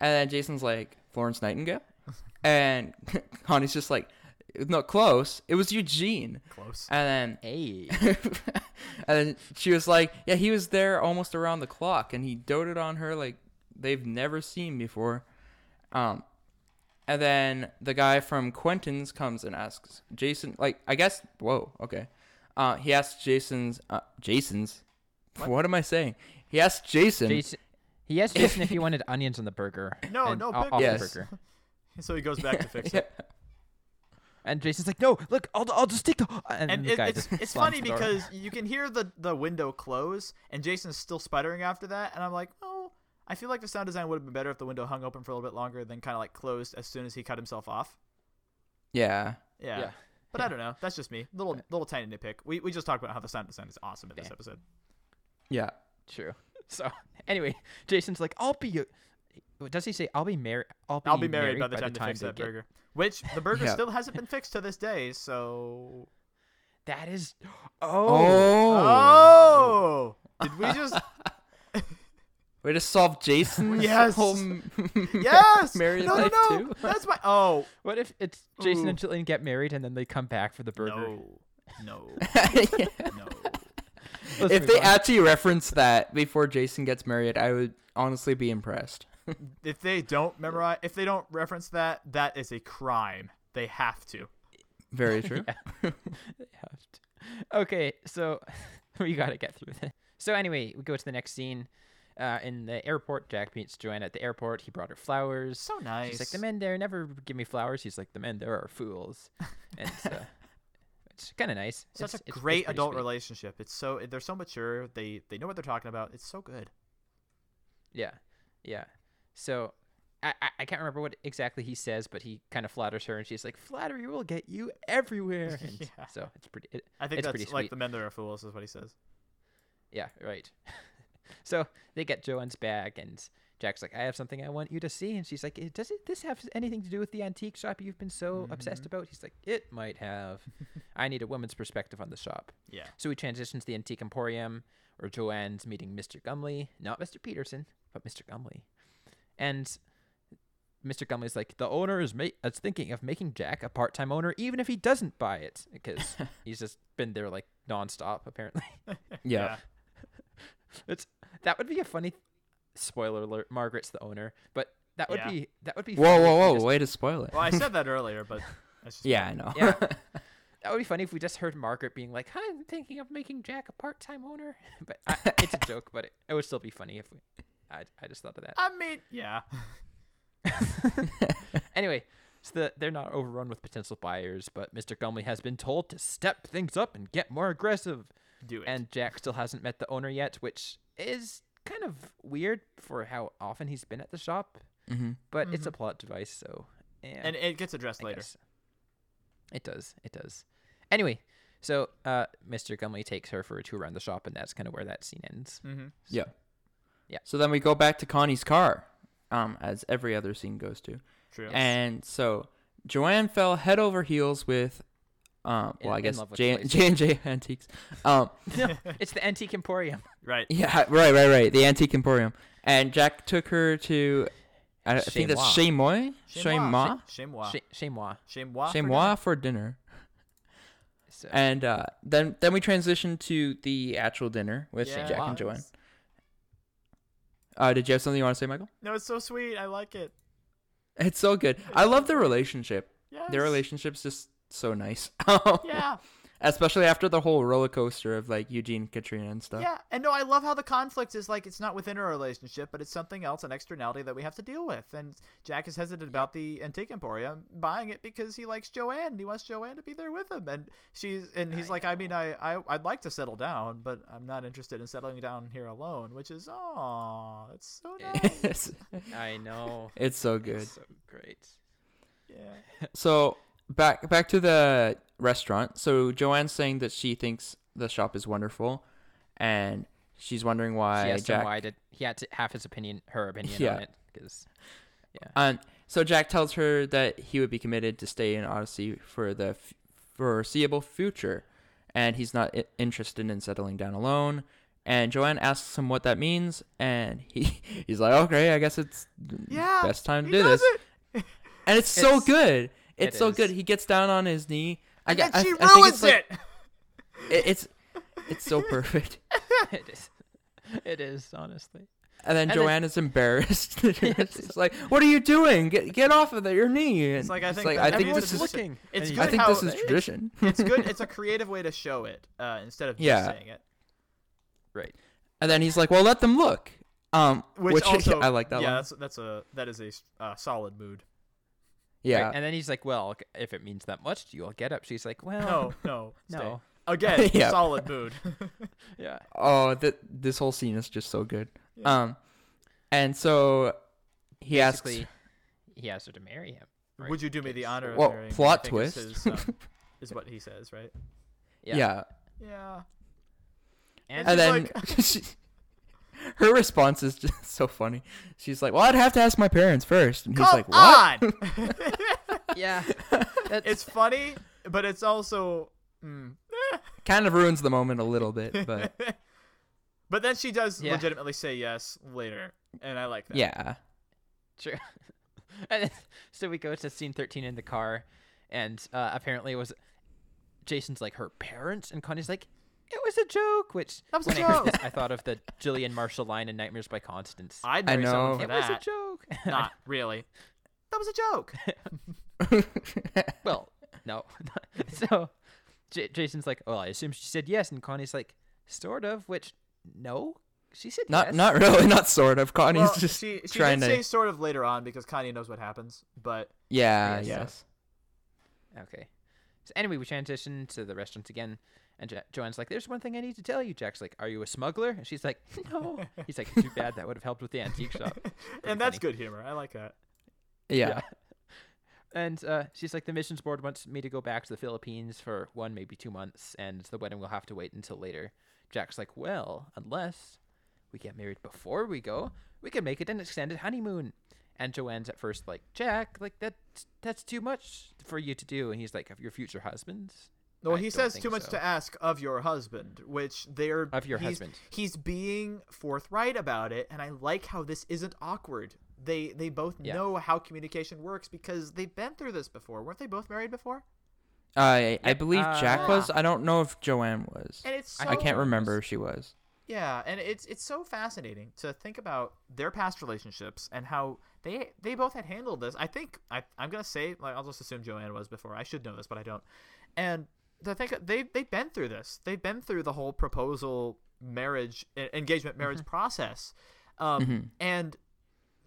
[SPEAKER 2] and then Jason's like, Florence Nightingale, and Connie's just like, not close. It was Eugene.
[SPEAKER 3] Close.
[SPEAKER 2] And
[SPEAKER 1] hey,
[SPEAKER 2] then, and then she was like, yeah, he was there almost around the clock, and he doted on her like they've never seen before. Um, and then the guy from Quentin's comes and asks Jason, like, I guess, whoa, okay. Uh, he asks Jason's, uh, Jason's, what? am I saying? He asks Jason,
[SPEAKER 1] Jason, he asked Jason if he wanted onions on the burger.
[SPEAKER 3] No,
[SPEAKER 1] and
[SPEAKER 3] no,
[SPEAKER 1] o-
[SPEAKER 3] big-
[SPEAKER 1] off the
[SPEAKER 2] Yes.
[SPEAKER 1] burger.
[SPEAKER 3] So he goes back to fix it.
[SPEAKER 1] And Jason's like, no, look, I'll, I'll just take the. And,
[SPEAKER 3] And
[SPEAKER 1] the
[SPEAKER 3] it,
[SPEAKER 1] guy
[SPEAKER 3] it's
[SPEAKER 1] just
[SPEAKER 3] it's
[SPEAKER 1] slams
[SPEAKER 3] funny
[SPEAKER 1] the door.
[SPEAKER 3] because you can hear the the window close, and Jason's still sputtering after that, and I'm like, oh, I feel like the sound design would have been better if the window hung open for a little bit longer, then kind of like closed as soon as he cut himself off.
[SPEAKER 2] yeah,
[SPEAKER 3] Yeah.
[SPEAKER 1] Yeah. Uh,
[SPEAKER 3] But I don't know. That's just me. Little little tiny nitpick. We, we just talked about how the sound design is awesome in this
[SPEAKER 1] Yeah.
[SPEAKER 3] episode.
[SPEAKER 2] yeah,
[SPEAKER 1] True. So anyway, Jason's like, I'll be. a- what Does he say I'll be married? I'll be,
[SPEAKER 3] I'll be married by the time, they fix
[SPEAKER 1] they
[SPEAKER 3] that
[SPEAKER 1] get-"
[SPEAKER 3] burger, which the burger
[SPEAKER 2] Yeah.
[SPEAKER 3] still hasn't been fixed to this day. So
[SPEAKER 1] That is.
[SPEAKER 2] Oh,
[SPEAKER 3] oh, did we just
[SPEAKER 2] we just solved Jason's
[SPEAKER 3] Yes.
[SPEAKER 2] whole m-
[SPEAKER 3] yes?
[SPEAKER 2] married
[SPEAKER 3] no, no,
[SPEAKER 2] life
[SPEAKER 3] no.
[SPEAKER 2] too.
[SPEAKER 3] That's my oh
[SPEAKER 1] What if it's Jason and Jillian get married and then they come back for the burger?
[SPEAKER 3] no, no, no.
[SPEAKER 1] Let's
[SPEAKER 2] If
[SPEAKER 1] move
[SPEAKER 2] they
[SPEAKER 1] on.
[SPEAKER 2] actually reference that before Jason gets married, I would honestly be impressed.
[SPEAKER 3] If they don't memorize, if they don't reference that, that is a crime. They have to.
[SPEAKER 2] Very true.
[SPEAKER 1] left. Okay, so we gotta get through this. So anyway, we go to the next scene. Uh, in the airport, Jack meets Joanne at the airport. He brought her flowers.
[SPEAKER 3] So
[SPEAKER 1] She's like,
[SPEAKER 3] nice.
[SPEAKER 1] the men there never give me flowers. He's like, the men there are fools. And it's, uh, it's kind of nice.
[SPEAKER 3] Such
[SPEAKER 1] It's-
[SPEAKER 3] a
[SPEAKER 1] it's- it's
[SPEAKER 3] great
[SPEAKER 1] pretty
[SPEAKER 3] adult
[SPEAKER 1] sweet.
[SPEAKER 3] relationship. It's so they're so mature. They they know what they're talking about. It's so good.
[SPEAKER 1] Yeah, yeah. So I, I, I can't remember what exactly he says, but he kind of flatters her, and she's like, flattery will get you everywhere. And
[SPEAKER 3] Yeah.
[SPEAKER 1] So it's pretty. It,
[SPEAKER 3] I think
[SPEAKER 1] it's pretty
[SPEAKER 3] that's like
[SPEAKER 1] sweet.
[SPEAKER 3] the men that are fools is what he says.
[SPEAKER 1] Yeah, right. so they get Joanne's bag, and Jack's like, "I have something I want you to see," and she's like, "Eh, "Does it, this have anything to do with the antique shop you've been so obsessed
[SPEAKER 3] Mm-hmm.
[SPEAKER 1] about?" He's like, "It might have. I need a woman's perspective on the shop."
[SPEAKER 3] Yeah.
[SPEAKER 1] So he transitions to the antique emporium, where Joanne's meeting Mr. Gumley, not Mr. Peterson, but Mr. Gumley, and. Mr. Gumley's like the owner is ma- is thinking of making Jack a part-time owner, even if he doesn't buy it, because he's just been there like nonstop apparently.
[SPEAKER 2] yeah.
[SPEAKER 1] It's that would be a funny spoiler alert. Margaret's the owner, but that would
[SPEAKER 3] Yeah.
[SPEAKER 1] be that would be
[SPEAKER 2] Whoa,
[SPEAKER 1] funny if
[SPEAKER 2] whoa,
[SPEAKER 1] we
[SPEAKER 2] whoa!
[SPEAKER 1] just-
[SPEAKER 2] Way to spoil it.
[SPEAKER 3] Well, I said that earlier, but that's just
[SPEAKER 2] yeah, I know.
[SPEAKER 1] Yeah. That would be funny if we just heard Margaret being like, "Hi, "I'm thinking of making Jack a part-time owner," but I, it's a joke. But it, it would still be funny if we. I, I just thought of that.
[SPEAKER 3] I mean, yeah.
[SPEAKER 1] Anyway, so the, they're not overrun with potential buyers, but Mr. Gumley has been told to step things up and get more aggressive.
[SPEAKER 3] Do it.
[SPEAKER 1] And Jack still hasn't met the owner yet, which is kind of weird for how often he's been at the shop.
[SPEAKER 2] Mhm.
[SPEAKER 1] But it's a plot device, so. eh,
[SPEAKER 3] and it gets addressed
[SPEAKER 1] I
[SPEAKER 3] later.
[SPEAKER 1] guess. It does. It does. Anyway, so uh, Mr. Gumley takes her for a tour around the shop, and that's kind of where that scene ends.
[SPEAKER 3] Mm-hmm.
[SPEAKER 2] Yeah.
[SPEAKER 1] Yeah.
[SPEAKER 2] So then we go back to Connie's car, um, as every other scene goes to.
[SPEAKER 3] True.
[SPEAKER 2] And so Joanne fell head over heels with, um, well,
[SPEAKER 1] In-
[SPEAKER 2] I
[SPEAKER 1] in
[SPEAKER 2] guess
[SPEAKER 1] love with
[SPEAKER 2] J
[SPEAKER 1] Glaze.
[SPEAKER 2] and J Antiques. Um,
[SPEAKER 1] No, it's the Antique Emporium.
[SPEAKER 3] right.
[SPEAKER 2] yeah, right, right, right. The Antique Emporium. And Jack took her to, I, I think that's
[SPEAKER 1] Chez
[SPEAKER 2] Chez Moi, Chez Moi,
[SPEAKER 3] Shame moi.
[SPEAKER 1] Sh- Chez moi.
[SPEAKER 3] Shame moi.
[SPEAKER 2] Chez
[SPEAKER 3] for
[SPEAKER 2] Moi for dinner.
[SPEAKER 1] So,
[SPEAKER 2] And uh, then then we transition to the actual dinner with
[SPEAKER 3] Yeah.
[SPEAKER 2] Jack and
[SPEAKER 3] Wow.
[SPEAKER 2] Joanne. Uh, did you have something you want to say, Michael?
[SPEAKER 3] dinner. No, it's so sweet. I like it.
[SPEAKER 2] It's so good. I love their relationship.
[SPEAKER 3] Yes.
[SPEAKER 2] Their relationship's just so nice.
[SPEAKER 3] Yeah.
[SPEAKER 2] Especially after the whole roller coaster of like Eugene, Katrina, and stuff.
[SPEAKER 3] Yeah. And no, I love how the conflict is like it's not within our relationship, but it's something else, an externality that we have to deal with. And Jack is hesitant about the antique emporium buying it because he likes Joanne. and He wants Joanne to be there with him, and she's and he's like, I mean, I, I I'd like to settle down, but I'm not interested in settling down here alone, which is oh, that's so
[SPEAKER 2] Eh.
[SPEAKER 3] nice.
[SPEAKER 2] it's,
[SPEAKER 1] I know.
[SPEAKER 2] it's so good.
[SPEAKER 1] So great.
[SPEAKER 3] yeah.
[SPEAKER 2] So back back to the restaurant. So Joanne's saying that she thinks the shop is wonderful, and she's wondering
[SPEAKER 1] She
[SPEAKER 2] why
[SPEAKER 1] asked him
[SPEAKER 2] Jack
[SPEAKER 1] why did he had to have his opinion, her opinion
[SPEAKER 2] Yeah.
[SPEAKER 1] on it, because
[SPEAKER 2] Um, so Jack tells her that he would be committed to stay in Odyssey for the f- foreseeable future, and he's not I- interested in settling down alone. And Joanne asks him what that means, and he he's like, "Okay, I guess it's the
[SPEAKER 3] Yeah,
[SPEAKER 2] best time to
[SPEAKER 3] he
[SPEAKER 2] do
[SPEAKER 3] does
[SPEAKER 2] this." and it's, so
[SPEAKER 1] It's-
[SPEAKER 2] good. It's
[SPEAKER 1] it
[SPEAKER 2] so
[SPEAKER 1] is.
[SPEAKER 2] good. He gets down on his knee. I, gu-
[SPEAKER 3] And
[SPEAKER 2] I-
[SPEAKER 3] she
[SPEAKER 2] I think it's
[SPEAKER 3] ruins
[SPEAKER 2] like-
[SPEAKER 3] it.
[SPEAKER 2] it- It's it's so perfect.
[SPEAKER 1] it is. It is honestly.
[SPEAKER 2] And then
[SPEAKER 1] And then-
[SPEAKER 2] Joanne is embarrassed. it's like, what are you doing? Get get off of the, your knee. And
[SPEAKER 3] It's like I think
[SPEAKER 2] like,
[SPEAKER 3] that-
[SPEAKER 2] I think
[SPEAKER 1] everyone's
[SPEAKER 2] this is
[SPEAKER 1] looking. and
[SPEAKER 3] It's
[SPEAKER 1] he's
[SPEAKER 2] I
[SPEAKER 1] like,
[SPEAKER 3] good
[SPEAKER 2] think
[SPEAKER 3] how-
[SPEAKER 2] this is tradition.
[SPEAKER 3] it's good. It's a creative way to show it uh, instead of
[SPEAKER 2] Yeah.
[SPEAKER 3] just saying it.
[SPEAKER 1] right.
[SPEAKER 2] and then he's like, well, let them look. Um,
[SPEAKER 3] Which,
[SPEAKER 2] which,
[SPEAKER 3] also,
[SPEAKER 2] I like that
[SPEAKER 3] Yeah,
[SPEAKER 2] one.
[SPEAKER 3] that's that's a that is a s- uh, solid mood.
[SPEAKER 2] Yeah.
[SPEAKER 1] Right, And then he's like, "Well, c- if it means that much to you, I'll get up." She's like,
[SPEAKER 3] No,
[SPEAKER 1] "Well,
[SPEAKER 3] no, stay.
[SPEAKER 1] no,
[SPEAKER 3] Again,
[SPEAKER 2] Yeah.
[SPEAKER 3] solid mood.
[SPEAKER 1] yeah,
[SPEAKER 2] Oh, th- this whole scene is just so good. Um, and so he
[SPEAKER 1] Basically,
[SPEAKER 2] asks,
[SPEAKER 1] he asks her to marry him." right?
[SPEAKER 3] Would you do me the honor of
[SPEAKER 2] Well,
[SPEAKER 3] marrying me, I
[SPEAKER 2] plot
[SPEAKER 3] think
[SPEAKER 2] twist.
[SPEAKER 3] is His, um, is what he says, right?
[SPEAKER 2] yeah.
[SPEAKER 3] Yeah.
[SPEAKER 1] And,
[SPEAKER 2] And
[SPEAKER 3] She's
[SPEAKER 2] then she, her response is just so funny. She's like, well, I'd have to ask my parents first. And he's
[SPEAKER 3] Come
[SPEAKER 2] like, what?
[SPEAKER 3] on.
[SPEAKER 1] yeah, that's,
[SPEAKER 3] it's funny, but it's also. Mm.
[SPEAKER 2] Kind of ruins the moment a little bit, but
[SPEAKER 3] But then she does
[SPEAKER 1] Yeah.
[SPEAKER 3] legitimately say yes later, and I like that.
[SPEAKER 2] yeah.
[SPEAKER 1] True. and then, so we go to scene 13 in the car, and uh, apparently it was Jason's like her parents, and Connie's like, it was a joke. Which
[SPEAKER 3] That was a
[SPEAKER 1] when I heard
[SPEAKER 3] joke.
[SPEAKER 1] this, I thought of the Jillian Marshall line in Nightmares by Constance.
[SPEAKER 3] I'd
[SPEAKER 2] I
[SPEAKER 3] marry someone
[SPEAKER 2] know.
[SPEAKER 3] for
[SPEAKER 1] it was a
[SPEAKER 3] that.
[SPEAKER 1] joke.
[SPEAKER 3] Not really. That was a joke.
[SPEAKER 1] well, no. so J- Jason's like, well, I assume she said yes, and Connie's like, sort of. Which no, she said
[SPEAKER 2] not
[SPEAKER 1] yes.
[SPEAKER 2] not really, not sort of. Connie's
[SPEAKER 3] well,
[SPEAKER 2] just
[SPEAKER 3] she, she
[SPEAKER 2] trying
[SPEAKER 3] did
[SPEAKER 2] to.
[SPEAKER 3] say sort of later on because Kanye knows what happens, but
[SPEAKER 2] yeah,
[SPEAKER 3] yes, so-
[SPEAKER 2] yes.
[SPEAKER 1] Okay. So anyway, we transition to the restaurant again, and jo- Joanne's like, "There's one thing I need to tell you." Jack's like, "Are you a smuggler?" And she's like, "No." He's like, "Too bad. That would have helped with the antique shop."
[SPEAKER 3] and that's
[SPEAKER 1] funny.
[SPEAKER 3] good humor. I like that.
[SPEAKER 2] Yeah.
[SPEAKER 1] Yeah. And uh, she's like, "The missions board wants me to go back to the Philippines for one, maybe two months, and the wedding will have to wait until later." Jack's like, "Well, unless we get married before we go, we can make it an extended honeymoon." And Joanne's at first like, "Jack, like that's that's too much for you to do." And he's like, "Of your future husbands."
[SPEAKER 3] No,
[SPEAKER 1] I
[SPEAKER 3] he
[SPEAKER 1] don't
[SPEAKER 3] says
[SPEAKER 1] think
[SPEAKER 3] too much
[SPEAKER 1] so.
[SPEAKER 3] to ask of your husband, which they're
[SPEAKER 1] Of your
[SPEAKER 3] he's-
[SPEAKER 1] husband.
[SPEAKER 3] He's being forthright about it, and I like how this isn't awkward. They they both
[SPEAKER 1] Yeah.
[SPEAKER 3] know how communication works because they've been through this before. weren't they both married before?
[SPEAKER 2] I I believe
[SPEAKER 1] uh,
[SPEAKER 2] Jack was. I don't know if Joanne was.
[SPEAKER 3] And it's so,
[SPEAKER 2] I can't remember if she was.
[SPEAKER 3] Yeah, and it's it's so fascinating to think about their past relationships and how they they both had handled this. I think I I'm gonna say like I'll just assume Joanne was before. I should know this, but I don't. And to think that they they've been through this. They've been through the whole proposal, marriage, e- engagement, marriage
[SPEAKER 1] Mm-hmm.
[SPEAKER 3] process, um, and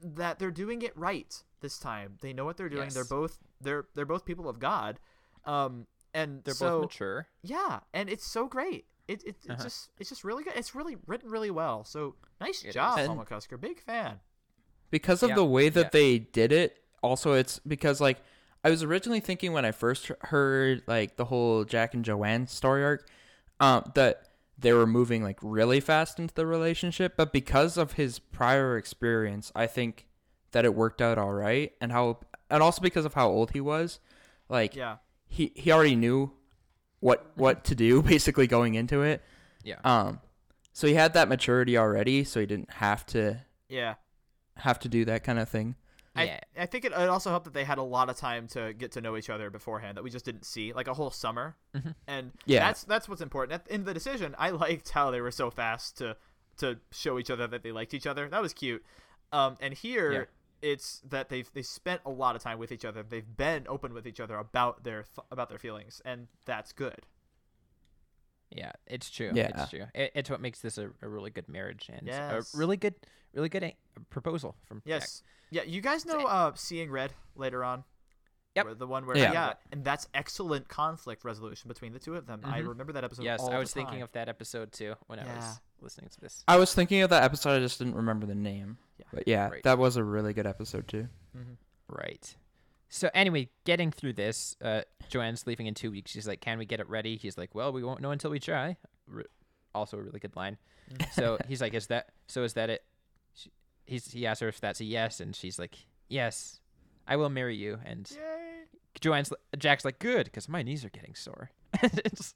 [SPEAKER 3] that they're doing it right this time. They know what they're doing. They're
[SPEAKER 1] Yes.
[SPEAKER 3] both they're they're both people of God, um, and
[SPEAKER 1] They're
[SPEAKER 3] so,
[SPEAKER 1] both mature.
[SPEAKER 3] Yeah, and it's so great. It, it it's just it's just really good. It's really written really well. So nice
[SPEAKER 1] It
[SPEAKER 3] job,
[SPEAKER 2] is.
[SPEAKER 3] Mama Cusker. Big fan.
[SPEAKER 2] because of
[SPEAKER 1] Yeah,
[SPEAKER 2] the way that
[SPEAKER 1] yeah.
[SPEAKER 2] they did it also it's because like i was originally thinking when i first heard like the whole jack and joanne story arc um, that they were moving like really fast into the relationship but because of his prior experience i think that it worked out all right and how and also because of how old he was like
[SPEAKER 3] Yeah.
[SPEAKER 2] he he already knew what
[SPEAKER 1] Mm-hmm.
[SPEAKER 2] what to do basically going into it
[SPEAKER 1] Yeah.
[SPEAKER 2] um so he had that maturity already so he didn't have to
[SPEAKER 3] Yeah.
[SPEAKER 2] have to do that kind of thing
[SPEAKER 1] Yeah.
[SPEAKER 3] I, I think it, it also helped that they had a lot of time to get to know each other beforehand that we just didn't see like a whole summer and
[SPEAKER 2] Yeah.
[SPEAKER 3] that's that's what's important At, in the decision i liked how they were so fast to to show each other that they liked each other that was cute um, and here it's that they've they spent a lot of time with each other they've been open with each other about their th- about their feelings and that's good
[SPEAKER 1] Yeah, it's true.
[SPEAKER 2] Yeah.
[SPEAKER 1] It's true. It, it's what makes this a, a really good marriage and
[SPEAKER 3] Yes.
[SPEAKER 1] a really good, really good a- proposal from Jack.
[SPEAKER 3] yes yeah you guys know uh seeing red later on
[SPEAKER 1] Yep.
[SPEAKER 3] Where- the one where yeah.
[SPEAKER 2] Yeah.
[SPEAKER 3] and that's excellent conflict resolution between the two of them i remember that episode
[SPEAKER 1] Mm-hmm. Yes,
[SPEAKER 3] all
[SPEAKER 1] I
[SPEAKER 3] the
[SPEAKER 1] was thinking
[SPEAKER 3] time.
[SPEAKER 1] of that episode too when I
[SPEAKER 3] Yeah.
[SPEAKER 1] was listening to this.
[SPEAKER 2] I was thinking of that episode. I just didn't remember the name.
[SPEAKER 3] Yeah.
[SPEAKER 2] But yeah,
[SPEAKER 1] Right.
[SPEAKER 2] that was a really good episode too.
[SPEAKER 1] Right. So anyway, getting through this, uh, Joanne's leaving in two weeks. She's like, "Can we get it ready?" He's like, "Well, we won't know until we try." Re- also, a really good line. so he's like, "Is that so? Is that it?" She, he's he asks her if that's a yes, and she's like, "Yes, I will marry you." And Joanne's Jack's like, "Good, because my knees are getting sore." it's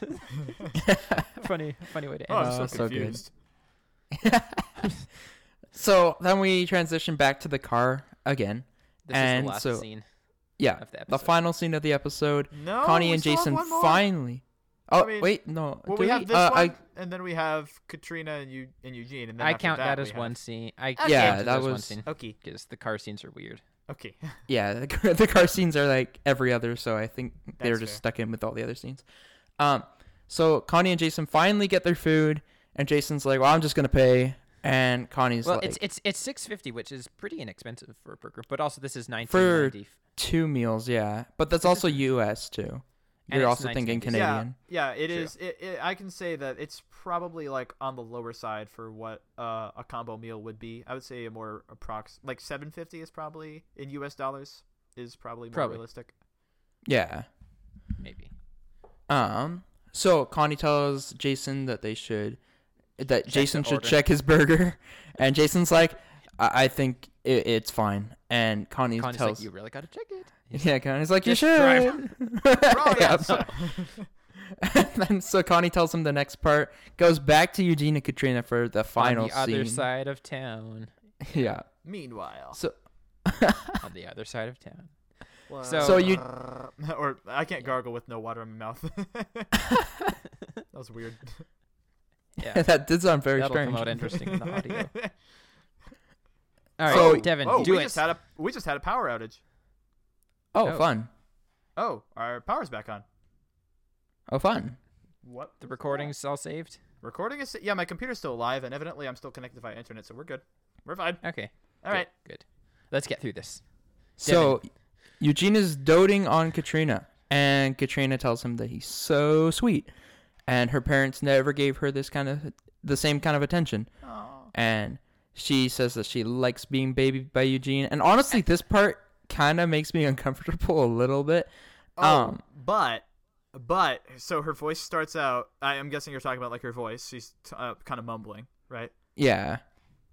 [SPEAKER 1] funny, funny way to end.
[SPEAKER 3] Oh,
[SPEAKER 1] this.
[SPEAKER 3] I'm so,
[SPEAKER 2] Oh, so good.
[SPEAKER 3] confused.
[SPEAKER 2] So then we transition back to the car again.
[SPEAKER 1] this
[SPEAKER 2] and
[SPEAKER 1] is the last
[SPEAKER 2] so
[SPEAKER 1] scene.
[SPEAKER 2] yeah,
[SPEAKER 1] of the
[SPEAKER 2] the
[SPEAKER 1] episode.
[SPEAKER 2] final scene of the episode.
[SPEAKER 3] No,
[SPEAKER 2] Connie
[SPEAKER 3] Oh, we
[SPEAKER 2] and
[SPEAKER 3] still have
[SPEAKER 2] Jason
[SPEAKER 3] one more.
[SPEAKER 2] finally. Oh
[SPEAKER 3] I mean,
[SPEAKER 2] wait, no.
[SPEAKER 3] Well,
[SPEAKER 2] do
[SPEAKER 3] we, have this
[SPEAKER 2] Uh,
[SPEAKER 3] one,
[SPEAKER 2] I-
[SPEAKER 3] and then we have Katrina and, you, and Eugene. And then
[SPEAKER 1] I
[SPEAKER 3] after
[SPEAKER 1] count that,
[SPEAKER 3] we
[SPEAKER 1] as
[SPEAKER 3] have-
[SPEAKER 1] one scene. I
[SPEAKER 2] Yeah,
[SPEAKER 1] count it
[SPEAKER 2] that
[SPEAKER 1] as one
[SPEAKER 2] was-
[SPEAKER 1] scene
[SPEAKER 3] Okay,
[SPEAKER 1] because the car scenes are weird.
[SPEAKER 3] okay.
[SPEAKER 2] yeah, the car, the car scenes are like every other, so I think they
[SPEAKER 3] That's
[SPEAKER 2] were just
[SPEAKER 3] fair.
[SPEAKER 2] stuck in with all the other scenes. Um, so Connie and Jason finally get their food, and Jason's like, "Well, I'm just gonna pay," and Connie's
[SPEAKER 1] well,
[SPEAKER 2] like,
[SPEAKER 1] it's it's it's six fifty, which is pretty inexpensive for a burger, but also this is nineteen
[SPEAKER 2] For-
[SPEAKER 1] ninety.
[SPEAKER 2] two meals, yeah, but that's also U.S. too.
[SPEAKER 1] And
[SPEAKER 2] You're
[SPEAKER 1] it's
[SPEAKER 2] also thinking
[SPEAKER 1] 1990s.
[SPEAKER 2] Canadian.
[SPEAKER 3] Yeah, yeah, it
[SPEAKER 1] True.
[SPEAKER 3] is. It, it, I can say that it's probably like on the lower side for what uh, a combo meal would be. I would say a more approx like seven fifty is probably in U.S. dollars is probably more
[SPEAKER 1] Probably.
[SPEAKER 3] realistic.
[SPEAKER 2] Yeah.
[SPEAKER 1] maybe.
[SPEAKER 2] Um. So Connie tells Jason that they should, that Jason
[SPEAKER 1] the
[SPEAKER 2] should
[SPEAKER 1] order.
[SPEAKER 2] check his burger, and Jason's like, "I, I think it, it's fine," and Connie
[SPEAKER 1] Connie's
[SPEAKER 2] tells.
[SPEAKER 1] like, you really gotta check it.
[SPEAKER 2] Yeah, Connie's like, you
[SPEAKER 1] Just drive.
[SPEAKER 2] should.
[SPEAKER 3] Wrong
[SPEAKER 2] Yeah.
[SPEAKER 3] answer.
[SPEAKER 2] and then, so Connie tells him the next part, goes back to Eugene and Katrina for the final
[SPEAKER 1] on the other
[SPEAKER 2] scene.
[SPEAKER 1] side of town.
[SPEAKER 2] Yeah.
[SPEAKER 3] Meanwhile,
[SPEAKER 2] So
[SPEAKER 1] on the other side of town.
[SPEAKER 3] Well,
[SPEAKER 1] So-
[SPEAKER 2] So you-
[SPEAKER 3] uh, or I can't gargle with no water in my mouth. that was weird.
[SPEAKER 1] Yeah,
[SPEAKER 2] that did sound very
[SPEAKER 1] that'll
[SPEAKER 2] strange.
[SPEAKER 1] come out interesting in the audio. All right,
[SPEAKER 2] So-
[SPEAKER 1] Devin,
[SPEAKER 3] oh,
[SPEAKER 1] do
[SPEAKER 3] we
[SPEAKER 1] it.
[SPEAKER 3] just had a we just had a power outage.
[SPEAKER 2] oh,
[SPEAKER 1] Oh.
[SPEAKER 2] fun.
[SPEAKER 3] Oh, our power's back on.
[SPEAKER 2] Oh, fun.
[SPEAKER 3] What
[SPEAKER 1] the recording's all saved.
[SPEAKER 3] recording is? Yeah, my computer's still alive, and evidently I'm still connected via internet, so we're good. We're fine.
[SPEAKER 1] Okay.
[SPEAKER 3] All
[SPEAKER 1] good,
[SPEAKER 3] right.
[SPEAKER 1] Good. Let's get through this.
[SPEAKER 2] So Eugene is doting on Katrina, and Katrina tells him that he's so sweet, and her parents never gave her this kind of the same kind of attention, and she says that she likes being babied by Eugene. And honestly, this part kind of makes me uncomfortable a little bit.
[SPEAKER 3] Oh,
[SPEAKER 2] Um,
[SPEAKER 3] but but so her voice starts out. I am guessing you're talking about like her voice. She's t- uh, kind of mumbling, right?
[SPEAKER 2] Yeah,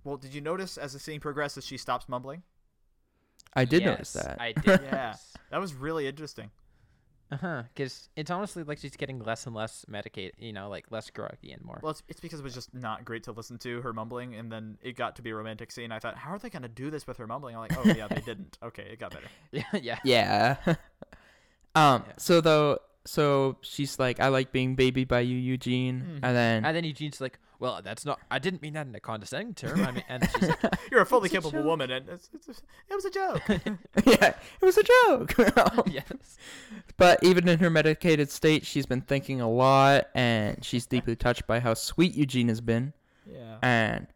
[SPEAKER 3] Well, did you notice as the scene progresses, she stops mumbling?
[SPEAKER 2] I did
[SPEAKER 1] yes,
[SPEAKER 2] notice that.
[SPEAKER 1] I did.
[SPEAKER 3] Yeah, that was really interesting.
[SPEAKER 1] Uh huh. Because it's honestly like she's getting less and less medicated. You know, like less groggy and more.
[SPEAKER 3] Well, it's, it's because it was just not great to listen to her mumbling, and then it got to be a romantic scene. I thought, how are they gonna do this with her mumbling? I'm like, oh yeah, they didn't. Okay, it got better.
[SPEAKER 1] yeah.
[SPEAKER 2] Yeah. um. So though, so she's like, I like being babied by you, Eugene,
[SPEAKER 1] Hmm.
[SPEAKER 2] and then
[SPEAKER 1] And then Eugene's like, "Well, that's not. I didn't mean that in a condescending term. I mean, and she's like,
[SPEAKER 3] You're a fully capable woman, and it's, it's, it was a joke.
[SPEAKER 2] yeah, it was a joke.
[SPEAKER 1] yes,
[SPEAKER 2] But even in her medicated state, she's been thinking a lot, and she's deeply touched by how sweet Eugene has been.
[SPEAKER 3] yeah,
[SPEAKER 2] And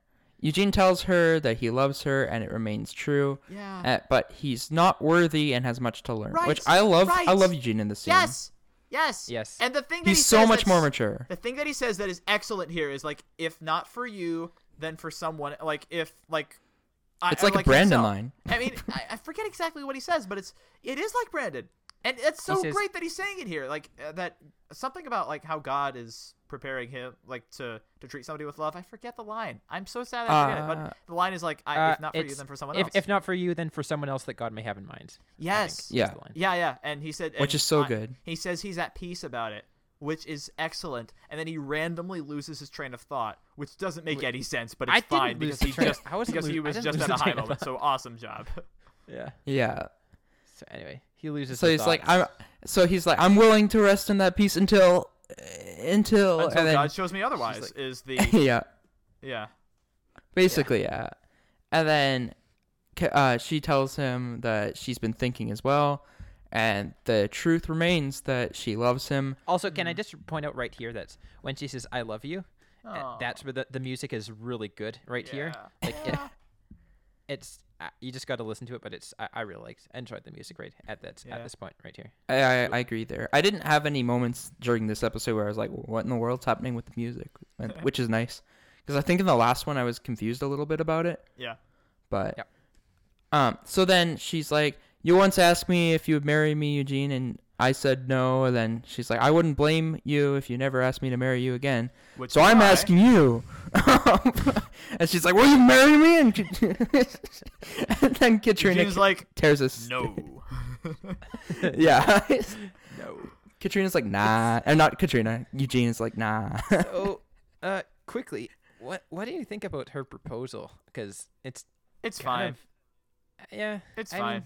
[SPEAKER 2] Eugene tells her that he loves her, and it remains true.
[SPEAKER 3] yeah.
[SPEAKER 2] Uh, but he's not worthy and has much to learn, which
[SPEAKER 3] Right,
[SPEAKER 2] I love. I
[SPEAKER 3] right.
[SPEAKER 2] love Eugene in this scene.
[SPEAKER 3] Yes, yes,
[SPEAKER 1] Yes.
[SPEAKER 3] And the thing that
[SPEAKER 2] he's
[SPEAKER 3] he
[SPEAKER 2] so
[SPEAKER 3] says
[SPEAKER 2] much
[SPEAKER 3] that's-
[SPEAKER 2] more mature.
[SPEAKER 3] The thing that he says that is excellent here is like, if not for you, then for someone. Like if like, I,
[SPEAKER 2] It's
[SPEAKER 3] I
[SPEAKER 2] like a Brandon
[SPEAKER 3] himself.
[SPEAKER 2] line.
[SPEAKER 3] I mean, I, I forget exactly what he says, but it's it is like Brandon, and it's so
[SPEAKER 1] says-
[SPEAKER 3] great that he's saying it here. Like uh, that something about like how God is preparing him like to to treat somebody with love. I forget the line. I'm so sad I forget it.
[SPEAKER 2] Uh,
[SPEAKER 3] But the line is like, I,
[SPEAKER 1] Uh,
[SPEAKER 3] if not for you,
[SPEAKER 1] it's-
[SPEAKER 3] then for someone
[SPEAKER 1] if,
[SPEAKER 3] else.
[SPEAKER 1] If not for you, then for someone else that God may have in mind.
[SPEAKER 3] yes,
[SPEAKER 1] is
[SPEAKER 2] Yeah.
[SPEAKER 1] the line.
[SPEAKER 3] yeah, yeah, and he said,
[SPEAKER 2] Which
[SPEAKER 3] and
[SPEAKER 2] is so
[SPEAKER 3] I-
[SPEAKER 2] good.
[SPEAKER 3] He says he's at peace about it, which is excellent. And then he randomly loses his train of thought, which doesn't make any sense, but it's
[SPEAKER 1] I didn't
[SPEAKER 3] fine
[SPEAKER 1] lose
[SPEAKER 3] because
[SPEAKER 1] the
[SPEAKER 3] he
[SPEAKER 1] train-
[SPEAKER 3] just
[SPEAKER 1] I wasn't
[SPEAKER 3] because he
[SPEAKER 1] lose- I
[SPEAKER 3] was
[SPEAKER 1] didn't lose
[SPEAKER 3] just at
[SPEAKER 1] the
[SPEAKER 3] a high
[SPEAKER 1] train of
[SPEAKER 3] moment.
[SPEAKER 1] thought.
[SPEAKER 3] So awesome job.
[SPEAKER 1] Yeah.
[SPEAKER 2] Yeah.
[SPEAKER 1] So anyway, he loses.
[SPEAKER 2] So
[SPEAKER 1] the
[SPEAKER 2] he's like,
[SPEAKER 1] thoughts.
[SPEAKER 2] I'm. So he's like, I'm willing to rest in that peace until, until,
[SPEAKER 3] Until
[SPEAKER 2] and then,
[SPEAKER 3] God shows me otherwise is the
[SPEAKER 2] yeah.
[SPEAKER 3] yeah.
[SPEAKER 2] basically yeah, and then K- uh, she tells him that she's been thinking as well and the truth remains that she loves him
[SPEAKER 1] Also,
[SPEAKER 3] Hmm.
[SPEAKER 1] can I just point out right here that when she says "I love you," uh,
[SPEAKER 3] Oh,
[SPEAKER 1] that's where the, the music is really good right here. Like it, it's uh, you just got to listen to it, but it's I, I really liked I enjoyed the music right at that
[SPEAKER 3] Yeah.
[SPEAKER 1] at this point right here.
[SPEAKER 2] I, I, I agree there i didn't have any moments during this episode where i was like what in the world's happening with the music And- which is nice because i think in the last one i was confused a little bit about it
[SPEAKER 3] Yeah.
[SPEAKER 2] but
[SPEAKER 1] Yep.
[SPEAKER 2] um so then she's like you once asked me if you would marry me eugene and i said no and then she's like i wouldn't blame you if you never asked me to marry you again
[SPEAKER 3] Which
[SPEAKER 2] so
[SPEAKER 3] is
[SPEAKER 2] i'm
[SPEAKER 3] why-
[SPEAKER 2] asking you and she's like will you marry me and, and then katrina
[SPEAKER 3] Eugene's like
[SPEAKER 2] tears us
[SPEAKER 3] no.
[SPEAKER 2] yeah
[SPEAKER 3] No.
[SPEAKER 2] katrina's like nah and not katrina eugene is like nah
[SPEAKER 1] So, uh, quickly, what what do you think about her proposal? Because it's
[SPEAKER 3] It's
[SPEAKER 1] kind
[SPEAKER 3] fine.
[SPEAKER 1] of yeah,
[SPEAKER 3] It's
[SPEAKER 1] I
[SPEAKER 3] fine.
[SPEAKER 1] mean,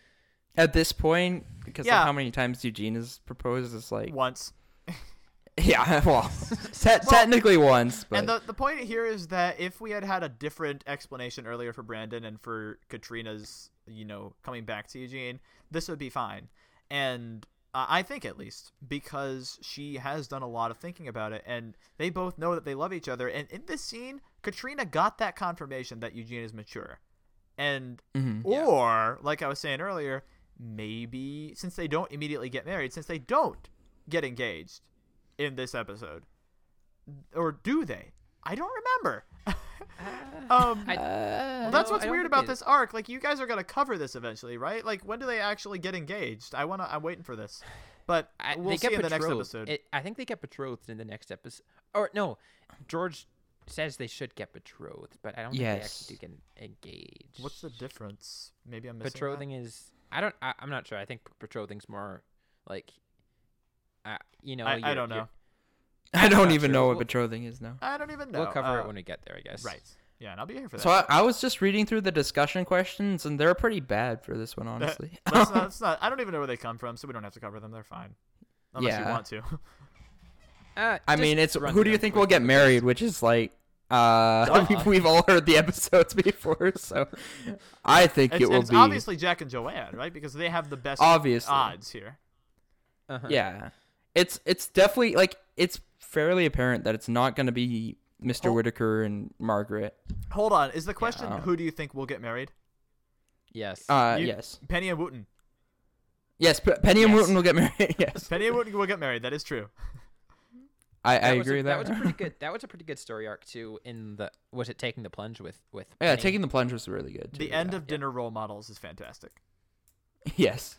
[SPEAKER 2] at this point because
[SPEAKER 3] Yeah.
[SPEAKER 2] of how many times eugene has proposed it's like
[SPEAKER 3] Once.
[SPEAKER 2] Yeah, well, te- technically once, but
[SPEAKER 3] And the, the point here is that if we had had a different explanation earlier for Brandon and for Katrina's, you know, coming back to Eugene, this would be fine. And uh, I think at least because she has done a lot of thinking about it and they both know that they love each other. And in this scene, Katrina got that confirmation that Eugene is mature. And or like I was saying earlier, maybe since they don't immediately get married, since they don't get engaged in this episode or do they? I don't remember. um,
[SPEAKER 2] Uh,
[SPEAKER 1] I,
[SPEAKER 3] well, that's
[SPEAKER 1] no,
[SPEAKER 3] what's
[SPEAKER 1] I don't
[SPEAKER 3] weird
[SPEAKER 1] think
[SPEAKER 3] about
[SPEAKER 1] they-
[SPEAKER 3] this arc. Like, you guys are gonna cover this eventually, right? Like, when do they actually get engaged? I wanna. I'm waiting for this, but
[SPEAKER 1] I,
[SPEAKER 3] we'll
[SPEAKER 1] they
[SPEAKER 3] see
[SPEAKER 1] get
[SPEAKER 3] in the next
[SPEAKER 1] betrothed.
[SPEAKER 3] episode.
[SPEAKER 1] It- I think they get betrothed in the next episode. Or no, George says they should get betrothed, but I don't
[SPEAKER 2] Yes.
[SPEAKER 1] think they actually do get engaged.
[SPEAKER 3] What's the difference? Maybe I'm missing. that.
[SPEAKER 1] betrothing is? I don't. I, I'm not sure. I think betrothing's more like, uh, you know,
[SPEAKER 3] I- I
[SPEAKER 1] you're-
[SPEAKER 3] don't
[SPEAKER 1] you're-
[SPEAKER 3] know.
[SPEAKER 2] I don't
[SPEAKER 1] not
[SPEAKER 2] even
[SPEAKER 1] sure.
[SPEAKER 2] know what
[SPEAKER 1] We'll-
[SPEAKER 2] betrothing is now.
[SPEAKER 3] I don't even know.
[SPEAKER 1] We'll cover
[SPEAKER 3] Uh,
[SPEAKER 1] it when we get there, I guess.
[SPEAKER 3] Right. Yeah, and I'll be here for that.
[SPEAKER 2] So I, I was just reading through the discussion questions, and they're pretty bad for this one, honestly.
[SPEAKER 3] Let's not, let's not- I don't even know where they come from, so we don't have to cover them. They're fine, unless
[SPEAKER 2] Yeah.
[SPEAKER 3] you want to.
[SPEAKER 1] Uh,
[SPEAKER 2] I
[SPEAKER 1] just
[SPEAKER 2] mean, it's
[SPEAKER 1] run
[SPEAKER 2] who
[SPEAKER 1] through
[SPEAKER 2] do you
[SPEAKER 1] them
[SPEAKER 2] think
[SPEAKER 1] quick
[SPEAKER 2] will get
[SPEAKER 1] because-
[SPEAKER 2] married? Which is like, uh, we've, we've all heard the episodes before, so I think
[SPEAKER 3] It's,
[SPEAKER 2] it will
[SPEAKER 3] it's
[SPEAKER 2] be
[SPEAKER 3] obviously Jack and Joanne, right? Because they have the best
[SPEAKER 2] Obviously.
[SPEAKER 3] odds here.
[SPEAKER 1] Uh-huh.
[SPEAKER 2] Yeah, it's it's definitely like it's fairly apparent that it's not going to be
[SPEAKER 1] Oh.
[SPEAKER 2] Mr. Whitaker and Margaret.
[SPEAKER 3] Hold on. Is the question
[SPEAKER 2] um,
[SPEAKER 3] who do you think will get married?
[SPEAKER 1] Yes.
[SPEAKER 2] Uh,
[SPEAKER 3] You-
[SPEAKER 2] yes,
[SPEAKER 3] Penny and Wooten.
[SPEAKER 2] yes, P- Penny and
[SPEAKER 1] Yes.
[SPEAKER 2] Wooten will get married. yes,
[SPEAKER 3] Penny and Wooten will get married. That is true.
[SPEAKER 2] I, I
[SPEAKER 1] was a-
[SPEAKER 2] agree with that.
[SPEAKER 1] was a pretty good. That was a pretty good story arc too. In the was it taking the plunge with with
[SPEAKER 2] yeah,
[SPEAKER 1] Penny?
[SPEAKER 2] taking the plunge was really good.
[SPEAKER 3] The
[SPEAKER 2] too,
[SPEAKER 3] end
[SPEAKER 2] yeah.
[SPEAKER 3] of dinner role models is fantastic.
[SPEAKER 2] Yes.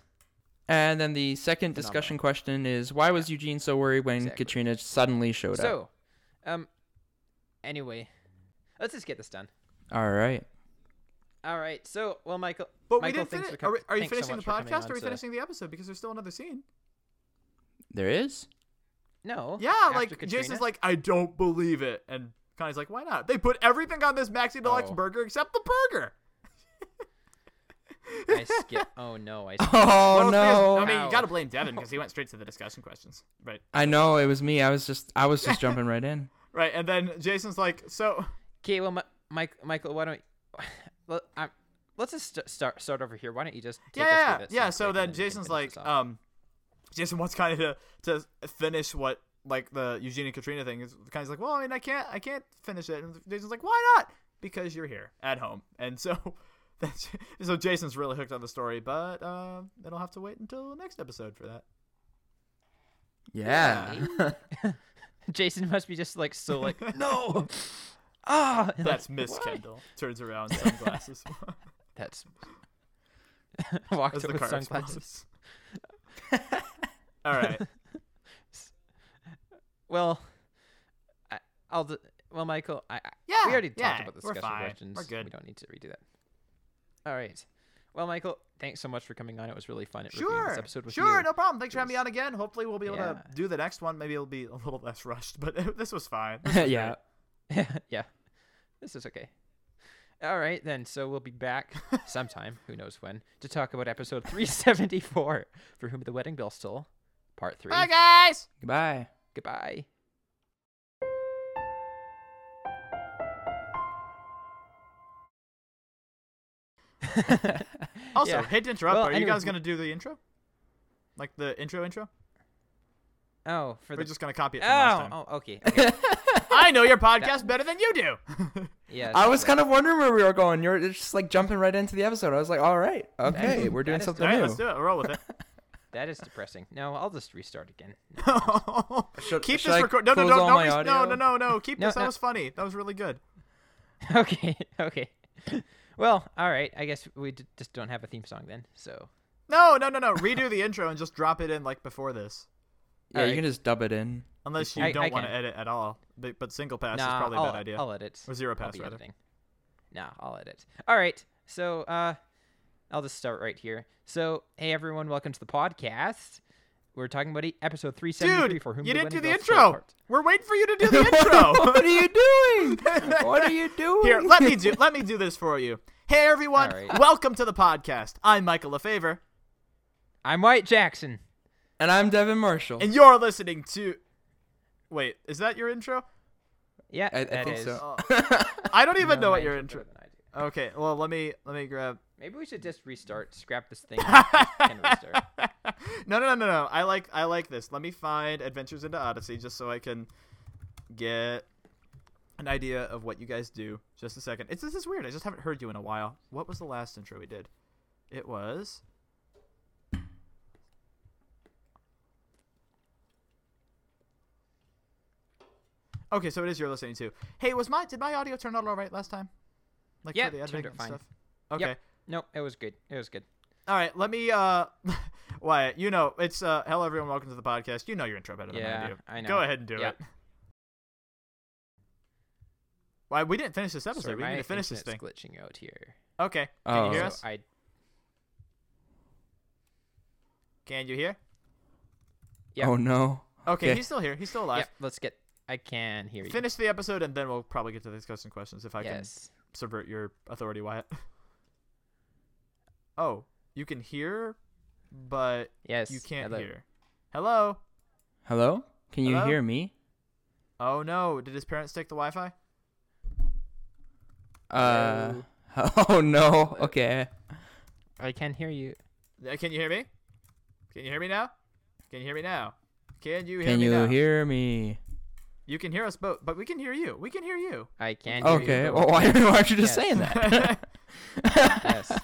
[SPEAKER 2] And then the second discussion question is why was Eugene so worried when
[SPEAKER 1] Exactly.
[SPEAKER 2] Katrina suddenly showed up?
[SPEAKER 1] So, um, anyway, let's just get this done.
[SPEAKER 2] All right.
[SPEAKER 1] All right. So, well, Michael,
[SPEAKER 3] But
[SPEAKER 1] Michael,
[SPEAKER 3] we didn't
[SPEAKER 1] thanks
[SPEAKER 3] finish.
[SPEAKER 1] for com-
[SPEAKER 3] are, we- are you
[SPEAKER 1] thanks so
[SPEAKER 3] finishing
[SPEAKER 1] much for
[SPEAKER 3] the
[SPEAKER 1] coming
[SPEAKER 3] podcast?
[SPEAKER 1] on
[SPEAKER 3] Or are you
[SPEAKER 1] to-
[SPEAKER 3] finishing the episode? Because there's still another scene.
[SPEAKER 2] There is?
[SPEAKER 1] No.
[SPEAKER 3] Yeah,
[SPEAKER 1] Oh, after
[SPEAKER 3] like
[SPEAKER 1] Katrina?
[SPEAKER 3] Jason's like, I don't believe it, and Connie's like, Why not? They put everything on this Maxi Deluxe
[SPEAKER 1] Oh.
[SPEAKER 3] burger except the burger.
[SPEAKER 1] I skip. Oh no, I. Skip.
[SPEAKER 2] Oh,
[SPEAKER 3] Well, it's because-
[SPEAKER 2] no.
[SPEAKER 3] I mean,
[SPEAKER 1] Ow.
[SPEAKER 3] you gotta blame Devin because he went straight to the discussion questions. Right.
[SPEAKER 2] I know it was me. I was just I was just jumping right in.
[SPEAKER 3] Right. And then Jason's like, So
[SPEAKER 1] okay, well, Mi- Mike, Michael, why don't? Well, I'm, let's just st- start start over here. Why don't you just? Take us
[SPEAKER 3] yeah,
[SPEAKER 1] through
[SPEAKER 3] yeah, yeah.
[SPEAKER 1] that
[SPEAKER 3] yeah.
[SPEAKER 1] scene
[SPEAKER 3] So
[SPEAKER 1] quick,
[SPEAKER 3] then
[SPEAKER 1] and we can
[SPEAKER 3] Jason's
[SPEAKER 1] finish
[SPEAKER 3] like,
[SPEAKER 1] this off.
[SPEAKER 3] um, Jason wants kind of to to finish what like the Eugene and Katrina thing is. Kind of like, well, I mean, I can't, I can't finish it. And Jason's like, why not? Because you're here at home, and so that's so Jason's really hooked on the story, but um, it'll have to wait until next episode for that.
[SPEAKER 2] Yeah.
[SPEAKER 1] Jason must be just like so like no. Ah, and, like,
[SPEAKER 3] That's Miss Kendall turns around sunglasses.
[SPEAKER 1] that's. Walked
[SPEAKER 3] As
[SPEAKER 1] up
[SPEAKER 3] the
[SPEAKER 1] with
[SPEAKER 3] car
[SPEAKER 1] sunglasses.
[SPEAKER 3] explodes. All right.
[SPEAKER 1] Well, I, I'll. d- Well, Michael, I, I-
[SPEAKER 3] Yeah.
[SPEAKER 1] we already
[SPEAKER 3] yeah,
[SPEAKER 1] talked about the
[SPEAKER 3] we're
[SPEAKER 1] discussion
[SPEAKER 3] fine.
[SPEAKER 1] questions.
[SPEAKER 3] We're good.
[SPEAKER 1] We don't need to redo that. All right. Well, Michael, thanks so much for coming on. It was really fun. At reviewing
[SPEAKER 3] Sure.
[SPEAKER 1] This episode with
[SPEAKER 3] sure,
[SPEAKER 1] you.
[SPEAKER 3] no problem. Thanks for having me on again. Hopefully, we'll be able to
[SPEAKER 1] Yeah.
[SPEAKER 3] do the next one. Maybe it'll be a little less rushed, but this was fine.
[SPEAKER 2] yeah.
[SPEAKER 1] yeah. This is okay. All right then. So we'll be back sometime, who knows when, to talk about episode 374, for whom the wedding bell stole, part three.
[SPEAKER 3] Bye, guys.
[SPEAKER 2] Goodbye.
[SPEAKER 1] Goodbye.
[SPEAKER 3] Also,
[SPEAKER 1] Yeah.
[SPEAKER 3] hate to interrupt.
[SPEAKER 1] Well,
[SPEAKER 3] but are you
[SPEAKER 1] anyway,
[SPEAKER 3] guys
[SPEAKER 1] we-
[SPEAKER 3] gonna do the intro? Like the intro intro?
[SPEAKER 1] Oh, for
[SPEAKER 3] We're
[SPEAKER 1] the
[SPEAKER 3] just gonna copy it
[SPEAKER 1] oh,
[SPEAKER 3] from last time.
[SPEAKER 1] oh, okay. okay.
[SPEAKER 3] I know your podcast better than you do.
[SPEAKER 1] Yeah,
[SPEAKER 2] I was kind of wondering where we were going. You're just like jumping right into the episode. I was like, all right, okay, we're doing
[SPEAKER 1] is
[SPEAKER 2] something
[SPEAKER 3] All right,
[SPEAKER 2] new.
[SPEAKER 3] let's do it. Roll with it.
[SPEAKER 1] that is depressing. No, I'll just restart again.
[SPEAKER 2] Should-
[SPEAKER 3] Keep
[SPEAKER 2] should
[SPEAKER 3] this
[SPEAKER 2] I
[SPEAKER 3] record. No, no,
[SPEAKER 2] close
[SPEAKER 3] no,
[SPEAKER 2] all
[SPEAKER 3] no,
[SPEAKER 2] my
[SPEAKER 3] no, no,
[SPEAKER 2] audio?
[SPEAKER 3] no, no, no. Keep
[SPEAKER 1] No,
[SPEAKER 3] this. That
[SPEAKER 1] no.
[SPEAKER 3] was funny. That was really good.
[SPEAKER 1] Okay, okay. Well, all right. I guess we d- just don't have a theme song then. So
[SPEAKER 3] No, no, no, no. Redo the intro and just drop it in like before this.
[SPEAKER 2] Yeah, you
[SPEAKER 1] Alright.
[SPEAKER 2] can just dub it in.
[SPEAKER 3] Unless you
[SPEAKER 1] I-
[SPEAKER 3] don't
[SPEAKER 1] I
[SPEAKER 3] want to
[SPEAKER 1] can.
[SPEAKER 3] edit at all. But, but single pass
[SPEAKER 1] nah,
[SPEAKER 3] is probably
[SPEAKER 1] I'll,
[SPEAKER 3] a bad idea.
[SPEAKER 1] I'll edit.
[SPEAKER 3] Or zero
[SPEAKER 1] I'll
[SPEAKER 3] pass,
[SPEAKER 1] be
[SPEAKER 3] rather.
[SPEAKER 1] editing. Nah, I'll edit. All right. So uh, I'll just start right here. So hey everyone, welcome to the podcast. We're talking about e- episode three seventy three.
[SPEAKER 3] Dude,
[SPEAKER 1] For whom
[SPEAKER 3] you
[SPEAKER 1] the
[SPEAKER 3] didn't do
[SPEAKER 1] Wedding
[SPEAKER 3] the
[SPEAKER 1] Bell Stole
[SPEAKER 3] intro.
[SPEAKER 1] Part-
[SPEAKER 3] We're waiting for you to do the
[SPEAKER 2] what
[SPEAKER 3] intro.
[SPEAKER 2] are you doing? What are you doing?
[SPEAKER 3] Here, let me do let me do this for you. Hey everyone,
[SPEAKER 1] All right.
[SPEAKER 3] welcome to the podcast. I'm Michael LaFavor,
[SPEAKER 1] I'm White Jackson.
[SPEAKER 2] And I'm Devin Marshall.
[SPEAKER 3] and you're listening to Wait, is that your intro?
[SPEAKER 1] Yeah,
[SPEAKER 2] I, I
[SPEAKER 1] that
[SPEAKER 2] think
[SPEAKER 1] is.
[SPEAKER 2] so.
[SPEAKER 3] I don't even
[SPEAKER 1] No,
[SPEAKER 3] know
[SPEAKER 1] my
[SPEAKER 3] what your
[SPEAKER 1] intro's
[SPEAKER 3] intro.
[SPEAKER 1] better than I do.
[SPEAKER 3] Okay, well let me let me grab.
[SPEAKER 1] Maybe we should just restart, scrap this thing, and just can restart.
[SPEAKER 3] no, no, no, no, no. I like I like this. Let me find Adventures into Odyssey just so I can get an idea of what you guys do. Just a second. It's this is weird. I just haven't heard you in a while. What was the last intro we did? It was. Okay, so it is you're listening to. Hey, was my did my audio turn out all right last time? Like
[SPEAKER 1] Yeah,
[SPEAKER 3] for the
[SPEAKER 1] turned
[SPEAKER 3] editing
[SPEAKER 1] out
[SPEAKER 3] and
[SPEAKER 1] fine.
[SPEAKER 3] stuff. Okay.
[SPEAKER 1] Yep. No, it was good. It was good.
[SPEAKER 3] All right, let me. uh Wyatt, you know it's. uh Hello, everyone. Welcome to the podcast. You know your intro better than I
[SPEAKER 1] Yeah,
[SPEAKER 3] do.
[SPEAKER 1] I know.
[SPEAKER 3] Go ahead and do
[SPEAKER 1] Yep.
[SPEAKER 3] it. Why we didn't finish this episode?
[SPEAKER 1] Sorry,
[SPEAKER 3] we
[SPEAKER 1] my
[SPEAKER 3] need to finish this thing.
[SPEAKER 1] internet's glitching out here.
[SPEAKER 3] Okay. Can
[SPEAKER 2] Oh.
[SPEAKER 3] you hear
[SPEAKER 1] So
[SPEAKER 3] us?
[SPEAKER 1] I
[SPEAKER 3] Can you hear?
[SPEAKER 1] Yeah.
[SPEAKER 2] Oh no.
[SPEAKER 3] Okay,
[SPEAKER 2] Okay.
[SPEAKER 3] he's still here. He's still
[SPEAKER 1] yeah,
[SPEAKER 3] alive.
[SPEAKER 1] let's get. I can hear you.
[SPEAKER 3] Finish the episode, and then we'll probably get to the discussion questions if I
[SPEAKER 1] yes.
[SPEAKER 3] can subvert your authority, Wyatt. oh, you can hear, but
[SPEAKER 1] Yes.
[SPEAKER 3] you can't
[SPEAKER 1] hello.
[SPEAKER 3] hear. Hello.
[SPEAKER 2] Hello? Can you
[SPEAKER 3] Hello?
[SPEAKER 2] hear me?
[SPEAKER 3] Oh no! Did his parents take the Wi-Fi?
[SPEAKER 2] Uh. Oh no. Okay.
[SPEAKER 1] I can hear you.
[SPEAKER 3] Uh, Can you hear me? Can you hear me now? Can you hear me now? Can you hear
[SPEAKER 2] Can
[SPEAKER 3] me now?
[SPEAKER 2] you hear me?
[SPEAKER 3] You can hear us both, but we can hear you. We can hear you.
[SPEAKER 1] I can. hear you,
[SPEAKER 2] Okay.
[SPEAKER 1] but-
[SPEAKER 2] Well, why, why aren't you
[SPEAKER 1] Yes.
[SPEAKER 2] just saying that?
[SPEAKER 1] yes.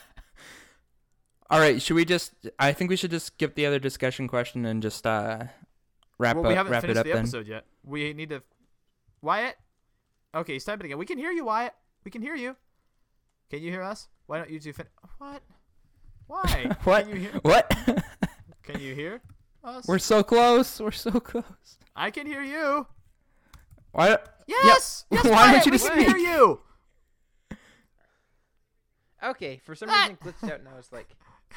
[SPEAKER 2] All right. Should we just? I think we should just skip the other discussion question and just uh wrap
[SPEAKER 3] well,
[SPEAKER 2] up
[SPEAKER 3] we haven't
[SPEAKER 2] wrap
[SPEAKER 3] finished
[SPEAKER 2] it up
[SPEAKER 3] the
[SPEAKER 2] then.
[SPEAKER 3] episode yet. We need to. Wyatt. Okay, he's typing again. We can hear you, Wyatt. We can hear you. Can you hear us? Why don't you two fin? What? Why?
[SPEAKER 2] What?
[SPEAKER 3] Can you hear?
[SPEAKER 2] What?
[SPEAKER 3] Can you hear us?
[SPEAKER 2] We're so close. We're so close.
[SPEAKER 3] I can hear you.
[SPEAKER 2] Why? don't-
[SPEAKER 3] Yes. Yes.
[SPEAKER 2] Why
[SPEAKER 3] Wyatt,
[SPEAKER 2] don't you
[SPEAKER 3] we
[SPEAKER 2] just
[SPEAKER 3] can hear
[SPEAKER 2] speak?
[SPEAKER 3] you?
[SPEAKER 1] Okay. For some reason, it glitched out, and I was like,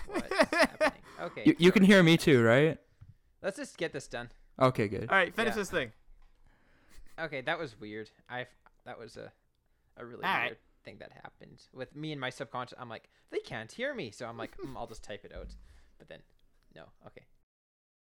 [SPEAKER 1] "What's happening?" Okay.
[SPEAKER 2] You, you can hear me too, right?
[SPEAKER 1] Let's just get this done.
[SPEAKER 2] Okay. Good.
[SPEAKER 3] All right, finish
[SPEAKER 1] Yeah.
[SPEAKER 3] this thing.
[SPEAKER 1] Okay, that was weird. I that was a a really
[SPEAKER 3] All right.
[SPEAKER 1] weird thing that happened with me and my subconscious. I'm like, they can't hear me, so I'm like, mm, I'll just type it out. But then, no. Okay.